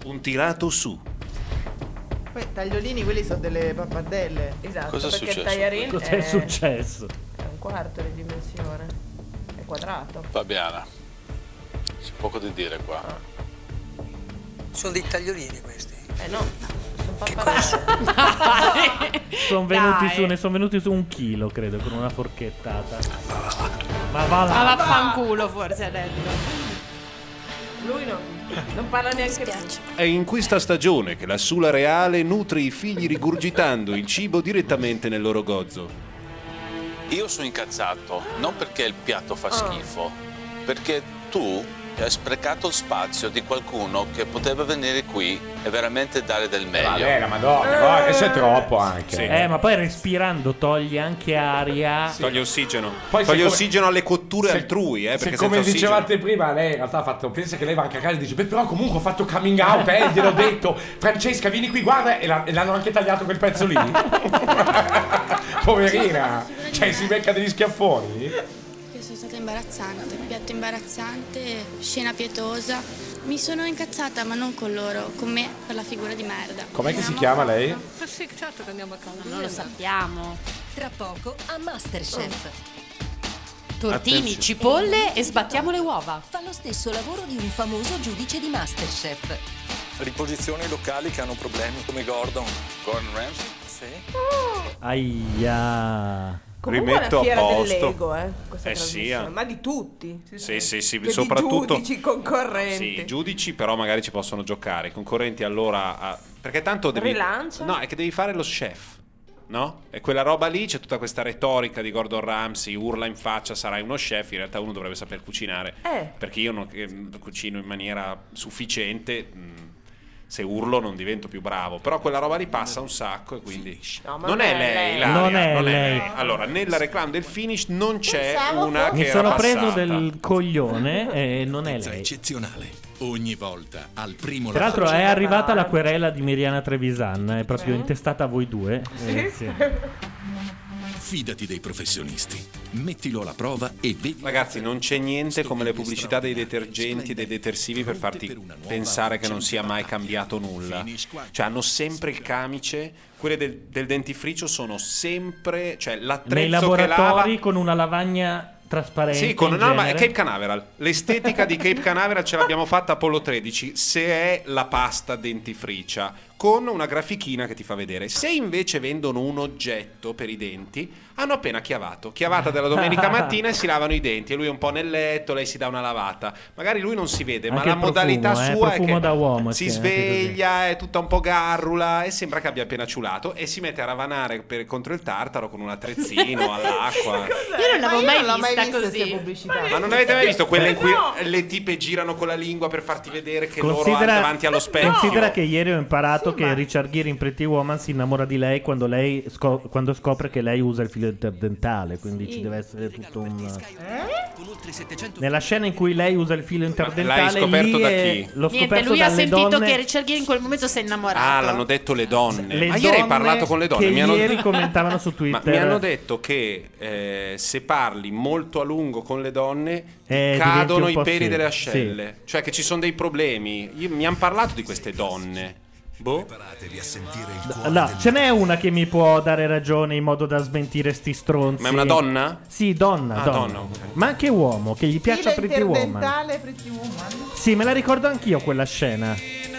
Speaker 18: Un tirato su.
Speaker 9: Poi, tagliolini, quelli sono delle pappardelle.
Speaker 1: Esatto,
Speaker 18: Cosa è
Speaker 1: perché
Speaker 18: successo?
Speaker 1: il tagliarin
Speaker 18: Cos'è
Speaker 14: eh.
Speaker 21: eh.
Speaker 1: è
Speaker 2: successo?
Speaker 1: È un quarto di dimensione. È quadrato.
Speaker 14: Fabiana, c'è poco da dire qua.
Speaker 15: Sono dei tagliolini questi.
Speaker 1: Eh no, sono
Speaker 2: Sono venuti, su, ne sono venuti su un chilo, credo, con una forchettata. Ma va là.
Speaker 5: Ma
Speaker 1: Ah,
Speaker 5: vaffanculo forse ha detto.
Speaker 1: Lui no. Non parla neanche più.
Speaker 18: È in questa stagione che la Sula Reale nutre i figli rigurgitando il cibo direttamente nel loro gozzo.
Speaker 14: Io sono incazzato, non perché il piatto
Speaker 21: Ah.
Speaker 14: fa schifo, perché tu hai sprecato il spazio di qualcuno che poteva venire qui e veramente dare del meglio.
Speaker 6: Vabbè,
Speaker 9: Eh.
Speaker 6: la madonna, no, adesso è troppo anche.
Speaker 2: Eh, ma poi respirando toglie anche aria.
Speaker 3: Toglie ossigeno.
Speaker 6: Poi
Speaker 3: Toglie
Speaker 6: siccome-
Speaker 3: ossigeno alle cotture
Speaker 6: Se-
Speaker 3: altrui, eh,
Speaker 6: Se
Speaker 3: perché
Speaker 6: come
Speaker 3: senza ossigeno.
Speaker 6: dicevate prima, lei in realtà ha fatto. Pensa che lei va anche a casa e dice: Beh, però comunque ho fatto coming out, eh, gliel'ho detto. Francesca, vieni qui, guarda. E, la- e l'hanno anche tagliato quel pezzo lì. Poverina, cioè, si becca degli schiaffoni.
Speaker 8: Io sono stata imbarazzante, piatto imbarazzante, scena pietosa. Mi sono incazzata, ma non con loro, con me per la figura di merda.
Speaker 6: Com'è che si chiama lei?
Speaker 8: certo che andiamo a casa.
Speaker 5: Non lo sappiamo.
Speaker 11: Tra poco a Masterchef.
Speaker 6: Oh.
Speaker 5: Tortini,
Speaker 11: Attenzione.
Speaker 5: cipolle e sbattiamo le uova.
Speaker 11: Fa lo stesso lavoro di un famoso giudice di Masterchef.
Speaker 15: Riposizioni locali che hanno problemi, come Gordon.
Speaker 14: Gordon Ramsay?
Speaker 15: Sì.
Speaker 2: Aia.
Speaker 1: Comunque è una fiera dell'ego, eh. Questa
Speaker 3: Eh sì,
Speaker 1: trasmissione.
Speaker 3: eh.
Speaker 1: Ma di tutti. cioè
Speaker 3: Sì, sì, sì,
Speaker 1: Di
Speaker 3: soprattutto
Speaker 1: giudici concorrenti.
Speaker 3: Sì, i giudici però magari ci possono giocare, i concorrenti allora ah, perché tanto devi
Speaker 1: Rilancia?
Speaker 3: No, è che devi fare lo chef. No? E quella roba lì c'è tutta questa retorica di Gordon Ramsay, urla in faccia, sarai uno chef, in realtà uno dovrebbe saper cucinare.
Speaker 1: Eh.
Speaker 3: Perché io non che, mm, cucino in maniera sufficiente. mm, se urlo non divento più bravo. Però quella roba lì passa un sacco e quindi...
Speaker 1: ma
Speaker 3: non è
Speaker 1: non è
Speaker 3: lei,
Speaker 1: lei.
Speaker 3: Ilaria,
Speaker 2: Non è lei.
Speaker 3: Allora, nella reclam del finish non c'è
Speaker 2: Pensavo
Speaker 3: una che
Speaker 2: Mi
Speaker 3: era
Speaker 2: sono preso
Speaker 3: passata.
Speaker 2: del coglione e non è
Speaker 4: Pizza
Speaker 2: lei.
Speaker 4: eccezionale. Ogni volta al primo
Speaker 2: Tra l'altro è
Speaker 4: lavoro.
Speaker 2: arrivata la querela di Miriana Trevisan, è proprio
Speaker 4: Sì.
Speaker 2: intestata a voi due. Eh, sì.
Speaker 4: Fidati dei professionisti. Mettilo alla prova e vedi.
Speaker 3: Ragazzi, non c'è niente come le pubblicità dei detergenti, dei detersivi per farti pensare che non sia mai cambiato nulla. Cioè, hanno sempre il camice, quelle del, del dentifricio sono sempre, cioè
Speaker 2: Nei
Speaker 3: l'attrezzo che lava.
Speaker 2: laboratori con una lavagna trasparente.
Speaker 3: Sì, con
Speaker 2: in
Speaker 3: no, ma è
Speaker 2: genere.
Speaker 3: Cape Canaveral. L'estetica di Cape Canaveral ce l'abbiamo fatta a Apollo 13. Se è la pasta dentifricia, con una grafichina che ti fa vedere. Se invece vendono un oggetto per i denti, hanno appena chiavato. Chiavata della domenica mattina e si lavano i denti. E lui è un po' nel letto, lei si dà una lavata. Magari lui non si vede,
Speaker 2: Anche
Speaker 3: ma la
Speaker 2: il profumo,
Speaker 3: modalità
Speaker 2: eh,
Speaker 3: sua è
Speaker 2: profumo
Speaker 3: che
Speaker 2: da uomo,
Speaker 3: si
Speaker 2: sì, eh, anche così.
Speaker 3: sveglia, è tutta un po' garrula e sembra che abbia appena ciulato. E si mette a ravanare per- contro il tartaro con un attrezzino all'acqua.
Speaker 5: Io non l'avevo
Speaker 9: io
Speaker 5: mai
Speaker 9: non l'ho mai
Speaker 5: vista
Speaker 9: viste
Speaker 5: così.
Speaker 9: queste pubblicità.
Speaker 3: Ma non avete mai visto quelle in cui
Speaker 5: No.
Speaker 3: le tipe girano con la lingua per farti vedere che loro hanno
Speaker 2: Considera,
Speaker 3: davanti allo specchio?
Speaker 2: considera che ieri ho imparato che Richard Gere in Pretty Woman si innamora di lei quando, lei scop- quando scopre che lei usa il filo interdentale. Quindi ci deve essere tutto un. Eh? Nella scena in cui lei usa il filo interdentale,
Speaker 3: l'hai scoperto
Speaker 2: lì
Speaker 3: da
Speaker 2: è-
Speaker 3: chi?
Speaker 2: l'ho scoperto
Speaker 5: Niente, lui ha
Speaker 2: dalle
Speaker 5: sentito
Speaker 2: donne.
Speaker 5: che Richard Gere in quel momento si è innamorato.
Speaker 3: Ah, l'hanno detto le donne.
Speaker 2: Le
Speaker 3: Ma ieri hai
Speaker 2: donne
Speaker 3: parlato con le donne.
Speaker 2: che
Speaker 3: Mi hanno...
Speaker 2: ieri commentavano su
Speaker 3: Ma
Speaker 2: Twitter.
Speaker 3: mi hanno detto che eh, se parli molto a lungo con le donne ti
Speaker 2: Eh, diventi
Speaker 3: cadono
Speaker 2: un
Speaker 3: i
Speaker 2: po'
Speaker 3: peli
Speaker 2: sì,
Speaker 3: delle ascelle. Cioè che ci sono dei problemi. Io- mi hanno parlato di queste donne. Boh.
Speaker 2: No, ce n'è una che mi può dare ragione in modo da smentire sti stronzi.
Speaker 3: Ma è una donna?
Speaker 2: Sì, donna,
Speaker 3: Ah,
Speaker 2: donna.
Speaker 3: donna, ok.
Speaker 2: Ma anche uomo, che gli piaccia
Speaker 9: Filo
Speaker 2: Pretty Woman.
Speaker 9: interdentale Pretty Woman.
Speaker 2: Sì, me la ricordo anch'io quella scena.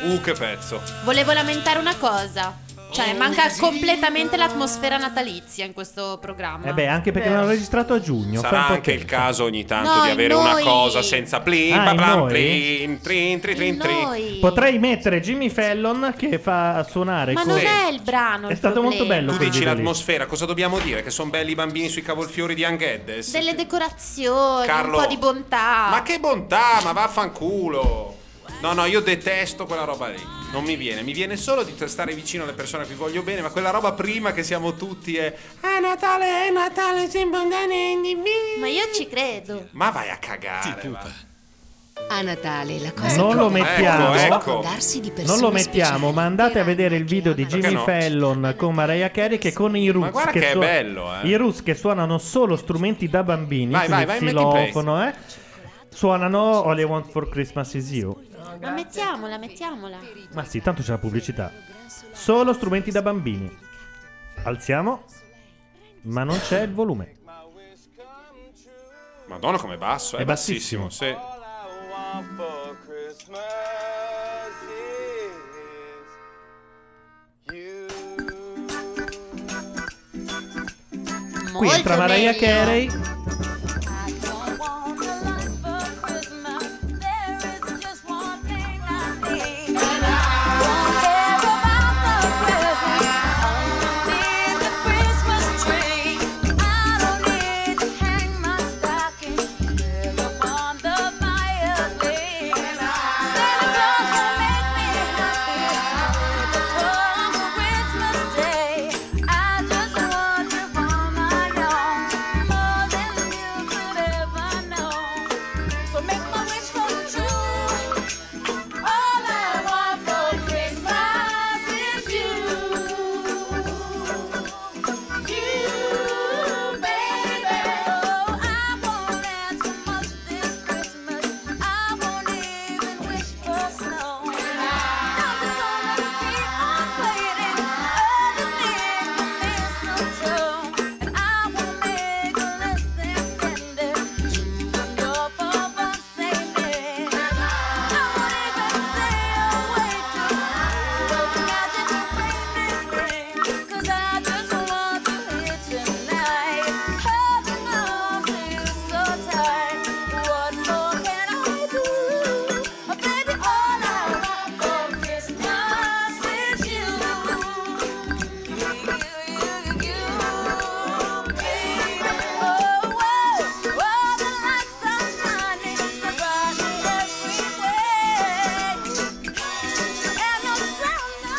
Speaker 3: Uh, che pezzo.
Speaker 5: Volevo lamentare una cosa.
Speaker 1: Oh,
Speaker 5: Cioè, manca completamente l'atmosfera natalizia in questo programma.
Speaker 2: Eh beh, anche perché non l'ho registrato a giugno. fa
Speaker 3: Sarà
Speaker 2: un po'
Speaker 3: anche il caso ogni tanto
Speaker 5: No,
Speaker 3: di
Speaker 5: in
Speaker 3: avere una
Speaker 5: noi.
Speaker 3: cosa senza plin,
Speaker 2: Ah, in
Speaker 3: paplam,
Speaker 2: noi?
Speaker 3: plin, trin, trin, trin, trin.
Speaker 5: Noi.
Speaker 2: Potrei mettere Jimmy Fallon che fa suonare
Speaker 5: Ma
Speaker 2: con...
Speaker 5: non è il brano.
Speaker 2: È
Speaker 5: il
Speaker 2: stato molto
Speaker 5: problema.
Speaker 2: bello
Speaker 3: Tu
Speaker 2: quel
Speaker 3: dici
Speaker 2: video lì.
Speaker 3: l'atmosfera, cosa dobbiamo dire? Che sono belli i bambini sui cavolfiori di Anghedes?
Speaker 5: Delle decorazioni,
Speaker 3: Carlo,
Speaker 5: un po' di bontà.
Speaker 3: Ma che bontà, ma vaffanculo! No, no, io detesto quella roba lì. Non mi viene, mi viene solo di stare vicino alle persone a cui voglio bene, ma quella roba prima che siamo tutti è.
Speaker 10: A Natale, è Natale, sembra un danenni.
Speaker 5: Ma io ci credo.
Speaker 3: Ma vai a cagare. va.
Speaker 11: A Natale la cosa
Speaker 2: Non lo mettiamo,
Speaker 11: è
Speaker 2: ecco.
Speaker 11: ricordarsi di
Speaker 2: Non
Speaker 11: persone
Speaker 2: lo mettiamo, ma andate a vedere il video di
Speaker 3: Perché
Speaker 2: Jimmy
Speaker 3: no?
Speaker 2: Fallon con Mariah Carey che con i Roots
Speaker 3: guarda che è bello, eh.
Speaker 2: I Roots che suonano solo strumenti da bambini,
Speaker 3: Vai, vai,
Speaker 2: quindi
Speaker 3: vai, metti in play.
Speaker 2: xilofono, eh. Suonano All I Want for Christmas Is You.
Speaker 5: Ma mettiamola, mettiamola.
Speaker 2: Ma sì, tanto c'è la pubblicità. Solo strumenti da bambini. Alziamo. Ma non c'è il volume.
Speaker 3: Madonna, come basso, è,
Speaker 2: È
Speaker 3: bassissimo.
Speaker 2: bassissimo.
Speaker 3: sì.
Speaker 2: Qui entra Mariah Carey.
Speaker 10: Christmas Day, I just want you for my own. More than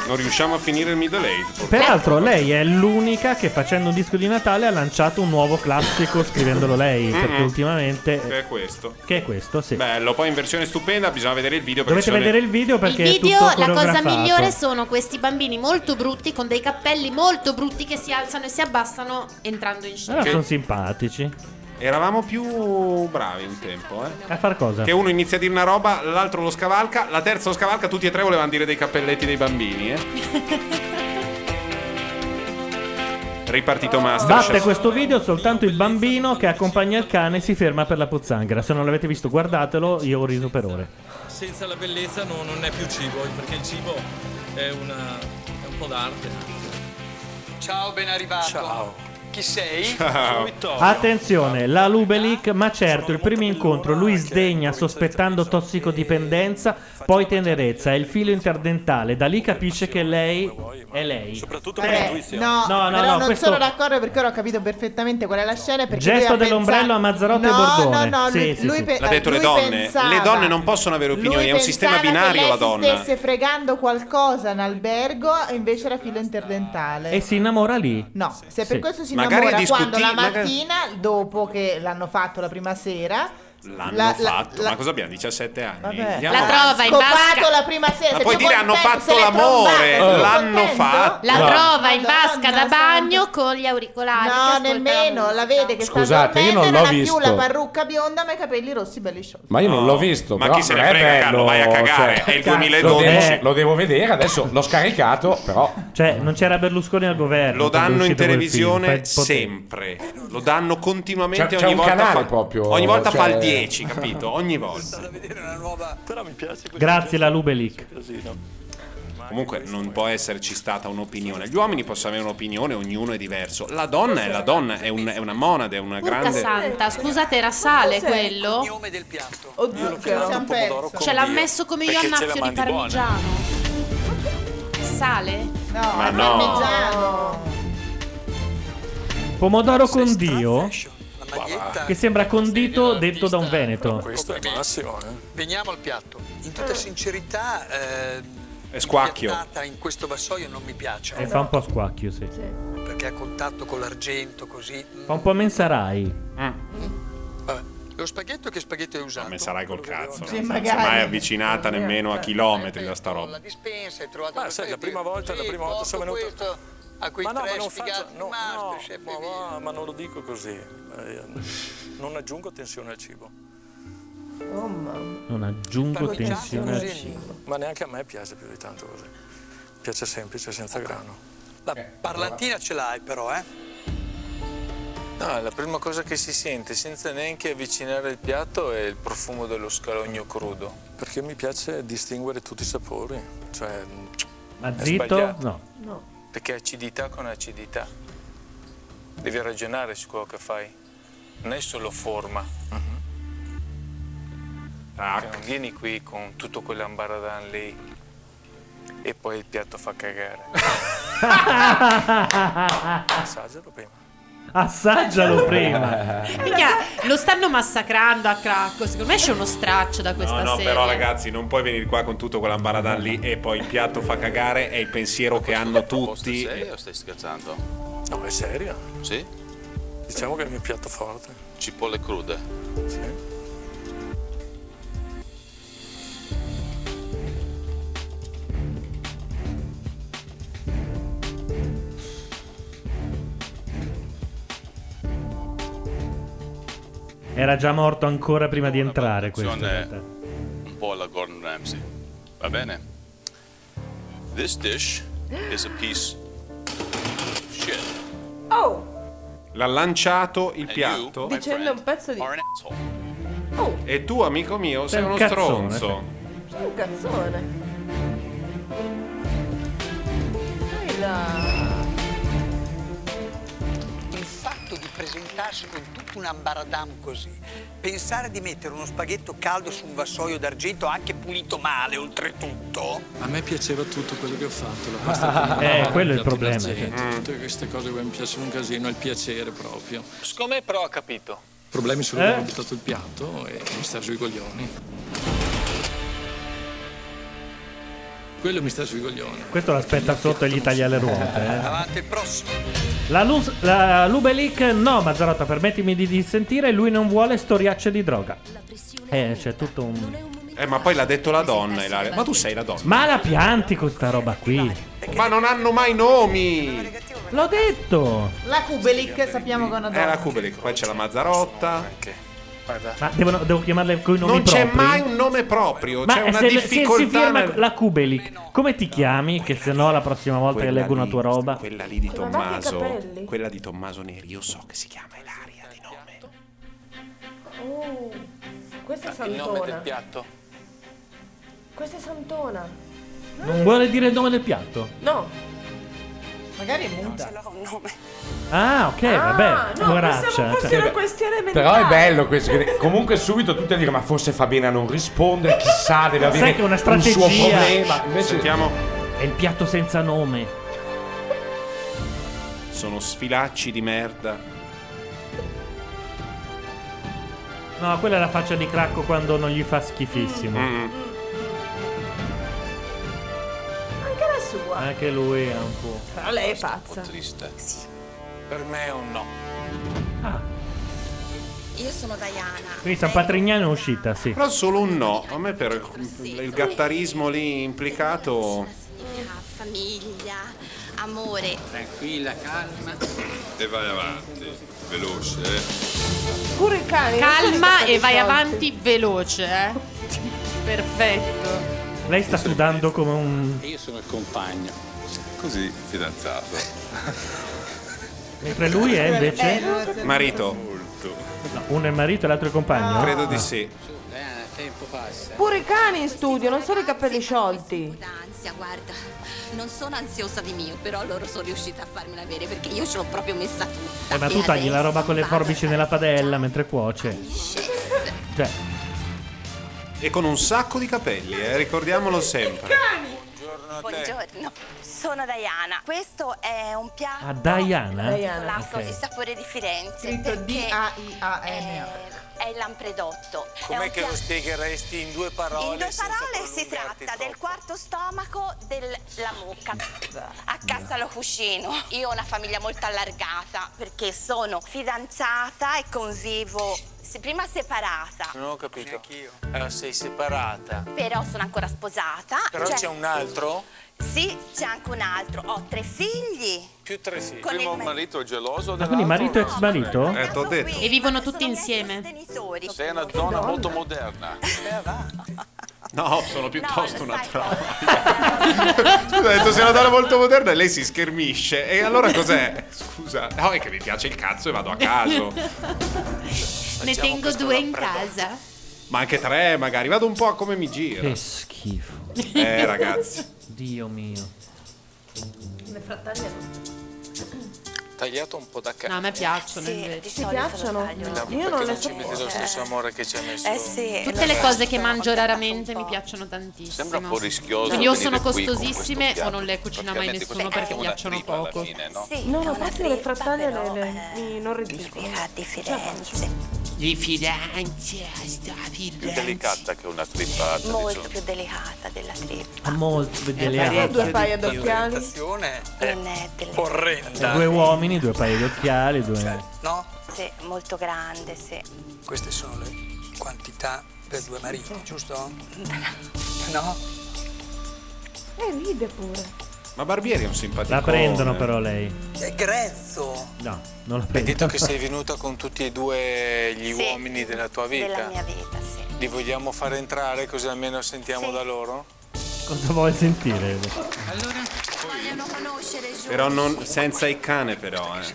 Speaker 3: Non riusciamo a finire il middle eight.
Speaker 2: Peraltro lei è l'unica che facendo un disco di Natale ha lanciato un nuovo classico scrivendolo lei,
Speaker 3: Mm-mm.
Speaker 2: perché ultimamente... eh,
Speaker 3: Che è questo.
Speaker 2: Che è questo, sì.
Speaker 3: Bello, poi in versione stupenda bisogna vedere il video. perché
Speaker 2: Dovete
Speaker 3: ci sono
Speaker 2: vedere il video perché
Speaker 4: Il video,
Speaker 2: è tutto
Speaker 4: la cosa
Speaker 2: coreografato.
Speaker 4: migliore sono questi bambini molto brutti con dei cappelli molto brutti che si alzano e si abbassano entrando in scena.
Speaker 9: Eh,
Speaker 2: Però sono simpatici.
Speaker 3: Eravamo più bravi un tempo, eh.
Speaker 2: A far cosa?
Speaker 3: Che uno inizia a dire una roba, l'altro lo scavalca, la terza lo scavalca, tutti e tre volevano dire dei cappelletti dei bambini, eh. Ripartito Masterchef.
Speaker 2: Batte questo video soltanto il bambino che accompagna il cane e si ferma per la pozzanghera. Se non l'avete visto, guardatelo, io ho riso per ore.
Speaker 1: Senza la bellezza no- non è più cibo, perché il cibo è, una, è un po' d'arte.
Speaker 36: Ciao, ben arrivato. Ciao. Chi sei?
Speaker 1: Ciao.
Speaker 3: Oh.
Speaker 2: Ah. Attenzione, la Lubelic, ma certo, il primo incontro lui sdegna sospettando tossicodipendenza, poi tenerezza, è il filo interdentale, da lì capisce che lei è lei.
Speaker 15: Soprattutto
Speaker 9: Eh, no,
Speaker 2: no, no,
Speaker 9: però non
Speaker 2: questo
Speaker 9: sono d'accordo perché ora ho capito perfettamente qual è la scena. e Perché
Speaker 2: Gesto
Speaker 9: lui ha
Speaker 2: dell'ombrello
Speaker 9: pensato-
Speaker 2: a Mazzarotto e
Speaker 9: no,
Speaker 2: Bordone.
Speaker 9: No, no, lui,
Speaker 2: Sì, sì,
Speaker 9: lui
Speaker 2: sì.
Speaker 9: pe-
Speaker 3: L'ha detto le
Speaker 9: lui
Speaker 3: donne.
Speaker 9: pensava-
Speaker 3: Le donne non possono avere opinioni,
Speaker 9: lui
Speaker 3: è un sistema
Speaker 9: pensava che
Speaker 3: binario
Speaker 9: lei
Speaker 3: la
Speaker 9: si
Speaker 3: donna.
Speaker 9: stesse fregando qualcosa in albergo e invece era filo interdentale.
Speaker 2: E si innamora lì.
Speaker 9: No, se per
Speaker 2: Sì.
Speaker 9: questo si
Speaker 2: Magari
Speaker 9: innamora
Speaker 2: è
Speaker 9: quando la
Speaker 2: discuti-
Speaker 9: mattina, dopo che l'hanno fatto la prima sera,
Speaker 3: L'hanno
Speaker 9: la- la-
Speaker 3: fatto,
Speaker 9: la-
Speaker 3: ma cosa abbiamo? 17 anni.
Speaker 9: Vabbè.
Speaker 3: Andiamo
Speaker 9: La
Speaker 3: avanti.
Speaker 4: trova in
Speaker 9: scopato
Speaker 4: vasca.
Speaker 9: la prima sera.
Speaker 3: Ma
Speaker 9: se
Speaker 3: puoi
Speaker 9: tu
Speaker 3: dire
Speaker 9: con-
Speaker 3: hanno
Speaker 9: se
Speaker 3: fatto
Speaker 9: l'è
Speaker 3: l'amore,
Speaker 9: trombata,
Speaker 3: l'hanno
Speaker 9: contento?
Speaker 3: fatto.
Speaker 4: La trova
Speaker 9: Madonna
Speaker 4: in vasca da bagno con gli auricolari.
Speaker 9: No, nemmeno, la vede che
Speaker 6: Scusate, io non
Speaker 9: sta
Speaker 6: l'ho
Speaker 9: dormendo, non ha
Speaker 6: visto.
Speaker 9: più la parrucca bionda ma i capelli rossi belli sciolti.
Speaker 6: Ma io non l'ho visto.
Speaker 3: Ma
Speaker 6: però
Speaker 3: chi se ne
Speaker 6: non è
Speaker 3: frega, Carlo,
Speaker 6: bello,
Speaker 3: vai a cagare,
Speaker 6: cioè,
Speaker 3: è il
Speaker 6: cazzo,
Speaker 3: 2012.
Speaker 6: Lo devo, lo devo vedere adesso. L'ho scaricato, però.
Speaker 2: Cioè, non c'era Berlusconi al governo.
Speaker 3: Lo
Speaker 2: quando è
Speaker 3: danno in
Speaker 2: uscito quel film,
Speaker 3: televisione
Speaker 2: fa- pote-
Speaker 3: sempre, lo danno continuamente
Speaker 6: C'è- c'è
Speaker 3: ogni
Speaker 6: un
Speaker 3: volta.
Speaker 6: canale
Speaker 3: fa,
Speaker 6: proprio,
Speaker 3: ogni volta fa il
Speaker 6: cioè-
Speaker 3: 10, capito? Ogni volta.
Speaker 2: Grazie la Lubelic.
Speaker 3: Comunque non può esserci stata un'opinione. Gli uomini possono avere un'opinione, ognuno è diverso. La donna è la donna, è, un- è una monade, è una
Speaker 4: Porca
Speaker 3: grande.
Speaker 4: santa, scusate, era sale
Speaker 37: Cos'è?
Speaker 4: quello?
Speaker 37: O
Speaker 4: Ce l'ha messo come io
Speaker 3: Perché
Speaker 4: a
Speaker 3: ce la
Speaker 4: di
Speaker 3: mandi buona.
Speaker 4: parmigiano. Sale?
Speaker 9: No,
Speaker 3: Ma no.
Speaker 2: Pomodoro condio, che sembra condito detto da un veneto.
Speaker 13: Questo è massimo. Veniamo al piatto. In tutta sincerità, eh,
Speaker 2: È squacchio.
Speaker 13: l'impiattata in questo vassoio non mi piace.
Speaker 2: E fa un po' squacchio, sì.
Speaker 13: Perché a contatto con l'argento così.
Speaker 2: Fa un po' mensarai.
Speaker 13: Vabbè. Lo spaghetto che spaghetto hai usato?
Speaker 3: Me sarai col cazzo,
Speaker 13: Sì,
Speaker 3: non si è
Speaker 13: magari.
Speaker 3: mai avvicinata nemmeno a chilometri da sta roba.
Speaker 13: Pensa, hai trovato Ma sai, la prima volta, la prima volta sono venuto a quei
Speaker 15: Ma no,
Speaker 13: tre
Speaker 15: ma non faccio.
Speaker 13: sfigati di
Speaker 15: No, no,
Speaker 13: Masterchef e
Speaker 15: ma,
Speaker 13: via.
Speaker 15: va, ma non lo dico così. Eh, non aggiungo tensione al cibo.
Speaker 38: Oh mamma.
Speaker 2: Non aggiungo
Speaker 15: Parmigiano
Speaker 2: tensione
Speaker 13: Eh,
Speaker 2: al
Speaker 15: così.
Speaker 2: cibo.
Speaker 15: Ma neanche a me piace più di tanto così. Piace semplice, senza grano.
Speaker 1: Eh,
Speaker 13: La parlantina ce l'hai però, eh?
Speaker 15: No, la prima cosa che si sente, senza neanche avvicinare il piatto, è il profumo dello scalogno crudo. Perché mi piace distinguere tutti i sapori. Cioè,
Speaker 2: Ma
Speaker 15: è
Speaker 2: zitto?
Speaker 15: sbagliato.
Speaker 2: No.
Speaker 15: Perché acidità con acidità. Devi ragionare su quello che fai. Non è solo forma. Che non vieni qui con tutto quell'ambaradan lì e poi il piatto fa cagare.
Speaker 4: Ah,
Speaker 15: Assaggialo prima.
Speaker 2: Assaggialo prima.
Speaker 4: Minchia, lo stanno massacrando a cracco. Secondo me c'è uno straccio da questa
Speaker 3: No, no,
Speaker 4: serie.
Speaker 3: però ragazzi, non puoi venire qua con tutto quell'ambaradan lì e poi il piatto fa cagare, è il pensiero che hanno tutti.
Speaker 14: Serio o stai scherzando?
Speaker 15: No, è serio?
Speaker 14: Sì?
Speaker 15: Diciamo che è il mio piatto forte.
Speaker 14: Cipolle crude.
Speaker 2: Era già morto ancora prima di entrare questo. in realtà.
Speaker 14: Attenzione, eh, un po' alla Gordon Ramsay. Va bene? This dish is a piece of shit.
Speaker 38: Oh,
Speaker 3: L'ha lanciato il
Speaker 1: Oh,
Speaker 3: piatto
Speaker 38: dicendo un pezzo di...
Speaker 3: e tu, amico mio, sei
Speaker 2: un
Speaker 3: uno
Speaker 2: cazzone.
Speaker 3: stronzo.
Speaker 38: Sei un cazzone. Dai là.
Speaker 13: Il fatto di presentarsi con tutto un ambaradam così, pensare di mettere uno spaghetto caldo su un vassoio d'argento anche pulito male oltretutto.
Speaker 15: A me piaceva tutto quello che ho fatto, la
Speaker 13: pasta con
Speaker 15: il
Speaker 2: Eh, quello è il
Speaker 15: piatto
Speaker 2: problema,
Speaker 15: d'argento,
Speaker 2: cioè.
Speaker 15: Tutte queste cose che mi piacciono un casino, il piacere proprio.
Speaker 13: Siccome però ha capito.
Speaker 15: Problemi solo
Speaker 13: Eh?
Speaker 15: che ho buttato il piatto e mi sta sui coglioni.
Speaker 39: Quello mi sta sui coglioni.
Speaker 2: Questo l'aspetta sotto e gli taglia le ruote.
Speaker 39: Avanti il prossimo.
Speaker 2: eh. La, Lus- la Lubelic, no, Mazzarotta, permettimi di dissentire. Lui non vuole storiacce di droga. Eh, c'è tutto un.
Speaker 3: Eh, ma poi l'ha detto la
Speaker 2: eh
Speaker 3: donna, Ilaria. Ma tu sei la donna. Eh,
Speaker 2: Ma la pianti con sta roba qui.
Speaker 3: Ma non hanno mai nomi.
Speaker 2: L'ho detto.
Speaker 9: La Kubelik sappiamo che è una
Speaker 3: È Eh, la
Speaker 9: donna.
Speaker 3: Kubelik, poi c'è la Mazzarotta.
Speaker 2: Ma devono- devo chiamarle con i nomi
Speaker 3: Non c'è
Speaker 2: propri?
Speaker 3: mai un nome proprio,
Speaker 2: Ma
Speaker 3: c'è una
Speaker 2: se, se si
Speaker 3: difficoltà.
Speaker 2: firma
Speaker 3: nel-
Speaker 2: la Kubelik, come ti chiami? Che se no la prossima volta che
Speaker 3: Quella
Speaker 2: leggo una
Speaker 3: lì,
Speaker 2: tua roba.
Speaker 3: Quella lì di
Speaker 2: Come va che
Speaker 3: Tommaso,
Speaker 2: capelli?
Speaker 3: quella di Tommaso Neri, io so che si chiama Ilaria di nome.
Speaker 1: Oh, questa è
Speaker 15: Il nome del
Speaker 1: Santona.
Speaker 15: piatto.
Speaker 1: Questa è Santona.
Speaker 2: Non vuole dire il nome del piatto?
Speaker 1: No.
Speaker 9: Magari è muta.
Speaker 2: Ah, ok, vabbè.
Speaker 1: no,
Speaker 2: poveraccia.
Speaker 1: pensavo fosse una questione mentale.
Speaker 6: Però è bello questo. che- Comunque subito tutti a dire ma forse fa bene a non rispondere, chissà, deve avere
Speaker 2: Sai che è una
Speaker 6: un
Speaker 2: strategia.
Speaker 6: suo
Speaker 3: eh,
Speaker 6: problema. Invece
Speaker 2: È il piatto senza nome.
Speaker 3: Sono sfilacci di merda.
Speaker 2: No, quella è la faccia di Cracco quando non gli fa schifissimo.
Speaker 1: Anche la sua.
Speaker 2: Anche lui è un po'.
Speaker 1: Però lei è pazza.
Speaker 15: Triste. Sì. Per me è un no.
Speaker 2: Ah.
Speaker 4: Io sono Diana.
Speaker 2: Quindi San Patrignano è uscita, sì.
Speaker 3: Però solo un no. A me per il gattarismo lì implicato.
Speaker 4: Significa famiglia, amore.
Speaker 15: Tranquilla, calma.
Speaker 8: E vai avanti, veloce. eh.
Speaker 1: Pure il cane.
Speaker 28: Calma e vai avanti veloce, eh. Perfetto.
Speaker 2: Lei sta sudando come un.
Speaker 8: Io sono il compagno. Così, fidanzato.
Speaker 2: Mentre lui è invece.
Speaker 8: Molto.
Speaker 2: Uno è il marito e l'altro è il compagno.
Speaker 3: Credo di sì.
Speaker 15: Il tempo passa.
Speaker 1: Pure i cani in studio, non solo i capelli sciolti.
Speaker 4: Ansia, guarda, non sono ansiosa di mio, però loro sono riusciti a farmela avere perché io ce l'ho proprio messa tutta.
Speaker 2: Eh, ma tu
Speaker 4: E
Speaker 2: tagli la
Speaker 4: adesso
Speaker 2: roba con le
Speaker 4: vado a
Speaker 2: forbici nella padella mentre cuoce. Cioè,
Speaker 3: E con un sacco di capelli, eh, ricordiamolo sempre.
Speaker 4: Buongiorno. Sono Diana. Questo è un piatto
Speaker 2: a Ah, Diana?
Speaker 4: lasso di
Speaker 2: Ok.
Speaker 4: sapore di Firenze.
Speaker 9: Scritto
Speaker 4: perché
Speaker 9: D-A-I-A-N-A.
Speaker 4: È il lampredotto.
Speaker 15: Com'è
Speaker 4: è un
Speaker 15: che lo spiegheresti in due parole?
Speaker 4: In due
Speaker 15: senza
Speaker 4: parole
Speaker 15: prolungarti
Speaker 4: si tratta
Speaker 15: troppo?
Speaker 4: del quarto stomaco della mucca. A casa lo cucino. Io ho una famiglia molto allargata perché sono fidanzata e convivo se- prima separata,
Speaker 15: Non ho capito. Neanch'io. Allora, sei separata.
Speaker 4: però sono ancora sposata.
Speaker 15: Però
Speaker 4: Cioè,
Speaker 15: c'è un altro?
Speaker 4: Sì, c'è anche un altro. Ho tre figli.
Speaker 15: Più tre figli.
Speaker 4: Con
Speaker 23: Primo marito è geloso
Speaker 2: Ah, quindi marito e ex marito?
Speaker 3: Eh, t'ho detto.
Speaker 28: E vivono tutti insieme.
Speaker 23: Sei una donna molto moderna.
Speaker 3: No, sono piuttosto una trama. Scusa, hai detto sei una donna molto moderna e lei si schermisce. E allora cos'è? Scusa. No, è che mi piace il cazzo e vado a caso.
Speaker 28: ne tengo due in casa.
Speaker 3: Ma anche tre, magari. Vado un po' a come mi gira.
Speaker 2: Che schifo.
Speaker 3: Eh, ragazzi.
Speaker 2: Dio mio.
Speaker 1: Le frattaglie no.
Speaker 15: Tagliato un po' da
Speaker 28: No, a
Speaker 15: cane.
Speaker 28: me piacciono invece.
Speaker 1: Ti piacciono? Io non
Speaker 15: Perché
Speaker 1: le
Speaker 15: non ci metti
Speaker 1: so.
Speaker 15: lo stesso amore che ci hai messo.
Speaker 1: Eh sì.
Speaker 28: Tutte le cose che mangio raramente mi piacciono tantissimo.
Speaker 23: Sembra un po' rischioso.
Speaker 28: Quindi o
Speaker 23: venire
Speaker 28: sono
Speaker 23: qui con questo
Speaker 28: costosissime o
Speaker 23: piatto.
Speaker 28: non le cucina mai
Speaker 23: Praticamente
Speaker 28: nessuno
Speaker 23: questo è
Speaker 28: perché
Speaker 23: una
Speaker 28: piacciono
Speaker 23: tripla alla
Speaker 28: poco.
Speaker 23: fine, no?
Speaker 1: No, no, infatti le frattaglie le, le, eh, mi inorridiscono.
Speaker 4: di Firenze.
Speaker 23: Di Firenze, Più delicata che una trippa
Speaker 4: Molto più delicata della trippa.
Speaker 2: Ha molto delle
Speaker 1: Perché
Speaker 2: ali.
Speaker 1: due paia d'occhiali?
Speaker 15: Eh, Orrenda.
Speaker 2: Due uomini, due paio di occhiali, due.
Speaker 15: No?
Speaker 4: Sì, molto grande, sì.
Speaker 13: Queste sono le quantità per due mariti, giusto? No?
Speaker 1: E Eh, ride pure.
Speaker 3: Ma Barbieri è un simpaticone.
Speaker 2: La prendono però lei.
Speaker 13: È grezzo!
Speaker 2: No, non la
Speaker 15: Hai detto
Speaker 2: prendono.
Speaker 15: che sei venuta con tutti e due gli
Speaker 4: Sì,
Speaker 15: uomini della tua vita.
Speaker 4: Della mia vita, sì.
Speaker 15: Li vogliamo far entrare così almeno sentiamo da loro?
Speaker 2: Cosa vuoi sentire?
Speaker 15: Allora,
Speaker 4: Vogliono conoscere Giulio.
Speaker 3: Però non senza il cane, però. Eh.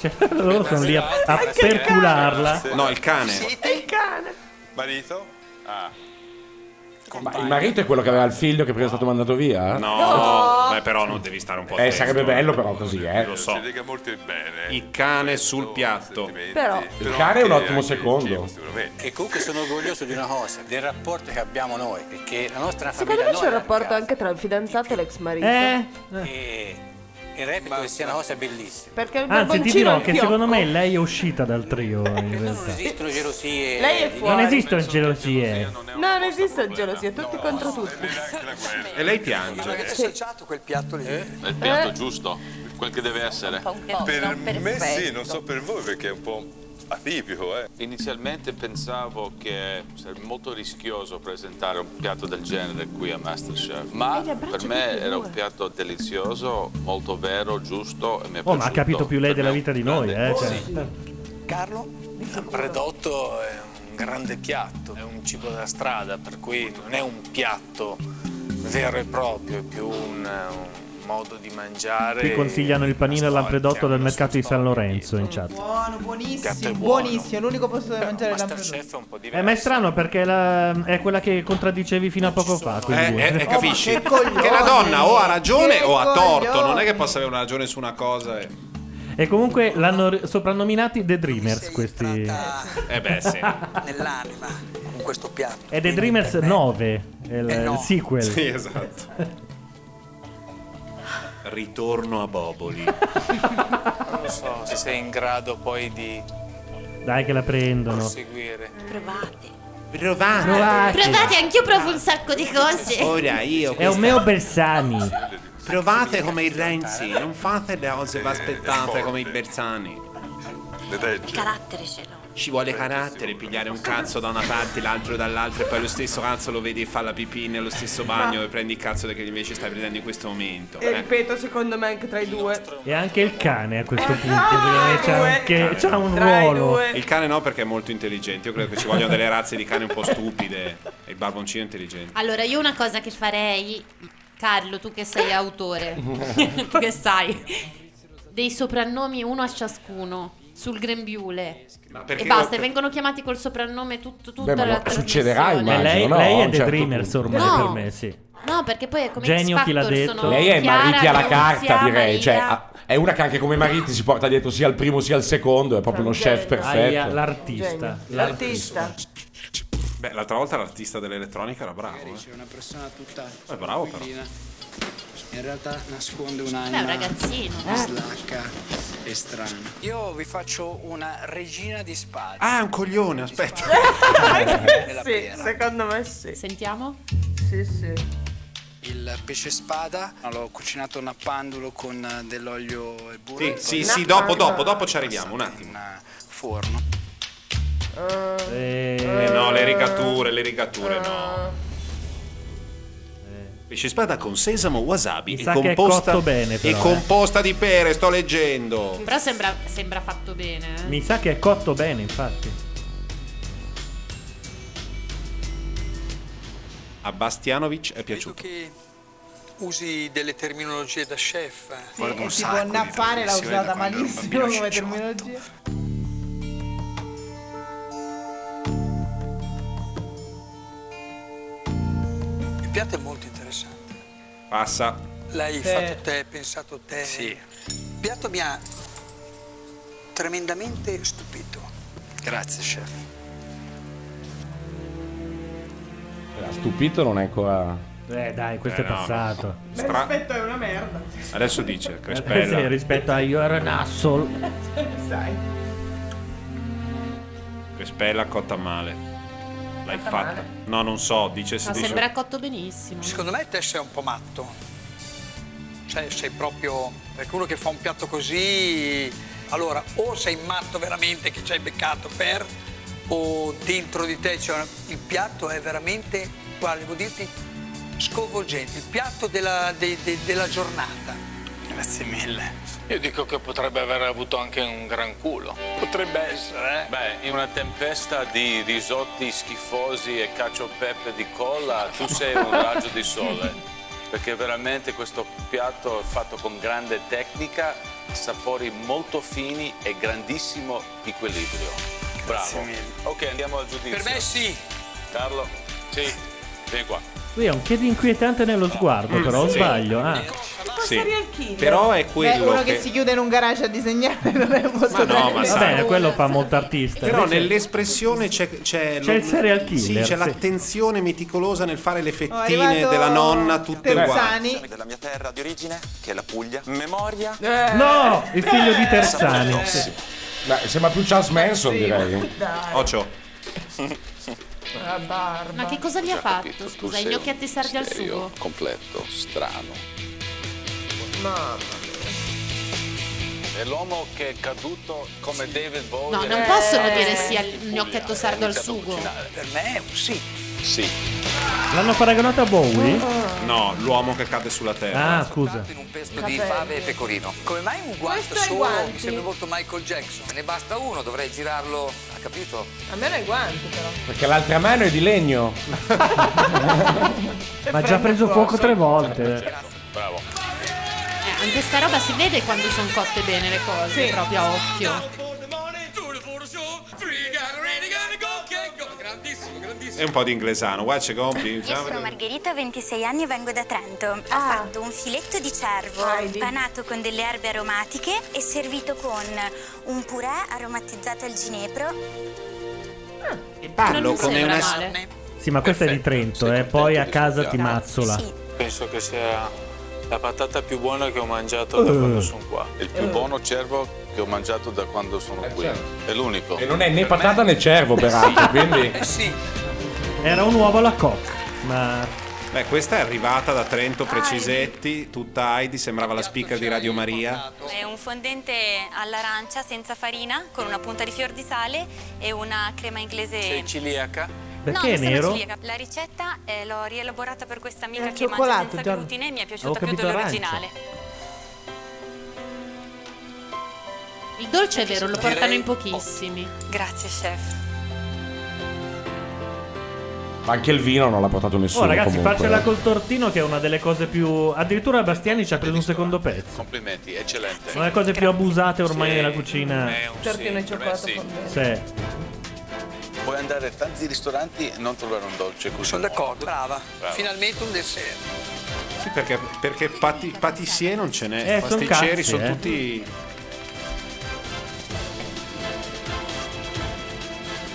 Speaker 2: Cioè, loro sono lì a, a percularla.
Speaker 3: No, il cane.
Speaker 1: E il cane.
Speaker 23: Marito? Ah.
Speaker 6: Ma il marito è quello che aveva il figlio che prima è stato mandato via?
Speaker 3: No, beh, però non devi stare un po'
Speaker 6: Eh,
Speaker 3: attento.
Speaker 6: sarebbe bello però così, eh.
Speaker 3: Lo so.
Speaker 8: Lega molto il bene.
Speaker 3: Il cane sul piatto.
Speaker 1: Però-
Speaker 6: Il cane è un ottimo secondo.
Speaker 14: E comunque sono orgoglioso di una cosa, del rapporto che abbiamo noi, perché la nostra
Speaker 1: Secondo
Speaker 14: famiglia
Speaker 1: me
Speaker 14: non
Speaker 1: c'è un
Speaker 14: è
Speaker 1: rapporto anche tra il fidanzato e l'ex marito.
Speaker 14: e,
Speaker 15: Eh, il replico che sia una cosa bellissima.
Speaker 9: Perché il
Speaker 2: Anzi, ti dirò che secondo
Speaker 9: me
Speaker 2: me lei è uscita dal trio in realtà.
Speaker 15: Esistono gelosie.
Speaker 12: Lei è
Speaker 2: Non
Speaker 12: fuori.
Speaker 2: esistono gelosie.
Speaker 12: No, non esiste gelosia, tutti contro tutti.
Speaker 40: E lei piange.
Speaker 12: Sì.
Speaker 15: quel piatto lì.
Speaker 3: Eh?
Speaker 14: È il
Speaker 41: Eh?
Speaker 14: piatto giusto, quel che deve essere.
Speaker 42: Per me sì, non so per voi perché è un po' atipico, eh.
Speaker 14: Inizialmente pensavo che sarebbe molto rischioso presentare un piatto del genere qui a Masterchef, ma
Speaker 41: Vedi, abbraccia
Speaker 14: per me
Speaker 41: tutti e
Speaker 14: era
Speaker 41: due.
Speaker 14: un piatto delizioso, molto vero, giusto e mi è
Speaker 2: Oh,
Speaker 14: piaciuto.
Speaker 2: ma ha capito più lei della vita di noi, eh. cioè.
Speaker 15: Carlo? Il predotto è un grande piatto, è un cibo da strada, per cui non è un piatto vero e proprio, è più un, un modo di mangiare.
Speaker 2: Qui consigliano il panino all'ampredotto del mercato di San Lorenzo in chat.
Speaker 9: Buono, buonissimo,
Speaker 15: buono.
Speaker 9: buonissimo, l'unico posto dove mangiare l'hamburger.
Speaker 15: Masterchef è un po'
Speaker 2: Eh, ma è strano perché la- è quella che contraddicevi fino a poco fa. quei
Speaker 3: Eh,
Speaker 2: due.
Speaker 3: eh, eh, capisci?
Speaker 9: Oh, che coglioni.
Speaker 3: Che la donna o ha ragione
Speaker 9: Che
Speaker 3: o ha torto.
Speaker 9: coglioni.
Speaker 3: Non è che possa avere una ragione su una cosa. E...
Speaker 2: E comunque l'hanno ri- soprannominati The Dreamers questi.
Speaker 13: Ah,
Speaker 3: Eh beh, sì.
Speaker 15: Nell'anima, con questo piatto.
Speaker 2: È The Dreamers 9, il, il sequel.
Speaker 3: Eh, Sì, esatto.
Speaker 15: Ritorno a Boboli. non lo so se sei in grado poi di
Speaker 2: Dai che la prendono.
Speaker 15: proseguire.
Speaker 4: Provate.
Speaker 2: Provate.
Speaker 4: Provate, anch'io provo un sacco di cose.
Speaker 3: io.
Speaker 2: È un meo Bersani.
Speaker 3: Provate come i Renzi, non fate le cose che aspettate come i Bersani.
Speaker 8: Carattere ce l'ho.
Speaker 3: Ci vuole carattere, pigliare un cazzo da una parte, l'altro dall'altra, e poi lo stesso cazzo lo vedi e fa la pipì nello stesso bagno e prendi il cazzo che invece stai prendendo in questo momento.
Speaker 12: E
Speaker 3: Eh.
Speaker 12: ripeto, secondo me anche tra i due.
Speaker 2: E anche il cane a questo punto. perché C'ha, anche- c'ha un ruolo.
Speaker 3: Il cane no perché è molto intelligente. Io credo che ci vogliono delle razze di cane un po' stupide. E il barboncino è intelligente.
Speaker 4: Allora, io una cosa che farei, Carlo, tu che sei autore, tu che sai, dei soprannomi uno a ciascuno sul grembiule.
Speaker 3: perché
Speaker 4: e basta,
Speaker 3: io-
Speaker 4: e vengono chiamati col soprannome tutto, tutta
Speaker 6: Beh, ma
Speaker 4: la
Speaker 6: no, succederà
Speaker 4: trasmissione.
Speaker 6: immagino,
Speaker 2: Lei-
Speaker 6: no?
Speaker 2: lei è
Speaker 6: A un
Speaker 2: The
Speaker 6: certo
Speaker 2: Dreamers
Speaker 6: punto.
Speaker 2: ormai
Speaker 4: No.
Speaker 2: per me, sì.
Speaker 4: No, perché poi è come
Speaker 2: Genio
Speaker 4: X
Speaker 2: chi l'ha
Speaker 4: Factor,
Speaker 2: detto?
Speaker 4: sono
Speaker 6: Lei è
Speaker 4: Chiara,
Speaker 6: mariti alla
Speaker 4: Cinzia,
Speaker 6: carta, direi. Cioè,
Speaker 4: Maria.
Speaker 6: ha- è una che anche come mariti si porta dietro sia il primo sia il secondo. È proprio uno chef
Speaker 2: Aia,
Speaker 6: perfetto.
Speaker 2: l'artista.
Speaker 12: L'artista.
Speaker 3: Beh, l'altra volta l'artista dell'elettronica era bravo. eh.
Speaker 1: C'è una persona tutta
Speaker 3: È bravo, però.
Speaker 1: tranquilla. In realtà nasconde
Speaker 12: Eh.
Speaker 1: un'anima.
Speaker 4: Beh, un ragazzino.
Speaker 1: Slacca e strana. Io vi faccio una regina di spade.
Speaker 3: Ah, è un coglione, aspetta.
Speaker 12: Ah. sì, secondo me sì.
Speaker 4: Sentiamo?
Speaker 12: Sì, sì.
Speaker 1: Il pesce spada l'ho cucinato nappandulo con eh, dell'olio e burro.
Speaker 3: Sì, sì, sì, dopo, dopo, dopo ci arriviamo. Un attimo.
Speaker 1: Forno.
Speaker 3: Eh, no, le rigature, le rigature, no. Pesce spada con sesamo, wasabi
Speaker 2: Eh. Mi
Speaker 3: e
Speaker 2: sa che è
Speaker 3: composta,
Speaker 2: cotto bene,
Speaker 3: e
Speaker 2: però, eh.
Speaker 3: composta di pere, sto leggendo.
Speaker 4: Però sembra, sembra fatto bene. eh.
Speaker 2: Mi sa che è cotto bene, infatti.
Speaker 3: A Bastianovic è
Speaker 13: Vedo
Speaker 3: piaciuto.
Speaker 13: che usi delle terminologie da chef. eh.
Speaker 9: Sì, e tipo nappare l'ha usata malissimo come terminologia.
Speaker 13: Il piatto è molto interessante.
Speaker 3: Passa.
Speaker 13: L'hai
Speaker 1: Sì.
Speaker 13: fatto te, pensato te. Sì.
Speaker 1: Il piatto mi ha tremendamente stupito. Grazie, chef.
Speaker 6: Stupito non è ancora.
Speaker 2: Eh, dai, questo
Speaker 6: Eh,
Speaker 2: è
Speaker 6: no.
Speaker 2: passato.
Speaker 3: Stra-
Speaker 12: Rispetto è una merda.
Speaker 3: Adesso dice
Speaker 2: Eh, sì,
Speaker 3: Crespella.
Speaker 2: rispetto a You're an asshole.
Speaker 12: Sai.
Speaker 3: Crespella cotta male. L'hai
Speaker 4: Cotta
Speaker 3: fatta.
Speaker 4: male.
Speaker 3: No, non so, dice
Speaker 4: Ma
Speaker 3: dice-
Speaker 4: sembra cotto benissimo.
Speaker 13: Secondo me te sei un po' matto. Cioè, sei proprio. Perché uno che fa un piatto così. Allora, o sei matto veramente che ci hai beccato per, o dentro di te c'è. una- Il piatto è veramente, guarda, devo dirti, sconvolgente. Il piatto della, de- de- della giornata.
Speaker 15: Grazie mille.
Speaker 43: Io dico che potrebbe aver avuto anche un gran culo.
Speaker 15: Potrebbe essere,
Speaker 13: eh?
Speaker 14: Beh, in una tempesta di risotti schifosi e cacio pepe di colla, tu sei un raggio di sole. Perché veramente questo piatto è fatto con grande tecnica, sapori molto fini e grandissimo equilibrio. Bravo. Ok, andiamo al giudizio.
Speaker 13: Per me sì.
Speaker 14: Carlo? Sì. Vieni qua.
Speaker 3: Mm,
Speaker 2: Qui è un che di inquietante nello sguardo, però o
Speaker 14: sì.
Speaker 2: sbaglio. Ah.
Speaker 1: troppo
Speaker 3: Sì.
Speaker 1: serial killer.
Speaker 3: Però è quello
Speaker 9: Beh, uno che...
Speaker 3: che-
Speaker 9: si chiude in un garage a disegnare non è molto
Speaker 3: Ma no,
Speaker 9: bello.
Speaker 3: ma
Speaker 2: Vabbè,
Speaker 3: sai.
Speaker 2: quello fa molto artista.
Speaker 3: Però
Speaker 2: Invece-
Speaker 3: nell'espressione c'è, c'è,
Speaker 2: C'è il serial killer,
Speaker 3: Sì, c'è
Speaker 2: sì.
Speaker 3: l'attenzione meticolosa nel fare le
Speaker 9: Oh, è
Speaker 3: fettine
Speaker 9: arrivato
Speaker 3: della nonna, tutte uguali.
Speaker 9: Terzani.
Speaker 7: Della mia terra di origine, che è la Puglia. Memoria.
Speaker 6: Eh.
Speaker 2: No, il figlio di Terzani.
Speaker 6: Beh, Eh, sembra più Charles Manson, direi.
Speaker 1: Dai.
Speaker 3: Ocio.
Speaker 1: La barba.
Speaker 5: Ma che cosa gli ha fatto? Scusa, gli occhietti sardi al sugo?
Speaker 14: completo, strano.
Speaker 1: Mamma.
Speaker 14: È l'uomo che è caduto come David Bowie.
Speaker 5: No, non
Speaker 14: Eh,
Speaker 5: possono
Speaker 14: eh,
Speaker 5: dire
Speaker 14: eh,
Speaker 5: sia
Speaker 14: in
Speaker 5: il
Speaker 14: Puglia.
Speaker 5: gnocchetto sardo al sugo.
Speaker 13: Per me è un sì.
Speaker 14: Sì.
Speaker 2: L'hanno paragonato a Bowie?
Speaker 3: Eh. No, l'uomo che cade sulla terra.
Speaker 2: Ah, scusa.
Speaker 13: Un
Speaker 3: pesto
Speaker 13: di fave e pecorino. Come mai un guanto
Speaker 1: Questo è
Speaker 13: solo?
Speaker 1: guanti.
Speaker 13: Mi sembra molto Michael Jackson. Ne basta uno, dovrei girarlo, ha capito?
Speaker 1: A me non i guanti però.
Speaker 6: Perché l'altra mano è di legno.
Speaker 2: Ma ha già preso fuoco tre volte.
Speaker 14: Bravo.
Speaker 5: Eh, anche sta roba si vede quando sono cotte bene le cose, proprio a occhio.
Speaker 10: Grandissimo, grandissimo.
Speaker 3: È un po' di inglesano, guarda c'è compi.
Speaker 8: Io sono Margherita, ho 26 anni e vengo da Trento. Ho fatto un filetto di cervo panato con delle erbe aromatiche e servito con un purè aromatizzato al ginepro.
Speaker 3: Ah, E
Speaker 8: Non
Speaker 3: parlo
Speaker 8: mi
Speaker 3: come
Speaker 8: sembra
Speaker 3: una
Speaker 8: male.
Speaker 2: Sì, ma questo è di Trento, eh. Poi a casa ti mazzola.
Speaker 22: Penso che sia la patata più buona che ho mangiato da
Speaker 2: Eh.
Speaker 22: quando sono qua.
Speaker 14: Il
Speaker 6: Eh.
Speaker 14: più buono cervo che ho mangiato da quando sono qui. È l'unico.
Speaker 6: certo. E non è né patata né cervo, peraltro, quindi...
Speaker 14: sì.
Speaker 2: Era un uovo alla coca. Oh, Ma
Speaker 3: Beh, questa è arrivata da Trento Precisetti, tutta Heidi, sembrava la speaker di Radio Maria.
Speaker 8: È un fondente all'arancia senza farina con una punta di fior di sale e una crema inglese.
Speaker 22: Sei ciliaca?
Speaker 8: no, non sono celiaca. La ricetta eh, l'ho rielaborata per questa amica
Speaker 9: È
Speaker 8: che mangia
Speaker 9: cioccolato,
Speaker 8: senza
Speaker 9: Gianni.
Speaker 8: glutine e mi è piaciuta più
Speaker 9: Avevo capito
Speaker 8: dell'originale.
Speaker 5: Il dolce è vero, lo
Speaker 8: Direi-
Speaker 5: portano in pochissimi.
Speaker 8: Grazie, chef.
Speaker 6: Ma anche il vino non l'ha portato nessuno.
Speaker 2: Oh, ragazzi,
Speaker 6: comunque.
Speaker 2: farcela col tortino, che è una delle cose più. Addirittura Bastiani ci ha preso un secondo pezzo.
Speaker 14: Complimenti, eccellente.
Speaker 2: Una delle cose più abusate ormai nella cucina.
Speaker 1: Tortino e cioccolato
Speaker 14: sì.
Speaker 1: fondente.
Speaker 2: Sì.
Speaker 14: Puoi andare a tanti ristoranti e non trovare un dolce così. Sono d'accordo, brava.
Speaker 13: Finalmente un dessert.
Speaker 3: Sì, perché, perché pati- patissier non ce n'è,
Speaker 2: Eh, son
Speaker 3: pasticceri
Speaker 2: cazzi,
Speaker 3: sono
Speaker 2: eh.
Speaker 3: tutti...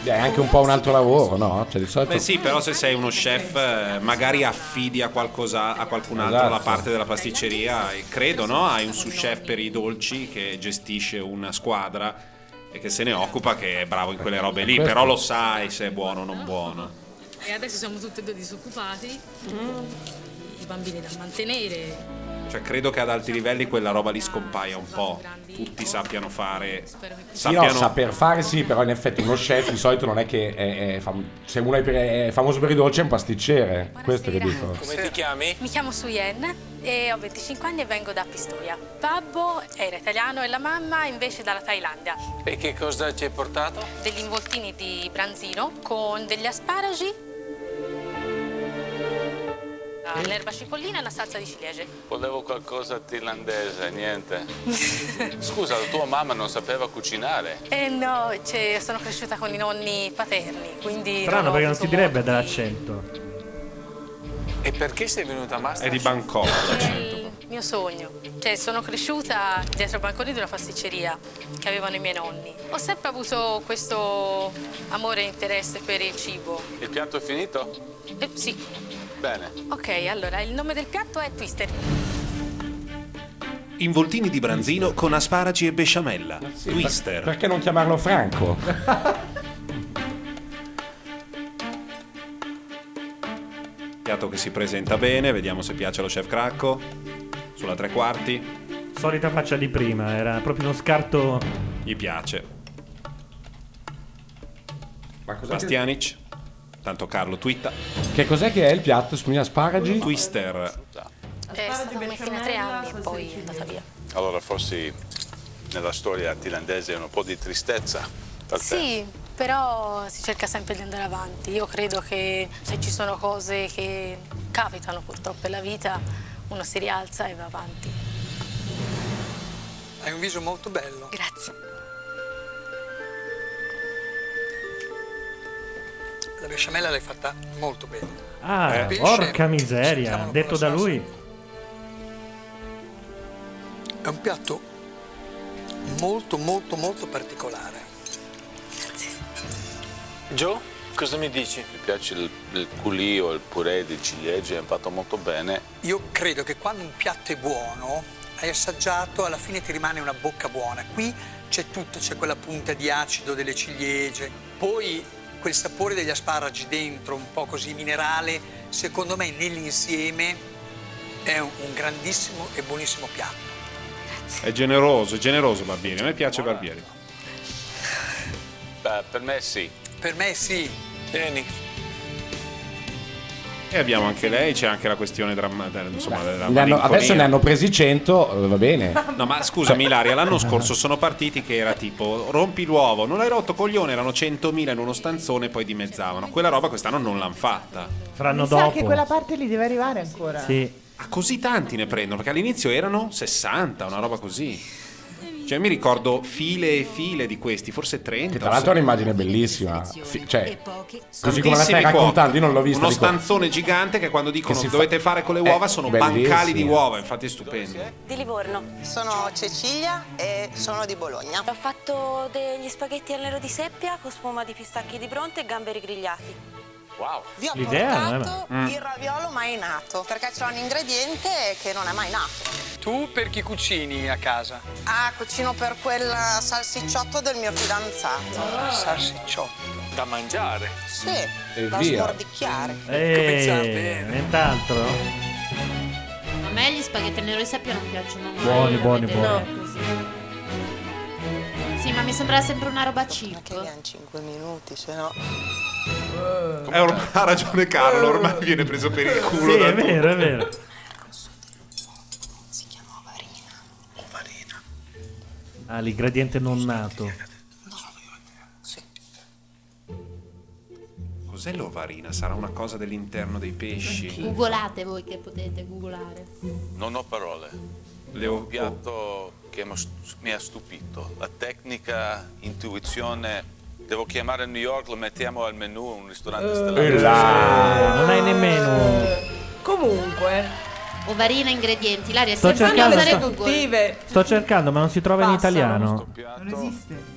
Speaker 6: È anche un po' un altro lavoro, no? Cioè, di solito...
Speaker 3: Beh sì, però se sei uno chef eh, magari affidi a, qualcosa, a qualcun altro
Speaker 6: Esatto.
Speaker 3: la parte della pasticceria, e credo, no? Hai un sous chef per i dolci che gestisce una squadra e che se ne occupa, che è bravo in quelle robe lì, però lo sai se è buono o non buono.
Speaker 17: E adesso siamo tutti e due disoccupati. I bambini da mantenere.
Speaker 3: Cioè credo che ad alti livelli quella roba lì scompaia un po', tutti sappiano fare,
Speaker 6: Sì, no,
Speaker 3: sappiano...
Speaker 6: saper fare sì, però in effetti uno chef di solito non è che è, è fam- se uno è, per- è famoso per i dolci è un pasticcere, questo che dico.
Speaker 22: Come ti chiami?
Speaker 17: Mi chiamo Suyen e ho 25 anni e vengo da Pistoia. Babbo era italiano e la mamma invece dalla Thailandia.
Speaker 22: E che cosa ci hai portato?
Speaker 17: Degli involtini di branzino con degli asparagi.
Speaker 2: Eh?
Speaker 17: L'erba cipollina e una salsa di ciliegie.
Speaker 14: Volevo qualcosa thailandese, niente. Scusa, la tua mamma non sapeva cucinare.
Speaker 17: Eh no, cioè, sono cresciuta con i nonni paterni, quindi...
Speaker 2: Strano
Speaker 17: ho
Speaker 2: perché non
Speaker 17: avuto
Speaker 2: si direbbe dall'accento.
Speaker 22: E perché sei venuta a Master?
Speaker 3: È di
Speaker 8: Eh.
Speaker 3: Bangkok.
Speaker 17: il mio sogno. Cioè, sono cresciuta dietro al bancone di una pasticceria che avevano i miei nonni. Ho sempre avuto questo amore e interesse per il cibo.
Speaker 14: Il piatto è finito?
Speaker 17: Eh, sì.
Speaker 14: Bene.
Speaker 17: Ok, allora il nome del piatto è Twister.
Speaker 18: Involtini di branzino con asparagi e besciamella. Twister.
Speaker 6: Perché non chiamarlo Franco?
Speaker 3: Piatto che si presenta bene, vediamo se piace allo chef Cracco. Sulla tre quarti,
Speaker 2: Solita faccia di prima, era proprio uno scarto.
Speaker 3: gli piace.
Speaker 6: Ma cos'è
Speaker 3: Bastianic, tanto Carlo twitta.
Speaker 6: Che cos'è che è il piatto? Scusami, asparagi?
Speaker 3: Twister.
Speaker 17: È stata come fino a tre anni e poi è andata via.
Speaker 14: Allora, forse nella storia thailandese è un po' di tristezza. per te.
Speaker 17: Sì, però si cerca sempre di andare avanti. Io credo che se ci sono cose che capitano purtroppo nella vita, uno si rialza e va avanti.
Speaker 13: Hai un viso molto bello.
Speaker 17: Grazie.
Speaker 13: La besciamella l'hai fatta molto bene.
Speaker 2: Ah,
Speaker 13: Pesce.
Speaker 2: porca miseria, detto da lui.
Speaker 13: È un piatto molto molto molto particolare.
Speaker 15: Joe, cosa mi dici?
Speaker 14: Mi piace il, il culio, il purè di ciliegie, è fatto molto bene.
Speaker 13: Io credo che quando un piatto è buono, hai assaggiato, alla fine ti rimane una bocca buona. Qui c'è tutto, c'è quella punta di acido delle ciliegie, poi quel sapore degli asparagi dentro, un po' così minerale, secondo me nell'insieme è un, un grandissimo e buonissimo piatto.
Speaker 3: È generoso, è generoso Barbieri. A me piace Barbieri.
Speaker 14: Beh, Eh, per me sì.
Speaker 13: Per me sì.
Speaker 15: Vieni.
Speaker 3: E abbiamo anche lei, c'è anche la questione dramma- della- insomma, della
Speaker 6: Ne hanno- adesso
Speaker 3: malinconia.
Speaker 6: ne hanno presi 100, eh, va bene.
Speaker 3: No, ma scusami, Ilaria, l'anno scorso sono partiti che era tipo rompi l'uovo, non hai rotto coglione, erano 100.000 in uno stanzone e poi dimezzavano. Quella roba quest'anno non l'hanno fatta.
Speaker 2: Faranno
Speaker 9: Mi sa che quella parte lì deve arrivare ancora.
Speaker 3: Ah, così tanti ne prendono, perché all'inizio erano 60, una roba così. Cioè, mi ricordo file e file di questi, forse 30.
Speaker 6: Che tra l'altro è un'immagine bellissima. Fi- cioè, così come la
Speaker 3: Tantissimi
Speaker 6: stai
Speaker 3: cuochi.
Speaker 6: raccontando, io non l'ho vista.
Speaker 3: Uno
Speaker 6: dico,
Speaker 3: stanzone gigante che quando dicono
Speaker 6: si fa- Eh,
Speaker 3: dovete fare con le uova sono
Speaker 6: bellissimo.
Speaker 3: bancali di uova, infatti è stupendo.
Speaker 1: Di Livorno. Sono Cecilia e sono di Bologna. Ho fatto degli spaghetti al nero di seppia con spuma di pistacchi di bronte e gamberi grigliati.
Speaker 14: Wow.
Speaker 1: Vi ho
Speaker 2: L'idea non è
Speaker 1: portato
Speaker 2: male. Mm.
Speaker 1: il raviolo mai nato, perché c'è un ingrediente che non è mai nato.
Speaker 13: Tu per chi cucini a casa?
Speaker 1: Ah, cucino per quel salsicciotto del mio fidanzato.
Speaker 13: Salsicciotto.
Speaker 15: Da mangiare.
Speaker 1: Sì,
Speaker 2: E
Speaker 1: da
Speaker 2: via.
Speaker 1: sbordicchiare.
Speaker 2: E nient'altro?
Speaker 4: A me gli spaghetti al nero di seppia non piacciono mai.
Speaker 2: Buoni, buoni,
Speaker 4: Eh,
Speaker 2: buoni.
Speaker 4: no, così. Sì, ma mi sembra sempre una roba cheap. Ma che
Speaker 1: 5 minuti, se no.
Speaker 44: Eh, ormai- ha ragione Carlo, ormai viene preso per il culo
Speaker 2: Sì,
Speaker 44: da
Speaker 2: è
Speaker 44: tutti.
Speaker 2: vero, è vero. Ah, l'ingrediente non nato.
Speaker 44: Cos'è l'ovarina? Sarà una cosa dell'interno dei pesci?
Speaker 4: Googolate voi che potete googolare.
Speaker 14: Non ho parole. È un piatto che mo- mi ha stupito. La tecnica, intuizione. Devo chiamare a New York, lo mettiamo al menù un ristorante
Speaker 2: Eh,
Speaker 14: stellato.
Speaker 2: non hai nemmeno.
Speaker 4: Comunque. Ovarina ingredienti, Ilaria,
Speaker 2: Sto
Speaker 4: se fanno
Speaker 2: cercando-
Speaker 4: usare
Speaker 2: sto-
Speaker 4: Google.
Speaker 2: Sto cercando, ma non si trova in
Speaker 4: Passano.
Speaker 2: italiano.
Speaker 14: Non esiste.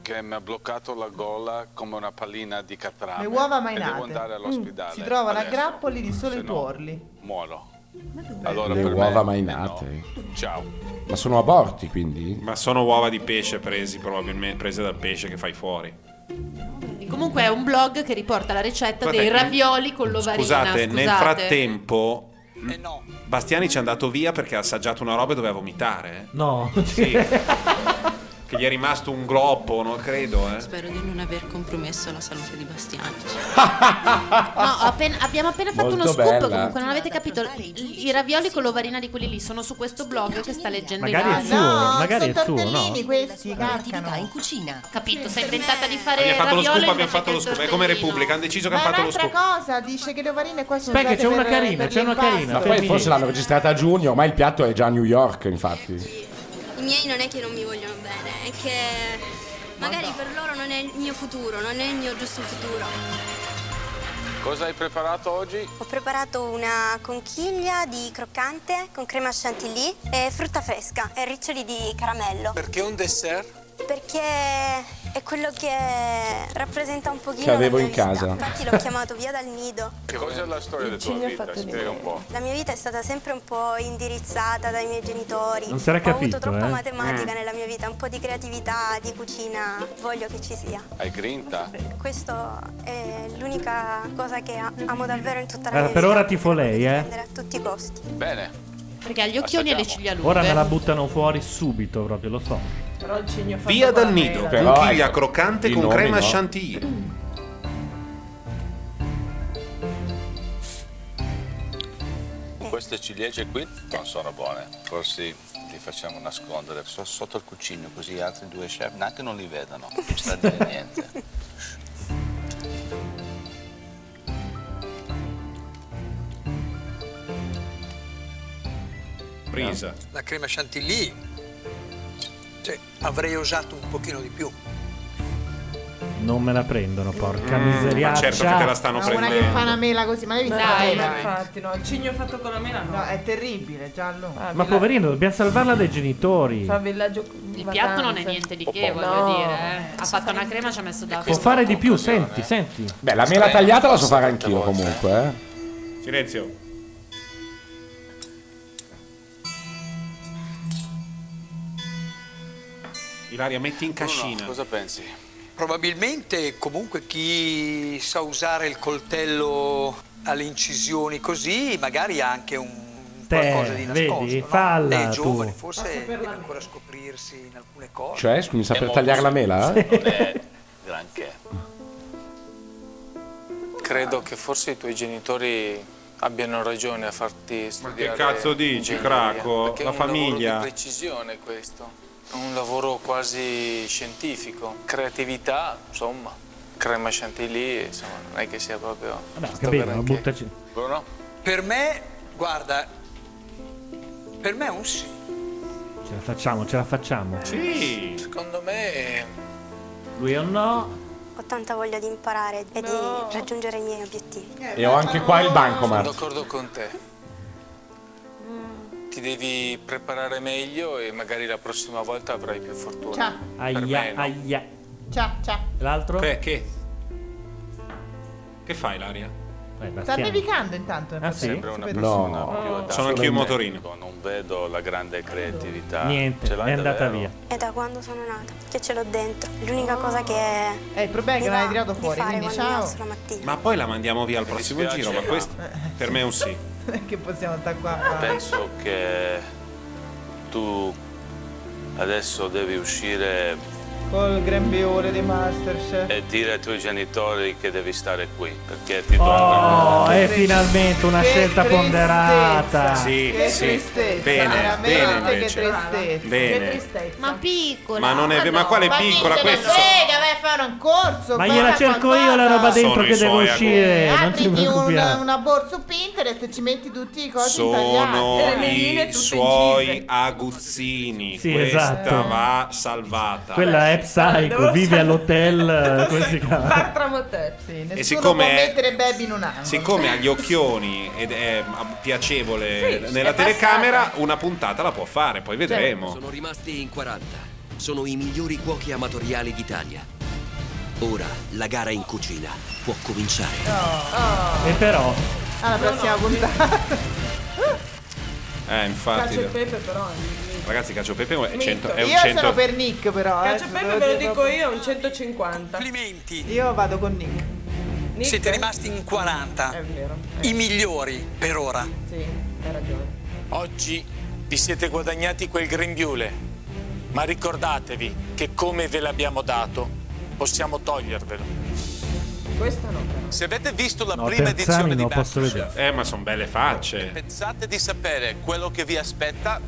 Speaker 14: Che mi ha bloccato la gola come una pallina di catrame.
Speaker 9: Le uova mai
Speaker 14: E
Speaker 9: nate.
Speaker 14: Devo andare
Speaker 9: Mm,
Speaker 14: all'ospedale.
Speaker 9: Si trova la
Speaker 14: adesso.
Speaker 9: grappoli di solo
Speaker 14: Se
Speaker 9: i
Speaker 14: no,
Speaker 9: tuorli.
Speaker 14: Muoio.
Speaker 6: Le
Speaker 14: Allora, per
Speaker 6: uova mai
Speaker 14: me-
Speaker 6: nate.
Speaker 14: Ciao.
Speaker 6: Ma sono aborti, quindi?
Speaker 3: Ma sono uova di pesce presi, probabilmente prese dal pesce che fai fuori.
Speaker 4: Comunque è un blog che riporta la ricetta
Speaker 3: Guardate,
Speaker 4: dei ravioli con l'ovarina.
Speaker 3: Scusate, nel
Speaker 4: scusate.
Speaker 3: frattempo. Bastiani ci è andato via perché ha assaggiato una roba e doveva vomitare.
Speaker 2: No.
Speaker 3: Sì. che gli è rimasto un gloppo, non credo, eh.
Speaker 45: Spero di non aver compromesso la salute di Bastiani.
Speaker 4: No, ho appena- abbiamo appena fatto
Speaker 45: Molto
Speaker 4: uno scoop.
Speaker 45: bella.
Speaker 4: Comunque, non avete capito. I i ravioli con l'ovarina di quelli lì sono su questo blog che sta leggendo
Speaker 2: Magari è
Speaker 4: Ilaria.
Speaker 2: suo, magari è suo, no?
Speaker 9: questi
Speaker 45: carcano in cucina.
Speaker 4: Capito, sei inventata di
Speaker 3: Abbiamo
Speaker 4: fare
Speaker 3: fatto lo scoop,
Speaker 4: ravioli
Speaker 3: abbiamo fatto lo scoop. È come Repubblica, hanno deciso che
Speaker 9: Ma
Speaker 3: hanno
Speaker 9: è
Speaker 3: fatto lo
Speaker 9: un'altra
Speaker 3: scoop.
Speaker 9: cosa, dice che le ovarine qua sono
Speaker 2: Aspetta che
Speaker 9: usate
Speaker 2: c'è una
Speaker 9: per- eh,
Speaker 2: carina,
Speaker 9: per
Speaker 2: c'è una
Speaker 9: l'impasto.
Speaker 2: carina.
Speaker 6: Ma poi
Speaker 2: Femminile.
Speaker 6: forse l'hanno registrata a giugno, ormai il piatto è già a New York, infatti.
Speaker 46: I miei non è che non mi vogliono bene, è che magari per loro non è il mio futuro, non è il mio giusto futuro.
Speaker 14: Cosa hai preparato oggi?
Speaker 5: Ho preparato una conchiglia di croccante con crema chantilly e frutta fresca e riccioli di caramello.
Speaker 15: Perché un dessert?
Speaker 5: Perché è quello che rappresenta un pochino
Speaker 6: Che avevo
Speaker 5: la
Speaker 6: in
Speaker 5: mia vita.
Speaker 6: casa.
Speaker 5: Infatti l'ho chiamato via dal nido.
Speaker 14: Che cosa è la storia della tua
Speaker 5: cigno
Speaker 14: vita?
Speaker 5: fatto di
Speaker 14: Spiega un po'.
Speaker 5: La mia vita è stata sempre un po' indirizzata dai miei genitori.
Speaker 2: Non sarà
Speaker 5: Ho
Speaker 2: capito,
Speaker 5: avuto troppa
Speaker 2: eh?
Speaker 5: matematica
Speaker 14: Mm.
Speaker 5: nella mia vita, un po' di creatività, di cucina, voglio che ci sia.
Speaker 14: Hai grinta?
Speaker 5: Questo è l'unica cosa che a- amo davvero in tutta la
Speaker 2: Guarda,
Speaker 5: mia
Speaker 2: Eh, per
Speaker 5: vita.
Speaker 2: ora tifo lei, eh.
Speaker 5: Prendere a tutti i costi.
Speaker 14: Bene.
Speaker 4: Perché ha gli occhioni e le ciglia lunghe.
Speaker 2: Ora me la buttano fuori subito, proprio, lo so.
Speaker 47: Però il cigno fa
Speaker 44: Via
Speaker 47: dopo la
Speaker 44: dal nido,
Speaker 47: mela.
Speaker 44: Però, conchiglia ecco, croccante
Speaker 6: i
Speaker 44: con
Speaker 6: nomi,
Speaker 44: crema
Speaker 6: no?
Speaker 44: chantilly.
Speaker 14: Queste ciliegie qui non sono buone. Forse li facciamo nascondere. Sono sotto il cucino così gli altri due chef neanche non li vedono. Non sta a dire niente.
Speaker 3: Prisa.
Speaker 13: La crema chantilly. Cioè, avrei osato un pochino di più.
Speaker 2: Non me la prendono, porca
Speaker 3: Mm, ma
Speaker 2: miseria.
Speaker 3: certo che te la stanno
Speaker 9: Ma una che fa una mela così, ma devi
Speaker 1: Dai,
Speaker 9: fare
Speaker 1: ma
Speaker 9: la mela.
Speaker 1: infatti, no, il cigno fatto con la mela no. Ah,
Speaker 9: No, è terribile, giallo.
Speaker 2: Ma poverino, dobbiamo salvarla dai genitori.
Speaker 1: Fa villaggio
Speaker 4: Il piatto non è niente di che, voglio
Speaker 1: No.
Speaker 4: dire. eh. Ha fatto una crema, ci ha messo da
Speaker 2: Può fare di più, senti, senti.
Speaker 6: Beh, la mela tagliata la so fare anch'io comunque, eh.
Speaker 3: Silenzio. Ilaria, metti in cascina. cosa pensi?
Speaker 13: Probabilmente comunque chi sa usare il coltello alle incisioni così magari ha anche un qualcosa di
Speaker 2: Te,
Speaker 13: nascosto.
Speaker 2: vedi,
Speaker 13: Lei
Speaker 2: falla
Speaker 13: è
Speaker 2: tu.
Speaker 13: giovane, forse deve ancora scoprirsi in alcune cose.
Speaker 6: Cioè, scusami, sa
Speaker 13: È
Speaker 6: per
Speaker 13: molto
Speaker 6: tagliare la mela?
Speaker 13: semplice,
Speaker 6: eh?
Speaker 13: non è-
Speaker 15: Granché. Credo che forse i tuoi genitori abbiano ragione a farti studiare.
Speaker 3: cazzo dici,
Speaker 15: ingegneria,
Speaker 3: Craco?
Speaker 15: perché è
Speaker 3: La
Speaker 15: un lavoro
Speaker 3: famiglia.
Speaker 15: di precisione questo. È Un lavoro quasi scientifico. Creatività, insomma. Crema chantilly, insomma, non è che sia proprio.
Speaker 2: Capito? No, buttaci.
Speaker 15: Bruno?
Speaker 13: Per me, guarda, per me è un sì.
Speaker 2: Ce la facciamo, ce la facciamo.
Speaker 13: Secondo me
Speaker 2: Lui o no?
Speaker 5: Ho tanta voglia di imparare e di raggiungere i miei obiettivi.
Speaker 6: E ho anche qua il
Speaker 15: Sono
Speaker 6: bancomat.
Speaker 15: d'accordo con te. Ti devi preparare meglio e magari la prossima volta avrai più fortuna.
Speaker 9: Ciao.
Speaker 15: Per me
Speaker 2: Aia,
Speaker 15: no.
Speaker 2: aia.
Speaker 9: Ciao, ciao.
Speaker 2: L'altro?
Speaker 15: Cioè,
Speaker 3: Che? Che, che fai, Ilaria?
Speaker 9: Sta nevicando intanto.
Speaker 2: Eh, Ah, sì?
Speaker 9: Sembra una
Speaker 2: Sapete-
Speaker 9: persona No. più
Speaker 2: adatta.
Speaker 3: Sono anch'io
Speaker 2: Solo me.
Speaker 3: motorino.
Speaker 14: Ecco, Non vedo la grande creatività.
Speaker 2: Niente,
Speaker 14: Ah, Ce l'hai
Speaker 2: è andata
Speaker 14: davvero?
Speaker 2: via.
Speaker 5: È da quando sono nata che ce l'ho dentro. L'unica cosa che.
Speaker 9: Eh, il problema è che non l'hai tirato fuori, quindi ciao.
Speaker 3: Ma poi la mandiamo via al prossimo
Speaker 14: dispiace,
Speaker 3: giro, ma
Speaker 14: ma-
Speaker 3: questo per me è un sì.
Speaker 9: Non è che possiamo stare qua. a-
Speaker 14: Penso che tu adesso devi uscire
Speaker 9: Col grembiule di Masterchef.
Speaker 14: e dire ai tuoi genitori che devi stare qui perché ti
Speaker 2: Oh,
Speaker 14: tolgono.
Speaker 2: è finalmente una
Speaker 9: Che
Speaker 2: scelta
Speaker 9: tristezza.
Speaker 2: ponderata.
Speaker 3: Sì,
Speaker 9: che
Speaker 3: sì.
Speaker 9: tristezza.
Speaker 3: Bene,
Speaker 9: veramente
Speaker 3: bene
Speaker 9: che
Speaker 3: invece.
Speaker 9: tristezza.
Speaker 3: Bene.
Speaker 9: Che tristezza.
Speaker 4: Ma piccola.
Speaker 3: Ma non è ve- ma quale
Speaker 9: ma
Speaker 3: piccola
Speaker 9: chi se ne
Speaker 3: questa?
Speaker 9: frega, vai a fare un corso.
Speaker 2: Ma
Speaker 9: fai
Speaker 2: gliela
Speaker 9: una
Speaker 2: cerco
Speaker 9: qualcosa.
Speaker 2: io la roba dentro
Speaker 3: Sono i
Speaker 2: che devo
Speaker 3: suoi
Speaker 2: uscire. Non ti
Speaker 9: Apriti una,
Speaker 2: preoccupare.
Speaker 9: una borsa su Pinterest e ci metti tutti i cosi Eh,
Speaker 3: Sono
Speaker 9: italiani.
Speaker 3: i suoi aguzzini.
Speaker 2: Sì,
Speaker 3: Questa
Speaker 2: esatto.
Speaker 3: va salvata.
Speaker 2: Quella è
Speaker 9: Devo-
Speaker 2: psycho, vive all'hotel. eh, come si chiama?
Speaker 9: Sì, nessuno
Speaker 3: siccome-
Speaker 9: può mettere baby in un angolo.
Speaker 3: Siccome ha gli occhioni ed è ah, piacevole
Speaker 9: Sì,
Speaker 3: nella
Speaker 9: è passata. Certo.
Speaker 3: telecamera, una puntata la può fare, poi vedremo.
Speaker 21: Certo, Sono rimasti in 40. Sono i migliori cuochi amatoriali d'Italia. Ora la gara in cucina può cominciare.
Speaker 2: E però.
Speaker 9: Alla prossima puntata.
Speaker 3: Eh,
Speaker 1: Cacio e
Speaker 3: infatti.
Speaker 1: pepe però.
Speaker 9: eh.
Speaker 3: Ragazzi, Cacio e Pepe è,
Speaker 1: Mito.
Speaker 3: 100, è un
Speaker 9: Io
Speaker 3: 100.
Speaker 9: sono per Nick però.
Speaker 1: Cacio e
Speaker 9: eh,
Speaker 1: pepe ve lo dico io, è un 150.
Speaker 13: Complimenti.
Speaker 9: Io vado con Nick.
Speaker 13: siete rimasti in 40. È
Speaker 9: vero.
Speaker 13: I migliori per ora.
Speaker 1: Sì, hai ragione.
Speaker 15: Oggi vi siete guadagnati quel grembiule, ma ricordatevi che come ve l'abbiamo dato, possiamo togliervelo.
Speaker 1: Questa no.
Speaker 2: eh.
Speaker 1: però.
Speaker 15: Se avete visto la
Speaker 2: No,
Speaker 15: prima
Speaker 2: Terzani
Speaker 15: edizione di
Speaker 2: non lo
Speaker 15: Back,
Speaker 2: posso vedere.
Speaker 3: Eh, ma sono belle facce.
Speaker 15: pensate di sapere quello che vi aspetta,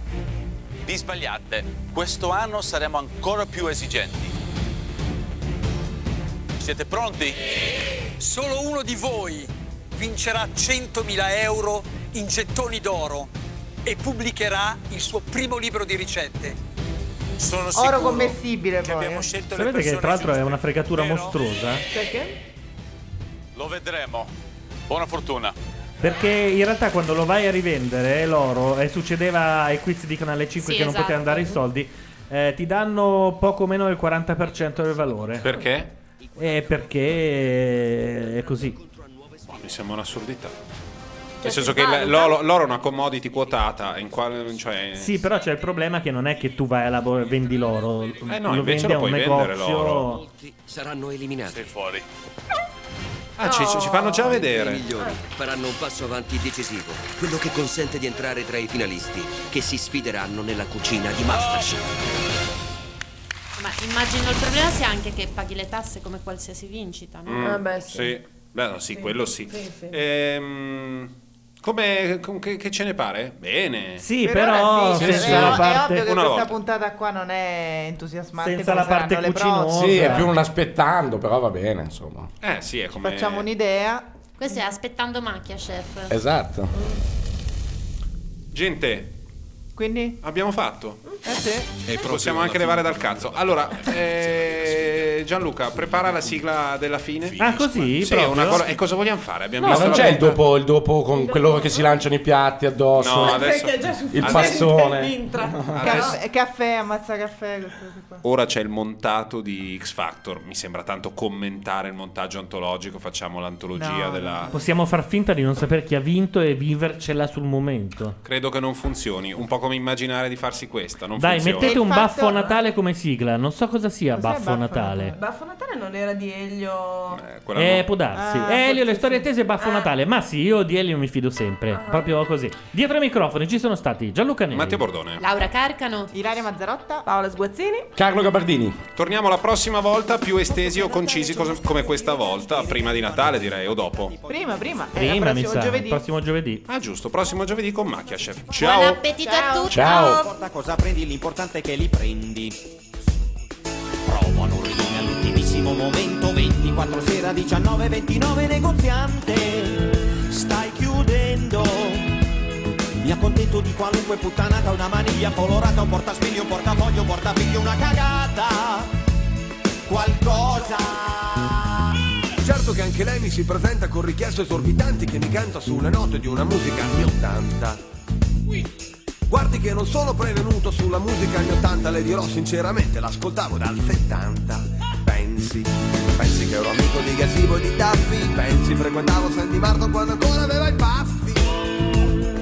Speaker 15: vi sbagliate. Questo anno saremo ancora più esigenti.
Speaker 13: Siete pronti? Solo uno di voi vincerà 100.000 euro in gettoni d'oro e pubblicherà il suo primo libro di ricette. Sono
Speaker 9: Oro commestibile poi. eh.
Speaker 2: Sapete che tra l'altro è una fregatura mostruosa?
Speaker 9: Perché?
Speaker 15: Lo vedremo. Buona fortuna.
Speaker 2: Perché in realtà quando lo vai a rivendere l'oro, e succedeva ai quiz di Canale 5
Speaker 15: Sì,
Speaker 2: che non
Speaker 15: esatto.
Speaker 2: poteva andare i soldi, eh, ti danno poco meno del 40% del valore.
Speaker 3: Perché?
Speaker 2: Eh, perché è così.
Speaker 3: Mi sembra un'assurdità.
Speaker 9: Cioè,
Speaker 3: Nel senso che l- l'oro, l'oro è una commodity quotata, in quale, cioè,
Speaker 2: Sì, però c'è il problema che non è che tu vai alla bo- vendi l'oro,
Speaker 3: eh, no,
Speaker 2: lo
Speaker 3: invece
Speaker 2: vendi
Speaker 3: lo
Speaker 2: a un
Speaker 3: puoi vendere l'oro.
Speaker 2: negozio.
Speaker 21: Molti saranno eliminati. Sei
Speaker 15: fuori.
Speaker 3: Ah, ci, ci fanno già vedere.
Speaker 21: I migliori faranno un passo avanti decisivo, quello che consente di entrare tra i finalisti, che si sfideranno nella cucina di Masterchef.
Speaker 4: Ma immagino il problema sia anche che paghi le tasse come qualsiasi vincita, no?
Speaker 3: Mm,
Speaker 9: Ah,
Speaker 3: sì. Beh, no, sì, quello sì.
Speaker 4: Sì, sì.
Speaker 3: Ehm, come, com- che, che ce ne pare? Bene.
Speaker 2: Sì, Per però ora sì, senza cioè, la
Speaker 9: È, è ovvio che
Speaker 3: Una
Speaker 9: questa
Speaker 3: volta.
Speaker 9: puntata qua non è entusiasmante.
Speaker 2: Senza
Speaker 9: come
Speaker 2: la parte
Speaker 9: saranno le prossime.
Speaker 6: Sì, è più un aspettando, però va bene, insomma.
Speaker 3: Eh, sì, è
Speaker 9: Ci Facciamo un'idea.
Speaker 4: Questo è aspettando macchia, chef.
Speaker 6: Esatto.
Speaker 3: Gente,
Speaker 9: quindi
Speaker 3: abbiamo fatto. E possiamo anche levare dal cazzo. Allora, eh, Gianluca, prepara la sigla della fine.
Speaker 2: Ah, così?
Speaker 3: Sì, è
Speaker 2: Proprio?
Speaker 3: una cosa- e cosa vogliamo fare? Abbiamo
Speaker 6: Ma
Speaker 3: visto
Speaker 6: non
Speaker 3: la
Speaker 6: c'è il
Speaker 3: puntata-
Speaker 6: dopo, il dopo con quello che si lanciano i piatti addosso.
Speaker 3: No, adesso- Perché è già
Speaker 6: il
Speaker 3: sufficiente
Speaker 6: passone.
Speaker 9: Caffè, caffè, ammazza caffè. questo qua.
Speaker 3: Ora c'è il montato di X Factor. Mi sembra tanto commentare il montaggio antologico. Facciamo l'antologia
Speaker 9: No.
Speaker 3: della.
Speaker 2: Possiamo far finta di non sapere chi ha vinto e vivercela sul momento.
Speaker 3: Credo che non funzioni. Un po' come immaginare di farsi questa. Non
Speaker 2: Dai,
Speaker 3: funziona.
Speaker 2: mettete un
Speaker 1: Infatti-
Speaker 2: baffo Natale come sigla. Non so cosa sia
Speaker 1: Cos'è
Speaker 2: baffo Natale.
Speaker 1: Baffo Natale non era di Elio.
Speaker 3: quella
Speaker 2: Eh,
Speaker 3: no.
Speaker 2: può darsi.
Speaker 1: Ah,
Speaker 2: Elio, le storie tese, baffo Natale. Ma sì, io di Elio mi fido sempre. Proprio così. Dietro ai microfoni ci sono stati Gianluca Neri. Matteo
Speaker 3: Bordone.
Speaker 5: Laura Carcano.
Speaker 9: Ilaria Mazzarotta.
Speaker 1: Paola Sguazzini.
Speaker 3: Carlo Gabardini. Torniamo la prossima volta più estesi o concisi cos- come questa volta, prima di Natale direi o dopo.
Speaker 9: Prima, prima. È
Speaker 15: Eh,
Speaker 9: il
Speaker 2: Prima, mi
Speaker 9: prossimo
Speaker 2: sa.
Speaker 9: giovedì.
Speaker 2: Prossimo giovedì.
Speaker 3: Ah, giusto, prossimo giovedì con Macchiachef. Ciao.
Speaker 5: appetito a tutti.
Speaker 3: Ciao.
Speaker 15: Non importa cosa prendi, l'importante è che li prendi. Provano ordine all'ultimissimo momento, 24 sera 19, 29 negoziante. Stai chiudendo. Mi accontento di qualunque puttanata, una maniglia colorata, un portaspegni, un portafoglio, un portafiglio, una cagata. Qualcosa.
Speaker 16: Certo che anche lei mi si presenta con richieste esorbitanti che mi canta sulle note di una musica anni 80. Guardi che non sono prevenuto sulla musica anni 80, le dirò sinceramente, l'ascoltavo dal 70. Pensi, pensi che ero amico di Gasivo e di Taffi, pensi frequentavo San Di Marto quando ancora aveva i paffi.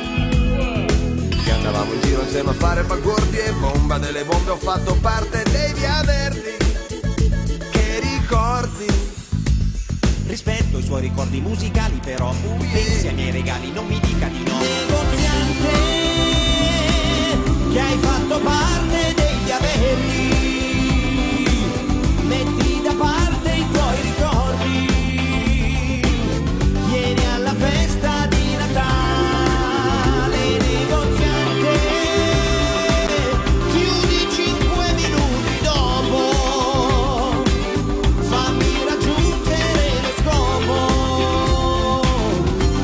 Speaker 16: Pensi che andavamo in giro insieme a fare pagordi e bomba delle bombe, ho fatto parte dei via verdi. Che ricordi?
Speaker 15: Rispetto i suoi ricordi musicali però Pensi ai miei regali, non mi dica di no
Speaker 16: Negoziante
Speaker 15: Che hai fatto
Speaker 16: parte
Speaker 15: degli
Speaker 16: averi
Speaker 15: Metti da parte i tuoi ricordi
Speaker 16: Vieni alla festa di Natale Negoziante Chiudi cinque minuti dopo Fammi raggiungere lo scopo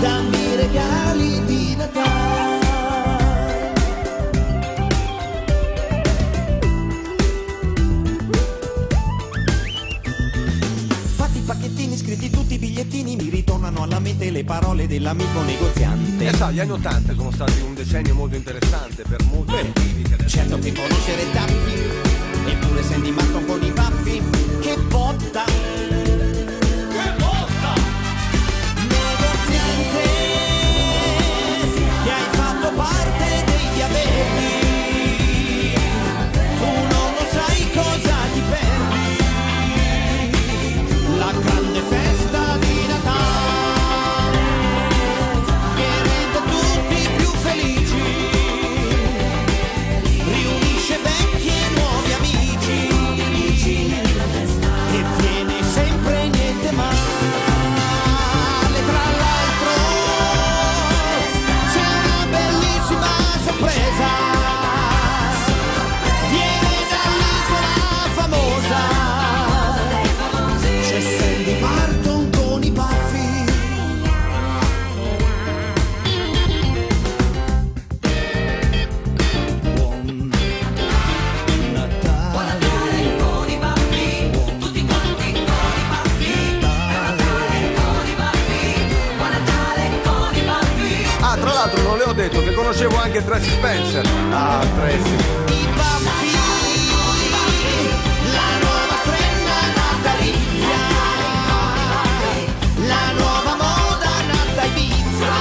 Speaker 16: Dammi regali di Natale
Speaker 15: Fatti i pacchettini, scritti tutti i bigliettini Mi ritornano alla mente le parole dell'amico negoziante
Speaker 16: E sa, gli anni 80 sono stati un decennio molto interessante per molti motivi che adesso...
Speaker 15: Eh, Certo che conoscere Taffi Eppure senti Marco con i baffi Che botta Che botta
Speaker 16: Negoziante, che hai fatto parte degli averi Tu non lo sai cosa ti perdi La grande festa di Natale Che rende tutti più felici riunisce vecchi e nuovi amici e viene sempre niente male tra l'altro c'è una bellissima sorpresa viene dall'isola famosa c'è Sandy Martin con i baffi Ah, tra l'altro non le ho detto che conoscevo anche Tracy Spencer. Ah, Tracy.
Speaker 15: natalizia la nuova moda nata a Ibiza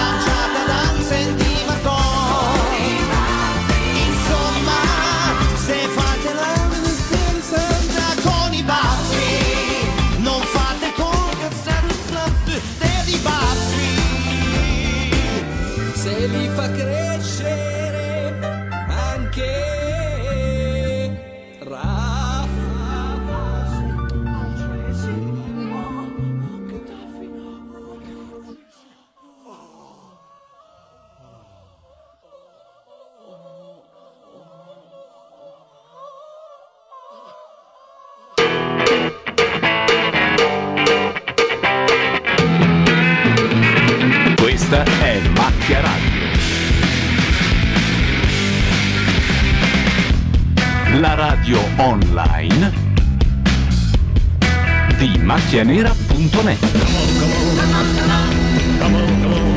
Speaker 15: lanciata da Senti
Speaker 16: Insomma, se fate la sembra con i baffi, non fate con cazzate dei baffi. Se li fa crescere anche
Speaker 48: Questa è Macchia Radio.
Speaker 6: radio online di macchianera.net.